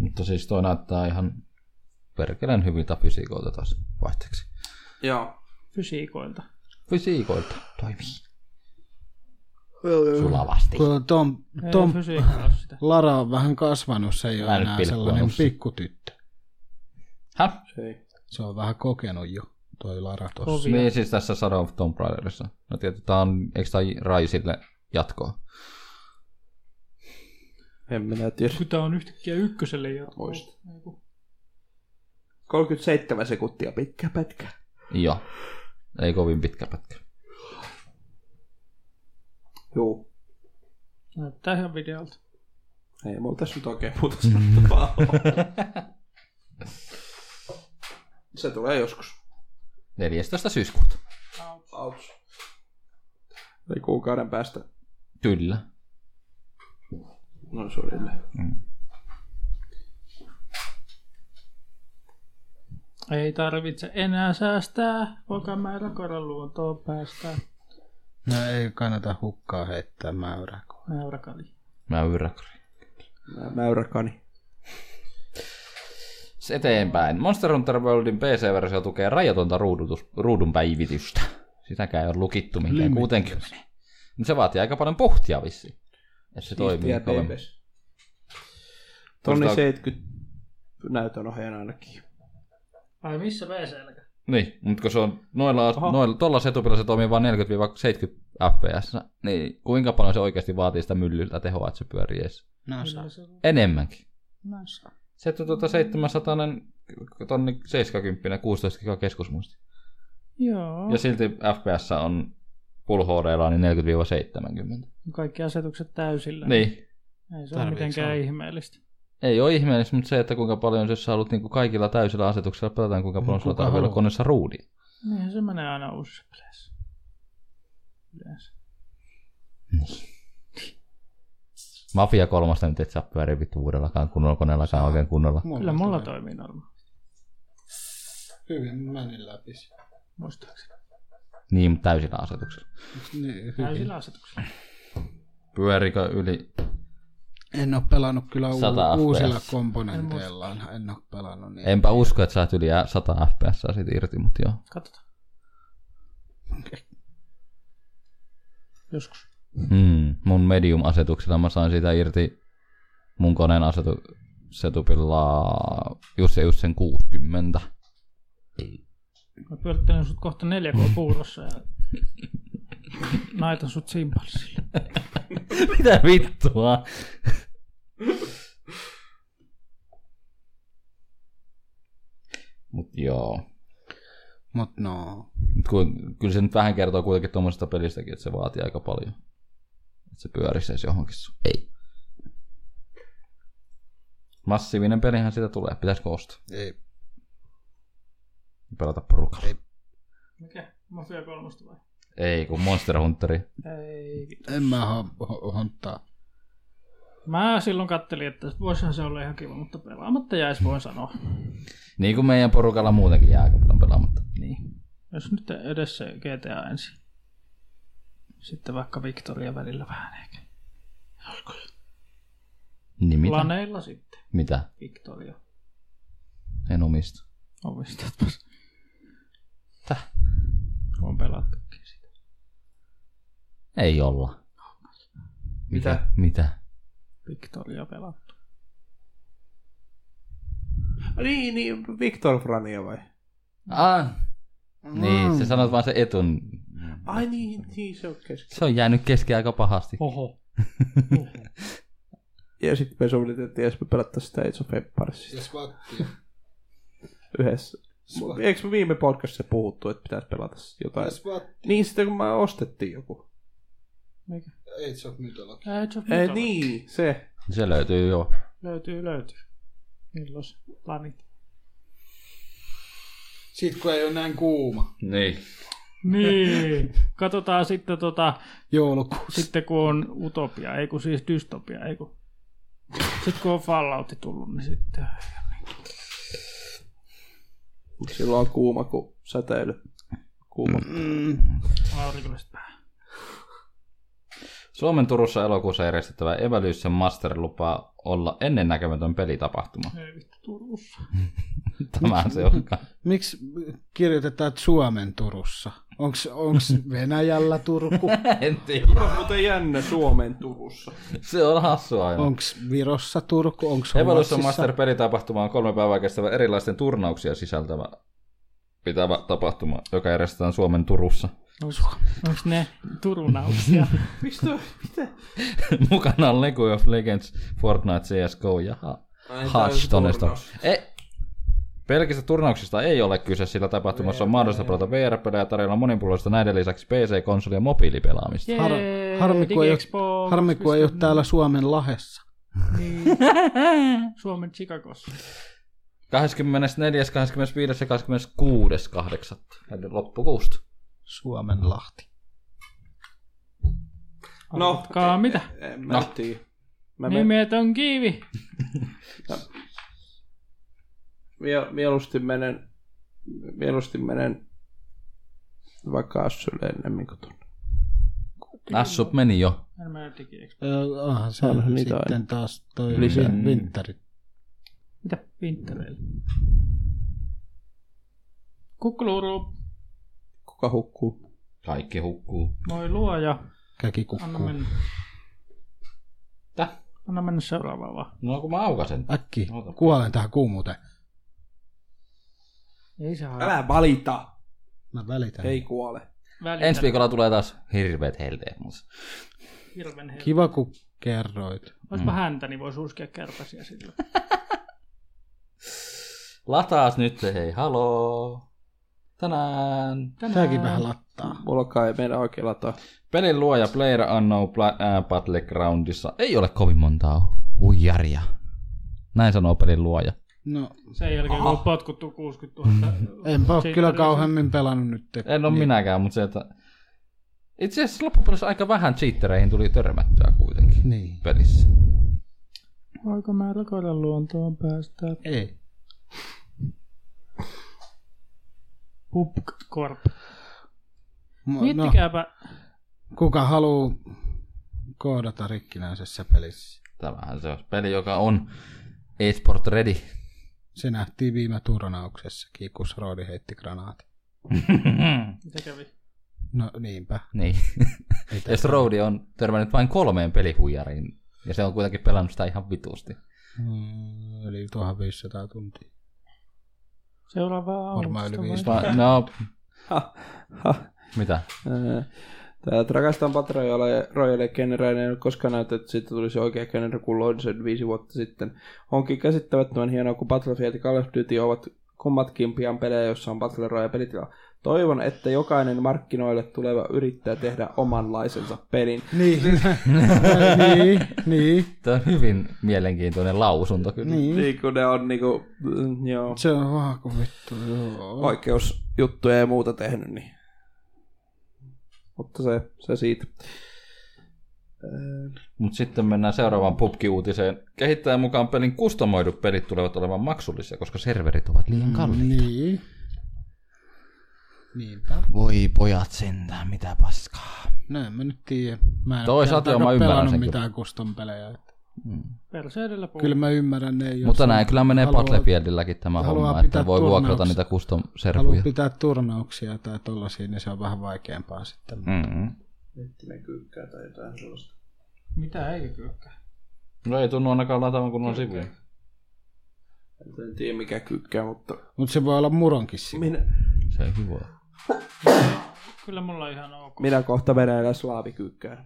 Mutta siis toi näyttää ihan perkeleen hyviltä fysiikoilta taas vaihteeksi. Joo. Fysiikoilta. Fysiikoilta. Toimii. Sulavasti. Kun Tom, Ei Tom fysiikka ole sitä. Lara on vähän kasvanut, se ei Mä ole en enää nyt pilkkua sellainen nouse. pikkutyttö. Häh? Ei. Se on vähän kokenut jo, toi Lara tuossa. Kovia. Niin siis tässä Shadow of Tomb Raiderissa. No tietysti tää on, eikö tää Raisille jatkoa? En minä tiedä. Kun tää on yhtäkkiä ykköselle ja Muista. 37 sekuntia pitkä pätkä. Joo. Ei kovin pitkä pätkä. Joo. Näyttää ihan videolta. Ei mulla tässä nyt oikein muuta sanottavaa ole. Se tulee joskus. 14. syyskuuta. Ouch. Eli kuukauden päästä Kyllä. noin suurille. Ei tarvitse enää säästää, voikaan määrä koron luontoon päästään. No ei kannata hukkaa heittää mäyrää. Mäyräkali. Mä yräkri. Mä- Mäyräkani. Se eteenpäin. Monster Hunter Worldin PC-versio tukee rajatonta ruudutus, ruudun päivitystä. Sitäkään ei ole lukittu mihinkään 60. Mutta se vaatii aika paljon pohtia vissiin. Että se toimii Siistiä kovemmin. TPS. Tonni Tuosta- 70 näytön ohjeen ainakin. Ai missä pc Niin, mutta kun se on noilla, noilla tuolla setupilla se toimii vain 40-70 fps, niin kuinka paljon se oikeasti vaatii sitä myllyltä tehoa, että se pyörii edes? Kyllä se on. Enemmänkin. Näissä. No Se on tuota 700 tonni 70, 16 giga keskusmuisti. Joo. Ja silti FPS on Full HD niin 40-70. Kaikki asetukset täysillä. Niin. Ei se ole mitenkään ihmeellistä. Ei ole ihmeellistä, mutta se, että kuinka paljon jos sä haluat niin kuin kaikilla täysillä asetuksilla pelataan, Niin, kuinka paljon sulla kuka tarvii olla haluaa? koneessa ruudia. Niinhän se menee aina uusissa peleissä. Yleensä. Mafia kolmasta nyt et saa pyöriä vittu uudellakaan kunnolla koneellakaan oikein kunnolla. Kyllä mulla toimii normaali, Hyvin meni läpi. muistaakseni. Niin, mutta täysillä asetuksilla. Niin. Täysillä asetuksella. Pyörikö yli? En ole pelannut kyllä u- 100 FPS. uusilla komponenteilla. En ole pelannut niin. Enpä usko, että saat yli 100 fps siitä irti, mutta joo. Katsotaan. Joskus. Mm, mun medium-asetuksella mä sain siitä irti mun koneen asetu setupilla just, se- just sen 60. Mä pyörittelen sut kohta 4K puurossa ja naitan sut simpanssille. Mitä vittua? Mut joo. Mut no, Mut kuin, kyllä se nyt vähän kertoo kuitenkin tuommoisesta pelistäkin, että se vaatii aika paljon. Että se pyörisi edes johonkin sun. Ei. Massiivinen pelihän siitä tulee. Pitäisikö ostaa? ei. Ja Pelata porukalla. Mikä? Mafia kolmosta vai? Ei, kun Monster Hunteri. Ei. vittu. En mä ho- ho- hontaa. Mä silloin kattelin, että voisihan se olla ihan kiva, mutta pelaamatta jäis, voin sanoa. Niin kuin meidän porukalla muutenkin jää aika paljon pelaamatta. Niin. Jos nyt edes se GTA ensin. Sitten vaikka Victoria välillä vähän ehkä. Niin mitä? Planeilla sitten. Mitä? Victoria. En omista. Omistatpas. Täh. On pelattukin sitä. Ei olla. Mitä? Mitä? Victoria pelattu. Niin, niin, Victor Frania vai? Ah. Mm. Niin, sä sanot vaan se etun. Ai niin, niin se on kesken. Se on jäänyt kesken aika pahasti. Oho. Ja sitten me suunniteltiin, että me pelattaisiin sitä Age of Empiresia Jos vattia. yhdessä. Eikö me viime podcastissa puhuttu, että pitäisi pelata jotain? Niin, sitten kun me ostettiin joku. Mikä? Ei se ole mytologia. Age of Ei, Mythology. niin, se. Se löytyy joo. Löytyy, löytyy. Milloin se? Planit. Siitä kun ei ole näin kuuma. Niin. Niin. Katsotaan sitten tota, Joulukuussa. sitten kun on utopia, ei kun siis dystopia, ei kun... Sitten kun on Fallouti tullut, niin sitten... Silloin on kuuma kuin säteily. Kuuma. Aurinkoiset päähän. Suomen Turussa elokuussa järjestettävä Evolution Master lupaa olla ennennäkemätön pelitapahtuma. Ei vittu, *laughs* Turussa. Tämähän se onkaan. Miksi kirjoitetaan että Suomen Turussa? Onks, onks Venäjällä Turku? En tiedä. On muuten jännä Suomen Turussa. Se on hassua aivan. Onks Virossa Turku? Onks Evolution Ruotsissa? Master pelitapahtuma on kolme päivää kestävä erilaisten turnauksia sisältävä pitävä tapahtuma, joka järjestetään Suomen Turussa. *laughs* Onks, onks ne Turunauksia? Mistä? Mitä? Mukana on League of Legends, Fortnite, CSGO ja Hearthstone. Ei, Pelkistä turnauksista ei ole kyse, sillä tapahtumassa on mahdollista pelata VR-pelejä ja tarjolla monipuolista näiden lisäksi PC, konsoli ja mobiilipelaamista. Jee, *laughs* Har, harmi, kun ei, DigiExpo ole- harmi, kun ei ole 2.0. täällä Suomen lahessa. Niin. Suomen Chicagossa. 24., 25. ja 26. 8. Eli loppukuusta. Suomen lahti. *laughs* No. Arvatkaa mitä? En mä No. tiedä. Mä men- Nimet on kiivi. mie- mieluusti menen, mieluusti menen vaikka Assylle ennemmin kuin tuonne. Assup meni jo. En mä digiexpo. Ö, Onhan se Onhan niitä sitten aina. Mm. taas toi Lisää. vinttari. Mitä Pintereillä? Kukkuluuru. Kuka hukkuu? Kaikki hukkuu. Moi luoja. Käki Anna kukkuu. mennä. Täh? Anna mennä seuraavaan vaan. No kun mä aukasen. Äkki, Ota. kuolen tähän kuumuuteen. Ei se hae. Älä valita! Mä välitän. Ei kuole. Välitä. Ensi viikolla tulee taas hirveet helteet. mut Hirven hel... Kiva, kun kerroit. Oispa häntä, niin voisi uskia kärpäsiä *laughs* sillä. Lataas nyt se, hei, haloo. Tänään. Tääkin vähän lattaa. Mulla kai ei meidän oikein lataa. Pelin luoja Player Unknown Pla- äh, Battlegroundissa ei ole kovin montaa huijaria. Näin sanoo pelin luoja. No, Sen jälkeen, kun on potkuttu 60 000. enpä oo Siitä kyllä oli kauhemmin pelannut nyt. En ole niin. minäkään, mutta se, että... Itse asiassa loppupeleissä aika vähän cheatereihin tuli törmättyä kuitenkin Niin. pelissä. Voiko mä rakoida luontoon päästä? Ei. No, Pupkorp. Mu- Miettikääpä, No, kuka haluaa koodata rikkinäisessä pelissä? Tämähän se on peli, joka on *clears throat* eSport Ready. Se nähtiin viime turnauksessakin, kun Rodi heitti granaatin. mitä kävi? No niinpä. niin. Mitä? Jos Roudi on törmännyt vain kolmeen pelihuijariin, ja se on kuitenkin pelannut sitä ihan vitusti. Mm, Yli 1500 tuntia. Seuraavaa Varmaan yli autosta vai? viisi. Va- no, Ha, ha. mitä? Ää, Tää Trakastan Patrojale Royale Generale ei ole koskaan näytetty, että siitä tulisi oikea genre kuin Lodsen viisi vuotta sitten. Onkin käsittämättömän hienoa, kun Battlefield ja Call of Duty ovat kummatkin pian pelejä, jossa on Battle Royale pelitila. Toivon, että jokainen markkinoille tuleva yrittää tehdä omanlaisensa pelin. Niin. niin, niin, Tämä on hyvin mielenkiintoinen lausunto kyllä. niin. Niin kuin ne on niinku, mm, joo, Se on vaan kun vittu, joo. oikeusjuttuja ja muuta tehnyt, niin. Mutta se, se siitä. Mutta sitten mennään seuraavaan pubki-uutiseen. Kehittäjän mukaan pelin kustomoidut pelit tulevat olemaan maksullisia, koska serverit ovat liian kalliita. Niin. Niinpä. Voi pojat sentään, mitä paskaa. Näin mä nyt tiedän. Mä en Toisaalta joo, mä ole ymmärrän sen pelannut kyllä. mitään custom pelejä. Perseydellä puu. Kyllä mä ymmärrän ne, jos Mutta on- näin kyllä menee haluaa- Battlefieldilläkin tämä haluaa homma, pitää että voi vuokrata turnauksia. niitä custom haluaa serkuja. pitää turnauksia tai tollasia, niin se on vähän vaikeampaa sitten. Mm-hmm. Mitä ei kyykkää? No ei tunnu ainakaan lataavan kunnon sivuja. En tiedä mikä kykkää, mutta Mutta se voi olla muronkin sivu. minä, Se on kiva. *laughs* Kyllä mulla on ihan ok. minä kohta venäjällä slaavikykkään.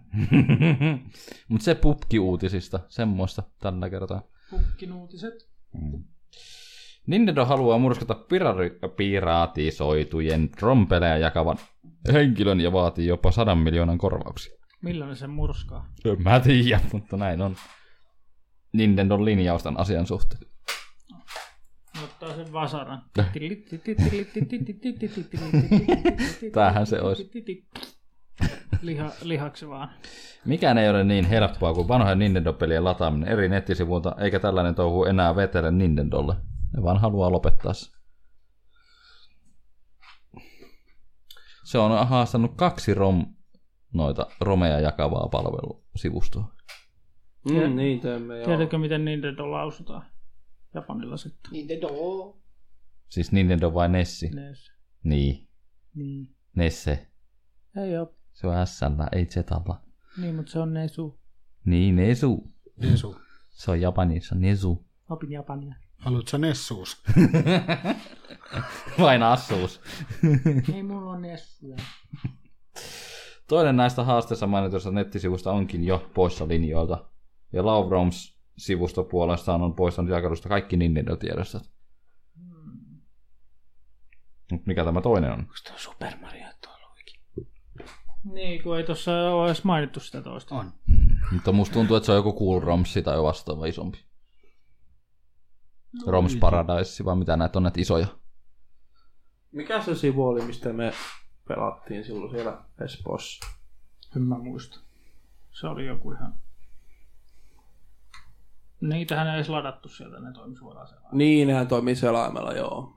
Mutta se pubki-uutisista, semmoista tällä kertaa. Kukkinuutiset. Nintendo haluaa murskata pirari- piraatisoitujen trompeleja jakavan henkilön ja vaatii jopa sadan miljoonan korvauksia. Millä ne sen murskaa? En Mä tiedän, mutta näin on. Nintendon linjaus tämän asian suhteen. Ne ottaa sen vasaran. Tämähän se olisi. Liha, lihaksi vaan. Mikään ei ole niin helppoa kuin vanhojen Nintendo-pelien lataaminen eri nettisivuilta, eikä tällainen touhu enää vetele Nintendolle. Ne vaan haluaa lopettaa se. Se on haastanut kaksi rom, noita romeja jakavaa palvelusivustoa. Mm, niin teemme, joo. Tiedätkö, miten Nintendo lausutaan? Japanilla sitten. Siis Nintendo vai Nessi? Ne. Nees. Niin, Niin. Nesse. Ei oo. Se on S, ei Z. Niin, mutta se on Nesu. Niin, Nesu. Nesu. Se on Japanissa, Nesu. *laughs* Opin Japania. Haluatko sä Nessuus? Vain assuus. Ei mulla on Nessuja. Toinen näistä haasteissa mainituista nettisivuista onkin jo poissa linjoilta. Ja Lavroms sivusto puolestaan on poistanut jakelusta kaikki Nintendo-tiedostot. Mut mikä tämä toinen on? Niin, kun ei tossa ole edes mainittu sitä toista. On. Mutta musta tuntuu, että se on joku Cool Romsi tai vastaava isompi. Roms Paradise, vai mitä näitä on näitä isoja? Mikä se sivu oli, mistä me pelattiin silloin siellä Espoossa? En mä muista. Se oli joku ihan... Niitähän ei edes ladattu sieltä, ne toimi suoraan siellä. Niin, nehän toimii selaimella, joo.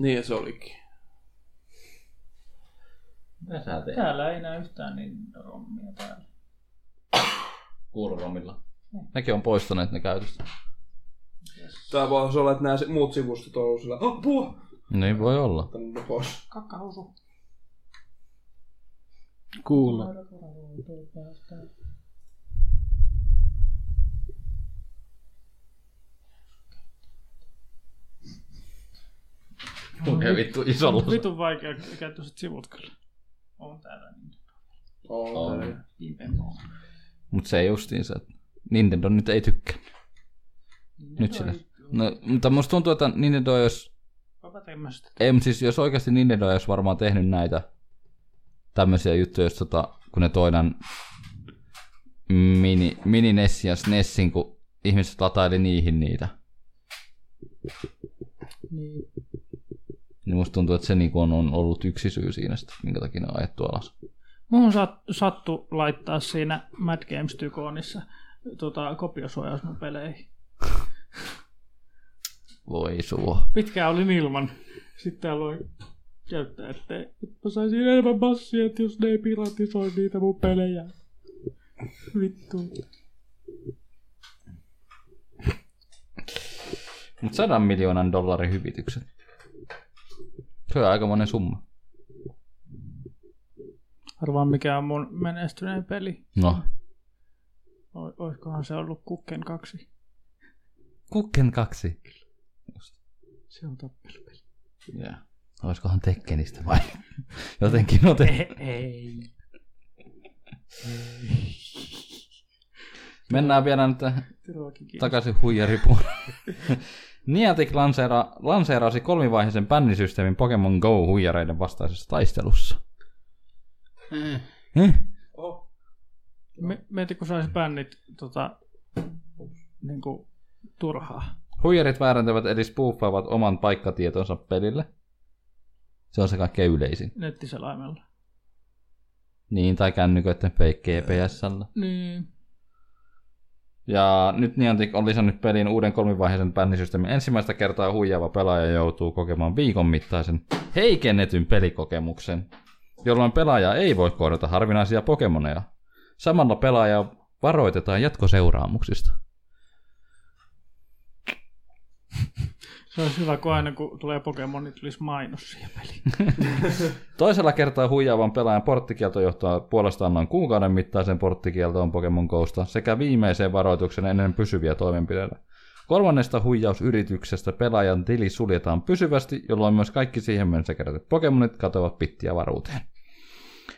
Niin se olikin. Mitä sä teet? Täällä ei näy yhtään niin rommia täällä. Cool Romilla. Nekin on poistaneet ne käytöstä. Tää voisi olla, että nämä si- muut sivustot on ollut sillä, apua! Niin voi olla. Tänne pois. Kakkahousu. Kuulla. Lukee vittu isolla. Vitun vaikea käyttöiset sivut kyllä. On täällä niin. Oh. Pimpempo. Mutta se justiinsa, että Nintendo nyt ei tykkää. Nyt sillä. No, mutta musta tuntuu, että Nintendo jos... Kuka tämmöistä? Ei, mut siis jos oikeasti Nintendo olisi varmaan tehnyt näitä tämmöisiä juttuja, jos tota, kun ne toinen mini, mini NES ja SNESin, kun ihmiset lataili niihin niitä. Niin. Niin musta tuntuu, että se niinku on, on ollut yksi syy siinä, sit, minkä takia ne on ajettu alas. Muhun sat, sattu laittaa siinä Mad Games Tykoonissa tota, kopiosuojaus mun peleihin. Voi suo. Pitkään olin ilman. Sitten aloin käyttää, ettei, että mä saisin enemmän massia, että jos ne ei piratisoi niitä mun pelejä. Vittu. Mutta sadan miljoonan dollarin hyvitykset. Se on aikamoinen summa. Arvaan mikä on mun menestyneen peli. No. O- oiskohan se ollut Kukken kaksi? Kukken kaksi. Se on tappelupeli. Yeah. Olisikohan Tekkenistä vai? *laughs* Jotenkin otettu. Ei, ei. Mennään vielä nyt Tervakin kiinni. takaisin huijaripuolelle. *laughs* Niantic lanseera, lanseerasi kolmivaiheisen bännisysteemin Pokemon Go huijareiden vastaisessa taistelussa. Eh? Oh. Me, mieti, kun saisi bännit tota, niin kuin, turhaa. Huijarit väärentävät eli spooffaavat oman paikkatietonsa pelille. Se on se kaikkein yleisin. Nettiselaimella. Niin, tai kännyköiden fake GPSllä. Niin. Ja nyt Niantic on lisännyt pelin uuden kolmivaiheisen bännisysteemin. Ensimmäistä kertaa huijaava pelaaja joutuu kokemaan viikon mittaisen heikennetyn pelikokemuksen, jolloin pelaaja ei voi kohdata harvinaisia pokemoneja. Samalla pelaaja varoitetaan jatkoseuraamuksista. Se olisi hyvä, kun aina kun tulee Pokemon, niin tulisi mainos siihen peliin. Toisella kertaa huijaavan pelaajan porttikielto johtaa puolestaan noin kuukauden mittaiseen porttikieltoon Pokemon Gosta sekä viimeiseen varoitukseen ennen pysyviä toimenpiteitä. Kolmannesta huijausyrityksestä pelaajan tili suljetaan pysyvästi, jolloin myös kaikki siihen mennessä kerätyt Pokemonit katoavat pittiä varuuteen.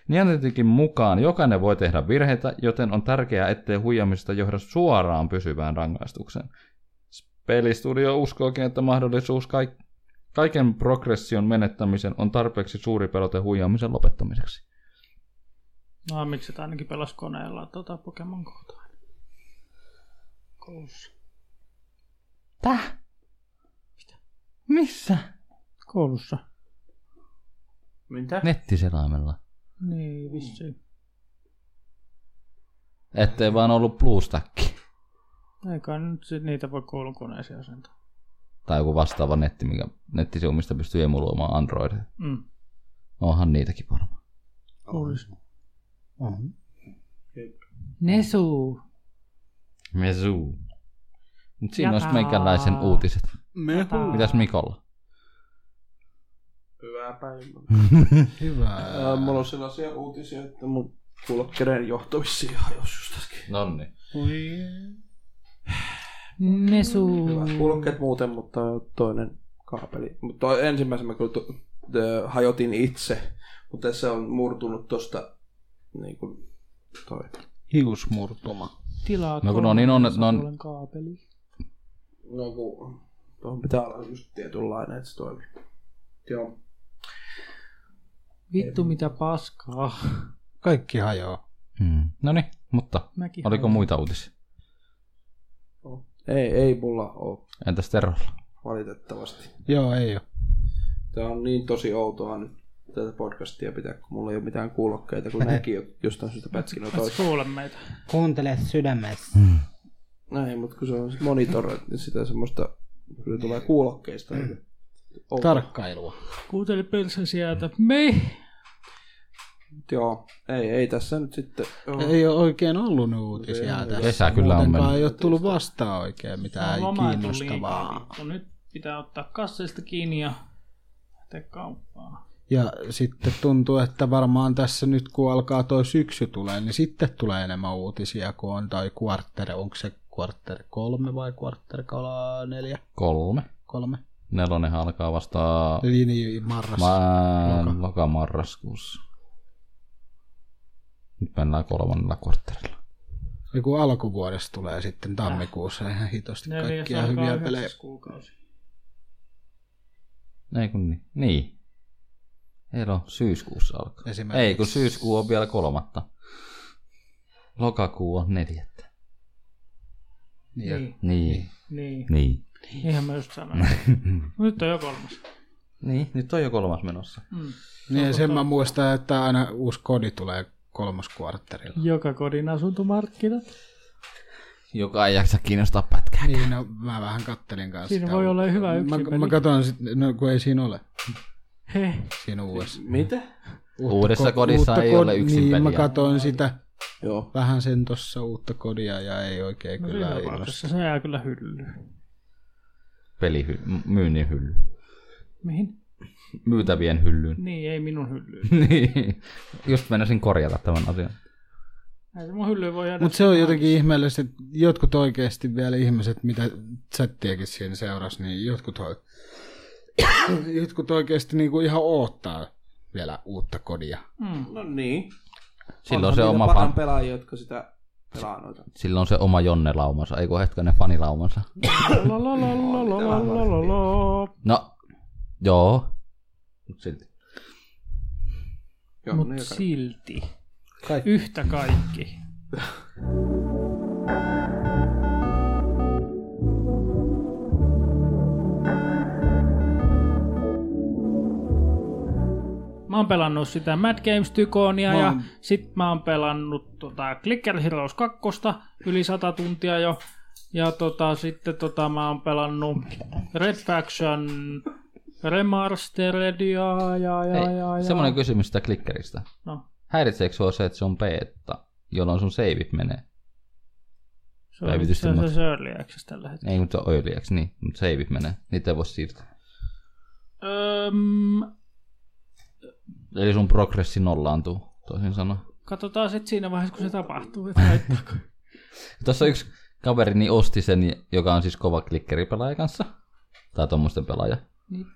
Niantikin mukaan jokainen voi tehdä virheitä, joten on tärkeää, ettei huijamista johda suoraan pysyvään rangaistukseen. Pelistudio uskookin, että mahdollisuus kaik- Kaiken progression menettämisen on tarpeeksi suuri pelote huijaamisen lopettamiseksi. No miksi et ainakin pelas koneella tota Pokemon kohtaan? Koulussa. Täh? Mitä? Missä? Koulussa. Mitä? Nettiselaimella. Niin, vissiin. Ettei vaan ollut BlueStack. Eikä nyt sit niitä voi koulukoneeseen asentaa. Tai joku vastaava netti, mikä nettisivu, mistä pystyy emuloimaan Android. Mm. Onhan niitäkin varmaan. Luulis. On. Nesu. Mezu. Mut siinä olisi Jataa. meikäläisen uutiset. Mehu. Mitäs Mikolla? Hyvää päivää. Hyvä. Ää, mulla on sellaisia uutisia, että mun kuulokkeiden johto vissiin hajosi just äsken. Nonni. Nesu. Hyvät kuulokkeet muuten, mutta toinen kaapeli. Mutta toi ensimmäisen mä kyllä to, ö, hajotin itse, mutta se on murtunut tosta niin kuin toi. Hiusmurtuma. Tilaa No kun on niin on, että ne on- kolmannen kaapeli. No kun tuohon pitää olla just tietynlainen, että se toimii. Joo. Vittu mitä paskaa. Kaikki hajoaa. Hmm. Noni, mutta Mäkin oliko muita uutisia? Ei, ei mulla ole Entäs Terolla? valitettavasti. Joo, ei oo. Tää on niin tosi outoa nyt tätä podcastia pitää, kun mulla ei ole mitään kuulokkeita, *laughs* kun näki jo jostain syystä pätskinä Oot toista. kuule meitä. Kuuntele sydämessä. Näin, mutta kun se on monitoroit, niin sitä semmoista kyllä tulee kuulokkeista. niin Oh, eikä- Outoa. Tarkkailua. Kuuntele perse sieltä. Me. Joo, ei, ei tässä nyt sitten... Joo. Ei ole oikein ollut nyt uutisia tässä. Kesä kyllä on Muutenkaan mennyt. ei ole tullut vastaan oikein mitään no, Lomaa ei tule liikaa, kiinnostavaa. vittu. Nyt pitää ottaa kasseista kiinni ja lähteä kauppaan. Ja sitten tuntuu, että varmaan tässä nyt kun alkaa toi syksy tulee, niin sitten tulee enemmän uutisia, kun on toi quarter, onko se quarter kolme vai quarter kala neljä, Kolme. kolme? Nelonen alkaa vasta Eli niin, marras. Mä... Loka. Lokamarraskuussa. Nyt mennään kolmannella kortterilla. Eli kun alkuvuodesta tulee sitten tammikuussa ihan hitosti Neljäs kaikkia alkaa hyviä yhdeksäs pelejä. kuukausi. Ei kun niin. Niin. Ei no, syyskuussa alkaa. Esimerkiksi- Ei kun syyskuu on vielä kolmatta. Lokakuu on neljättä. Niin. Niin. Niin. Niin. Ihan mä just sanoin. Nyt on jo kolmas. Niin, nyt on jo kolmas menossa. Mm. Niin ja sen mä muistan, että aina uusi kodi tulee kolmas kvartterilla. Joka kodin asuntomarkkinat. Joka ei jaksa kiinnostaa pätkää. Niin, no mä vähän kattelin kanssa Siinä sitä voi olla uutta. hyvä yksin Mä, peli. mä katson, sit, no, kun ei siinä ole. He. siinä uudessa. Mitä? Uudessa Siis kodissa ei ole yksin niin, mä peliä. katsoin sitä Joo. vähän sen tuossa uutta kodia ja ei oikein No kyllä siinä innosta. tapauksessa se jää kyllä hyllyyn. Pelihy- m- myynnin hylly. Mihin? Myytävien hyllyyn. *laughs* Niin, ei minun hyllyyn. Niin. Just menisin korjata tämän asian. Ei se mun hyllyyn voi jäädä. Mutta se on jotenkin ihmeellistä, että jotkut oikeasti vielä ihmiset, mitä chattiakin siinä seurasi, niin jotkut, oi- *coughs* jotkut oikeasti niinku ihan oottaa vielä uutta kodia. Mm. No niin. Silloin Onhan se niitä oma paran fan, pelaajia, jotka sitä pelaa noita. silloin se oma Jonne laumansa, ei kun hetkinen fani laumansa. Lalalalalalalalalala. No, joo. Mut silti. Joo, Mut ne, joka- silti. Yhtä kaikki. Mä oon pelannut sitä Mad Games Tykonia ja sit mä oon pelannut tota Clicker Heroes 2 yli 100 tuntia jo. Ja tota, sitten tota, mä oon pelannut Red Faction Remasteredia ja, ja, ja, Hei, ja, semmoinen kysymys sitä klikkeristä. No. Häiritseekö sua se, että se on beta, jolloin sun saveit menee? Se on Päivitysten itse asiassa Early Access tällä hetkellä. Ei, mutta se on early access, niin, mutta saveit menee. Niitä ei voi siirtää. Öm, Eli sun progressi nollaantuu, toisin sanoen. katsotaan sitten siinä vaiheessa, kun se tapahtuu. *laughs* Että haittaako. Tuossa yksi kaveri niin osti sen, joka on siis kova klikkeripelaaja kanssa. Tai tuommoisten pelaaja. Niin. Hmm.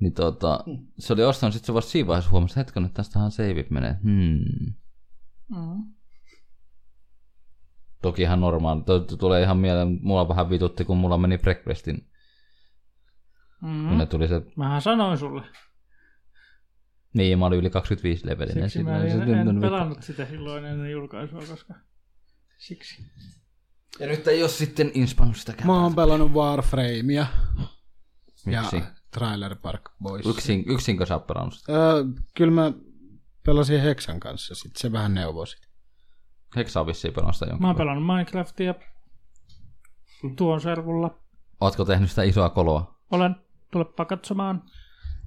Niin tota, se oli ostanut, sitten se vasta siinä vaiheessa huomasi, että hetken, että tästähän seivit menee. Hmm. mm. Toki ihan normaali. Tuo tuo tulee ihan mieleen, mulla vähän vitutti, kun mulla meni breakfastin. Mm. Kun ne Mm. tuli se, Mähän sanoin sulle. niin mä olin yli 25 levelinen. Siksi mä silloin. en, Se en tuntunut pelannut sitä silloin ennen julkaisua, koska siksi. mitään. Ja nyt ei ole sitten inspannut sitäkään. Mä oon pelannut Warframea ja Miksi? Trailer Park Boys. Yksin, yksinkö sä oot pelannut sitä? Öö, kyllä mä pelasin Heksan kanssa, sit se vähän neuvoi sit. Heksa on vissiin pelannut sitä Mä jonkun. oon verran. pelannut Minecraftia tuon servulla. Ootko tehnyt sitä isoa koloa? Olen, tulepa katsomaan.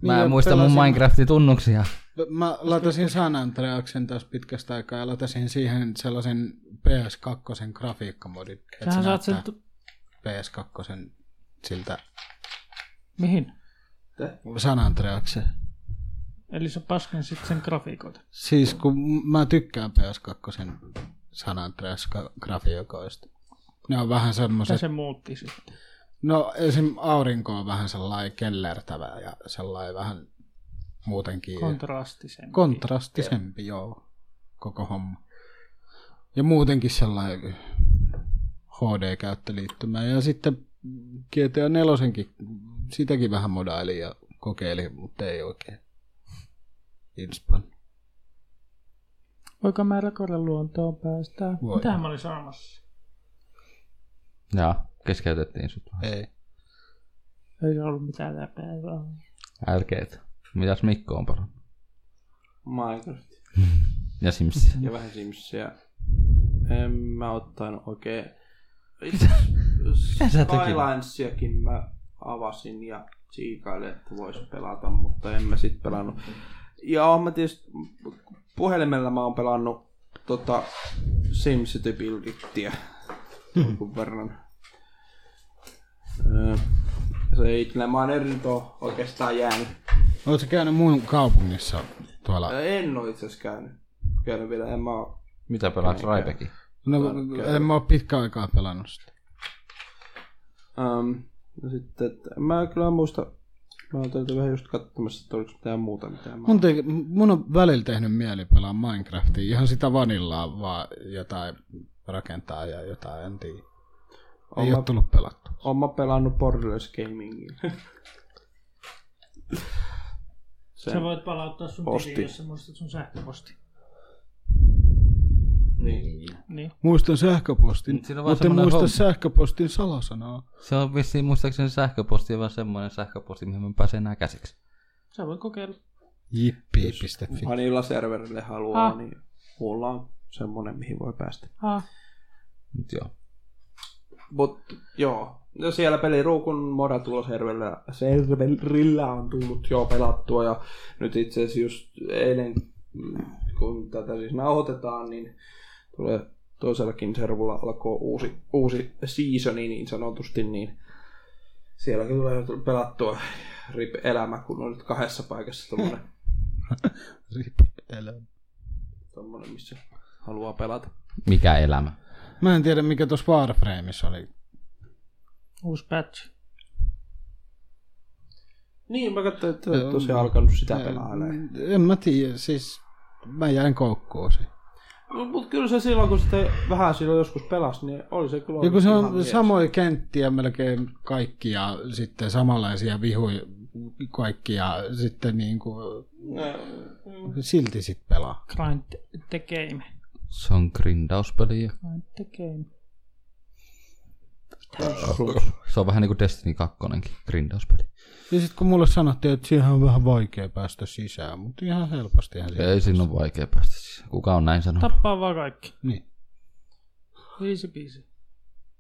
Niin, Mä ja en muista mun pelasin- Minecraftin tunnuksia. Mä latasin San Andreasen taas pitkästä aikaa ja latasin siihen sellaisen PS2 grafiikkamodin. että Sähän se saat sen... näyttää Tu- PS2 siltä Mihin? San Andreasen. Eli sä pasken sitten sen grafiikoita. Siis kun mä tykkään PS2 San Andreas gra- grafiikoista. Ne on vähän Mitä semmoiset, se muutti sitten? no esim. aurinko on vähän sellainen kellertävä ja sellainen vähän muutenkin Kontrastisen. kontrastisempi, joo, koko homma. Ja muutenkin sellainen HD-käyttöliittymä. Ja sitten GTA 4 sitäkin vähän modaili ja kokeili, mutta ei oikein inspan. Voiko mä rakoiden luontoon päästä? Voi. Mitähän mä olin saamassa? Jaa, keskeytettiin sut vähän. Ei. Ei se ollut mitään läpäivää. Älkeet. Mitäs Mikko on pelannut? Minecraft Ja *laughs* Sims. ja vähän Simsia. En mä ottanut oikein. Itse asiassa sä teki? Skylinesiakin mä avasin ja tsiikailin, että voisi pelata, mutta en mä sit pelannut. Ja oon mä tietysti puhelimella mä oon pelannut tota SimCity Buildittiä jonkun verran. Öö, Se ei ikinä, mä oon eri tuo oikeastaan jäänyt. Oletko käynyt mun kaupungissa tuolla? En oo itse asiassa käynyt. Käynyt vielä, en mä oo. Mitä pelaat Raipeki? No, en mä ole pitkään aikaa pelannut sitä. Um, no sitten, että en mä kyllä muista, mä oon täältä vähän just katsomassa, että oliko mitään muuta mitään. Mä... Mun, te, mun on välillä tehnyt mieli pelaa Minecraftia, ihan sitä vanillaa vaan jotain rakentaa ja jotain, en tiedä. Ei Olla- ole tullut pelattu. Oon mä pelannut Borderless Gamingia. Sen, Sä voit palauttaa sun Posti. tili, jos sä muistat sun sähköposti. Niin. Niin. Muistan sähköpostin, Niin, Siinä on vaan mutta en semmonen muista homma. sähköpostin salasanaa. Se on vissiin muistaakseni sähköposti, vaan semmoinen sähköposti, mihin mä pääsen enää käsiksi. Sä voit kokeilla. Jippi.fi. Vanilla serverille haluaa, Ah. niin mulla on semmonen, mihin voi päästä. Ah, Mut joo. Mut joo, no siellä peliruukun moda tuloserverillä serverillä on tullut jo pelattua ja nyt itse asiassa just eilen kun tätä siis nauhoitetaan, niin tulee toisellakin servulla alkoi uusi, uusi seasoni niin sanotusti, niin sielläkin tulee pelattua rip-elämä, kun on nyt kahdessa paikassa tuommoinen Elämä. tommonen, missä haluaa pelata. Mikä elämä? Mä en tiedä, mikä tuossa Warframeissa oli. Uusi patch. Niin, mä katsoin, että Joo. olet tosiaan alkanut sitä Ö, pelailemaan. En mä tiedä, siis mä jäin koukkuun siihen. Mutta kyllä se silloin, kun sitä vähän silloin joskus pelasi, niin oli se kyllä Ja kun se ihan on mies. samoja kenttiä melkein kaikki ja sitten samanlaisia vihuja kaikki ja sitten niin kuin, silti sit pelaa. Grind the game. Se on grindauspeli. Grind the game. Se on vähän niin kuin Destiny 2 grindauspeli. Ja sitten kun mulle sanottiin, että siihen on vähän vaikea päästä sisään, mutta ihan helpostihan siihen Ei sinne ole vaikea päästä sisään. Kuka on näin sanonut? Tappaa vaan kaikki. Niin. Easy peasy.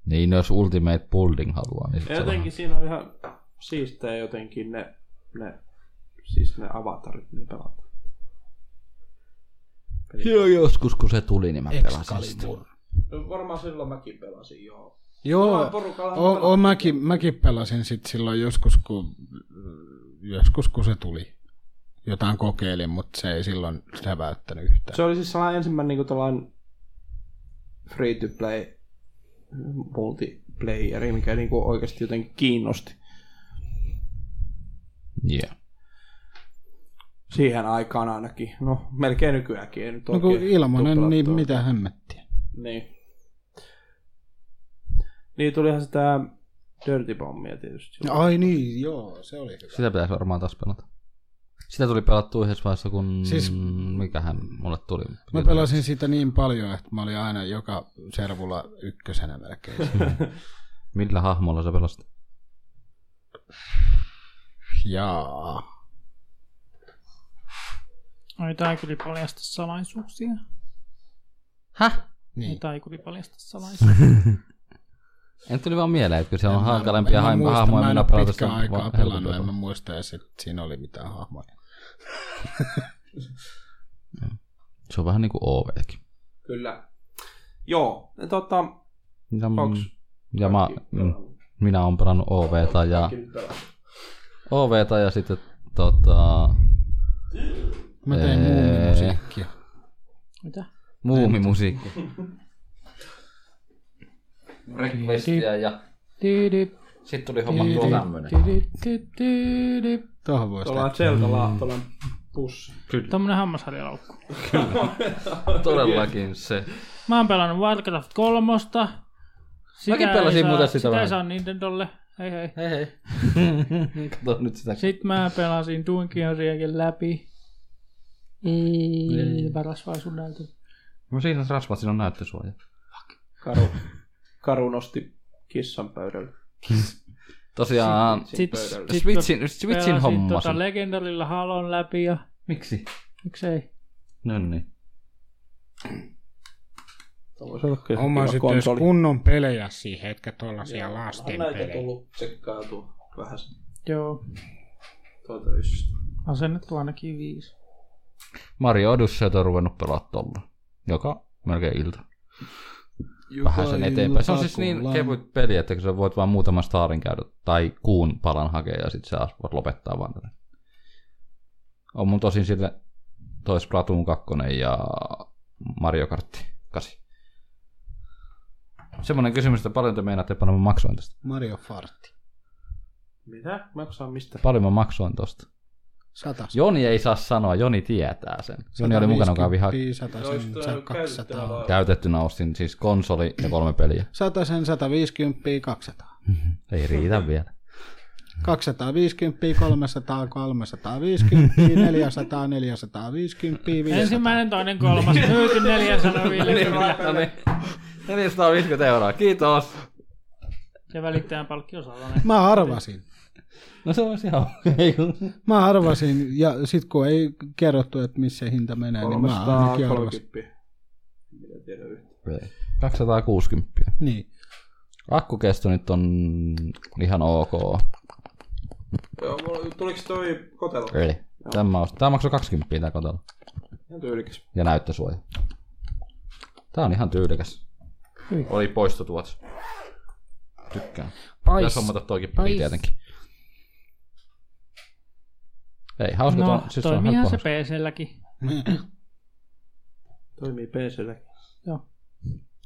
Niin, jos Ultimate Building haluaa, niin sit Ja se on jotenkin siinä on ihan siistejä jotenkin ne, ne, siis ne avatarit, ne pelataan. vähän- Joo, joskus kun se tuli, niin mä pelasin sitä. Excalibur. No, varmaan silloin mäkin pelasin, joo. Jollain Joo, porukalla o, o, pelattiin. mäkin, mäkin pelasin sit silloin joskus kun, joskus, kun se tuli. Jotain kokeilin, mutta se ei silloin säväyttänyt yhtään. Se oli siis sellainen ensimmäinen niin tällainen free to play multiplayeri, mikä niin kuin oikeasti jotenkin kiinnosti Yeah. siihen aikaan ainakin. No, melkein nykyäänkin. Ei nyt No kun oikein ilmanen, niin tuplattua. mitä hämmettiä. Niin. Niin tulihan sitä Dirty Bombia tietysti. Ai niin, joo, se oli hyvä. Sitä pitäisi varmaan taas pelata. Sitä tuli pelattua yhdessä vaiheessa, kun... Siis- Siis... Mikähän mulle tuli? Mä pelasin sitä niin paljon, että mä olin aina joka servulla ykkösenä *laughs* melkein. Millä hahmolla sä pelasit? Jaa. Ai tää ei kyllä paljasta salaisuuksia. Häh? Ei Niin. tää ei kyllä paljasta *laughs* salaisuuksia. En tuli vaan mieleen, että kyllä se on En mä- hankalampia en mä haim- muista, hahmoja, Mä en millä ole pelata pitkään sitä aikaa vaan pelannut, en mä helpompaa. muista edes, että siinä oli mitään hahmoja. Se on vähän niinku OVkin. Kyllä. Joo, ja tota, Ja, Onks Niin ja mä, mm, minä olen pelannut OVta ja... OVta ja sitten tota... Mä tein Ee. muumimusiikkia. Mitä? Muumimusiikki. Requestia ja Tidip, sit tuli hommattua tämmönen. tidip, tidip, tidip. Tuohon voisi tuolla Zelda Laahtolan pussi. Tämmönen hammasharjalaukku. Todellakin se. Mä oon pelannut Warcraft 3. Sitä Mäkin ei pelasin saa- muuten sitä Sitä ei vähän. saa Nintendolle. Hei hei. Hei hei. Kato nyt sitä. Sitten mä pelasin Dungeonsiakin läpi. Ei, paras vai sun näytö. No siinä rasvat, siinä on näyttösuoja. Karu, Karu nosti kissan pöydälle. Tosiaan Sit, pöydällä. sit Switchin, mä Switchin pelasin hommasin. Tota Legendarilla Halon läpi ja Miksi? miksei. No niin. Voisi olla kyllä Oma kiva sitten jos konsoli. kunnon pelejä siihen, etkä tollasia On lasten näitä pelejä. tullut tsekkautua vähän Joo, tuolta ystävä. asennettu ainakin viisi. Mario Odyssey on ruvennut pelaa tolla. Joka melkein ilta. Vähän sen eteenpäin. Se on siis niin kevyt peli, että kun sä voit vaan muutaman staarin käydä tai kuun palan hakea ja sit sä voit lopettaa vaan tätä. On mun tosin sille toi Splatoon 2 ja Mario Kart 8. Semmoinen kysymys, että paljon te meinaatte panna mä maksoin tästä. Mario Fartti. Mitä? Maksaa Niin mistä? Paljon mä maksoin tosta. Satas. Joni ei saa sanoa, Joni tietää sen. Joni oli mukana, kun viha 100, Olisi tuo 200. käyttöä. täytettynä ostin siis konsoli ja kolme peliä. 100, 150, 200. Ei riitä vielä. 250, 300, 350, 400, 450, 500. Ensimmäinen, toinen, kolmas, myyty 450 No niin. *laughs* 450 euroa, kiitos. ja välittäjän palkkio salainen. Mä arvasin. No se olisi ihan okei. Mä arvasin, ja sit kun ei kerrottu, että missä hinta menee, niin mä ainakin arvasin. Niin. 330. En minä tiedä yhtään. 260. Niin. Akkukesto nyt on ihan ok. Joo, mulla- tuliks toi kotelo? Eli tämä, on, tämä maksoi 20 tämä kotelo. Ihan tyylikäs. Ja näyttösuoja. Tää on ihan tyylikäs. Hyvin. Oli poistotuot. Tykkään. Pois. Pitäis hommata toikin peli Pois. tietenkin. Ei, hauska no, on, siis se on toimiihan helppo se hauska. PClläkin. Toimii PCllä.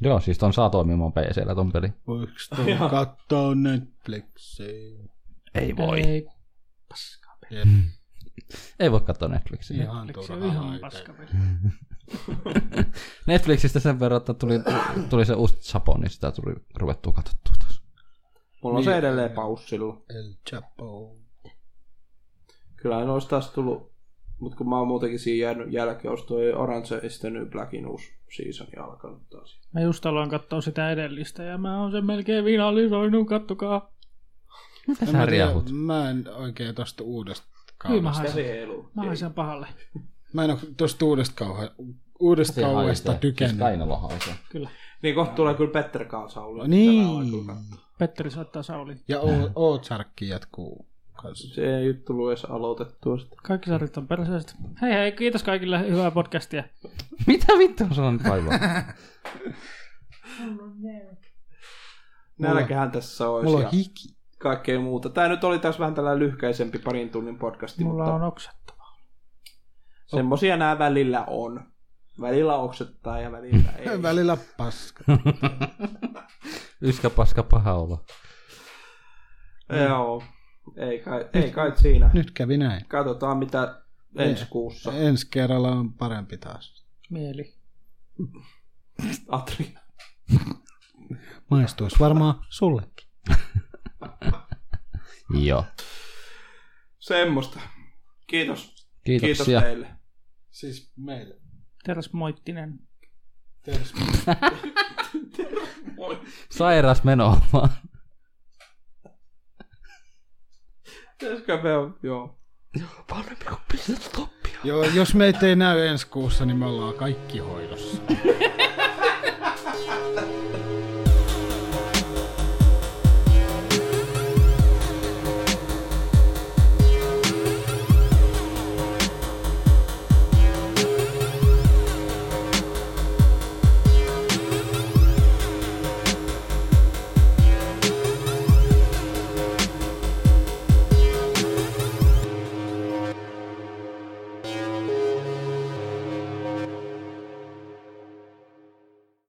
Joo, siis ton saa toimimaan PCllä ton peli. Voiko toi katsoa Netflixiä? Ei voi. Ei, Ei voi katsoa Netflixiä. Ihan se turha on ihan laite. paskapeli. Netflixistä sen verran, että tuli, tuli se uusi Chapo, niin sitä tuli ruvettua katsottua taas. Mulla on se edelleen paussilla. El Chapo. Kyllä ne olisi taas tullut, mutta kun mä oon muutenkin siinä jäänyt jälkeen, olisi toi Orange is the New Blackin uusi seasoni alkanut taas. Mä just aloin katsoa sitä edellistä ja mä oon sen melkein finalisoinut, kattokaa. Mitä En sä mä tiedä, riehut? Mä en oikein tosta uudesta Kyllä mä kauheesta. haisen, Heilu. mä haisen pahalle. Mä en oo tosta uudesta kauheesta uudesta kauheesta tykännyt. Kainalo haisee. Niin kohta tulee kyllä Petter Kansauli. Niin. Petteri soittaa Sauli. Ja O- Ozarkki jatkuu kanssa. Se ei nyt tullut edes aloitettua sitä. Kaikki sarjat on perseestä. Hei hei, kiitos kaikille. Hyvää podcastia. Mitä vittu on sellainen vaivaa? Nälkähän tässä olisi. Mulla ja on hiki. kaikkea muuta. Tämä nyt oli taas vähän tällainen lyhkäisempi parin tunnin podcasti, Mulla Mulla mutta on on... oksettu. semmosia nämä välillä on. Välillä oksettaa ja välillä *laughs* ei. Välillä *laughs* paska. Yskä paska paha olla. Joo. Ei kai, ei kai siinä. Nyt kävi näin. Katsotaan mitä ensi kuussa. Ensi kerralla on parempi taas. Mieli. Atri. Maistuisi varmaan sullekin. Joo. Semmosta. Kiitos. Kiitos Kiitoksia. teille. Siis meille. Teräs Moittinen. Sairas meno vaan. Pitäisikö me on? Joo. Joo, jos meitä ei näy ensi kuussa, niin me ollaan kaikki hoidossa.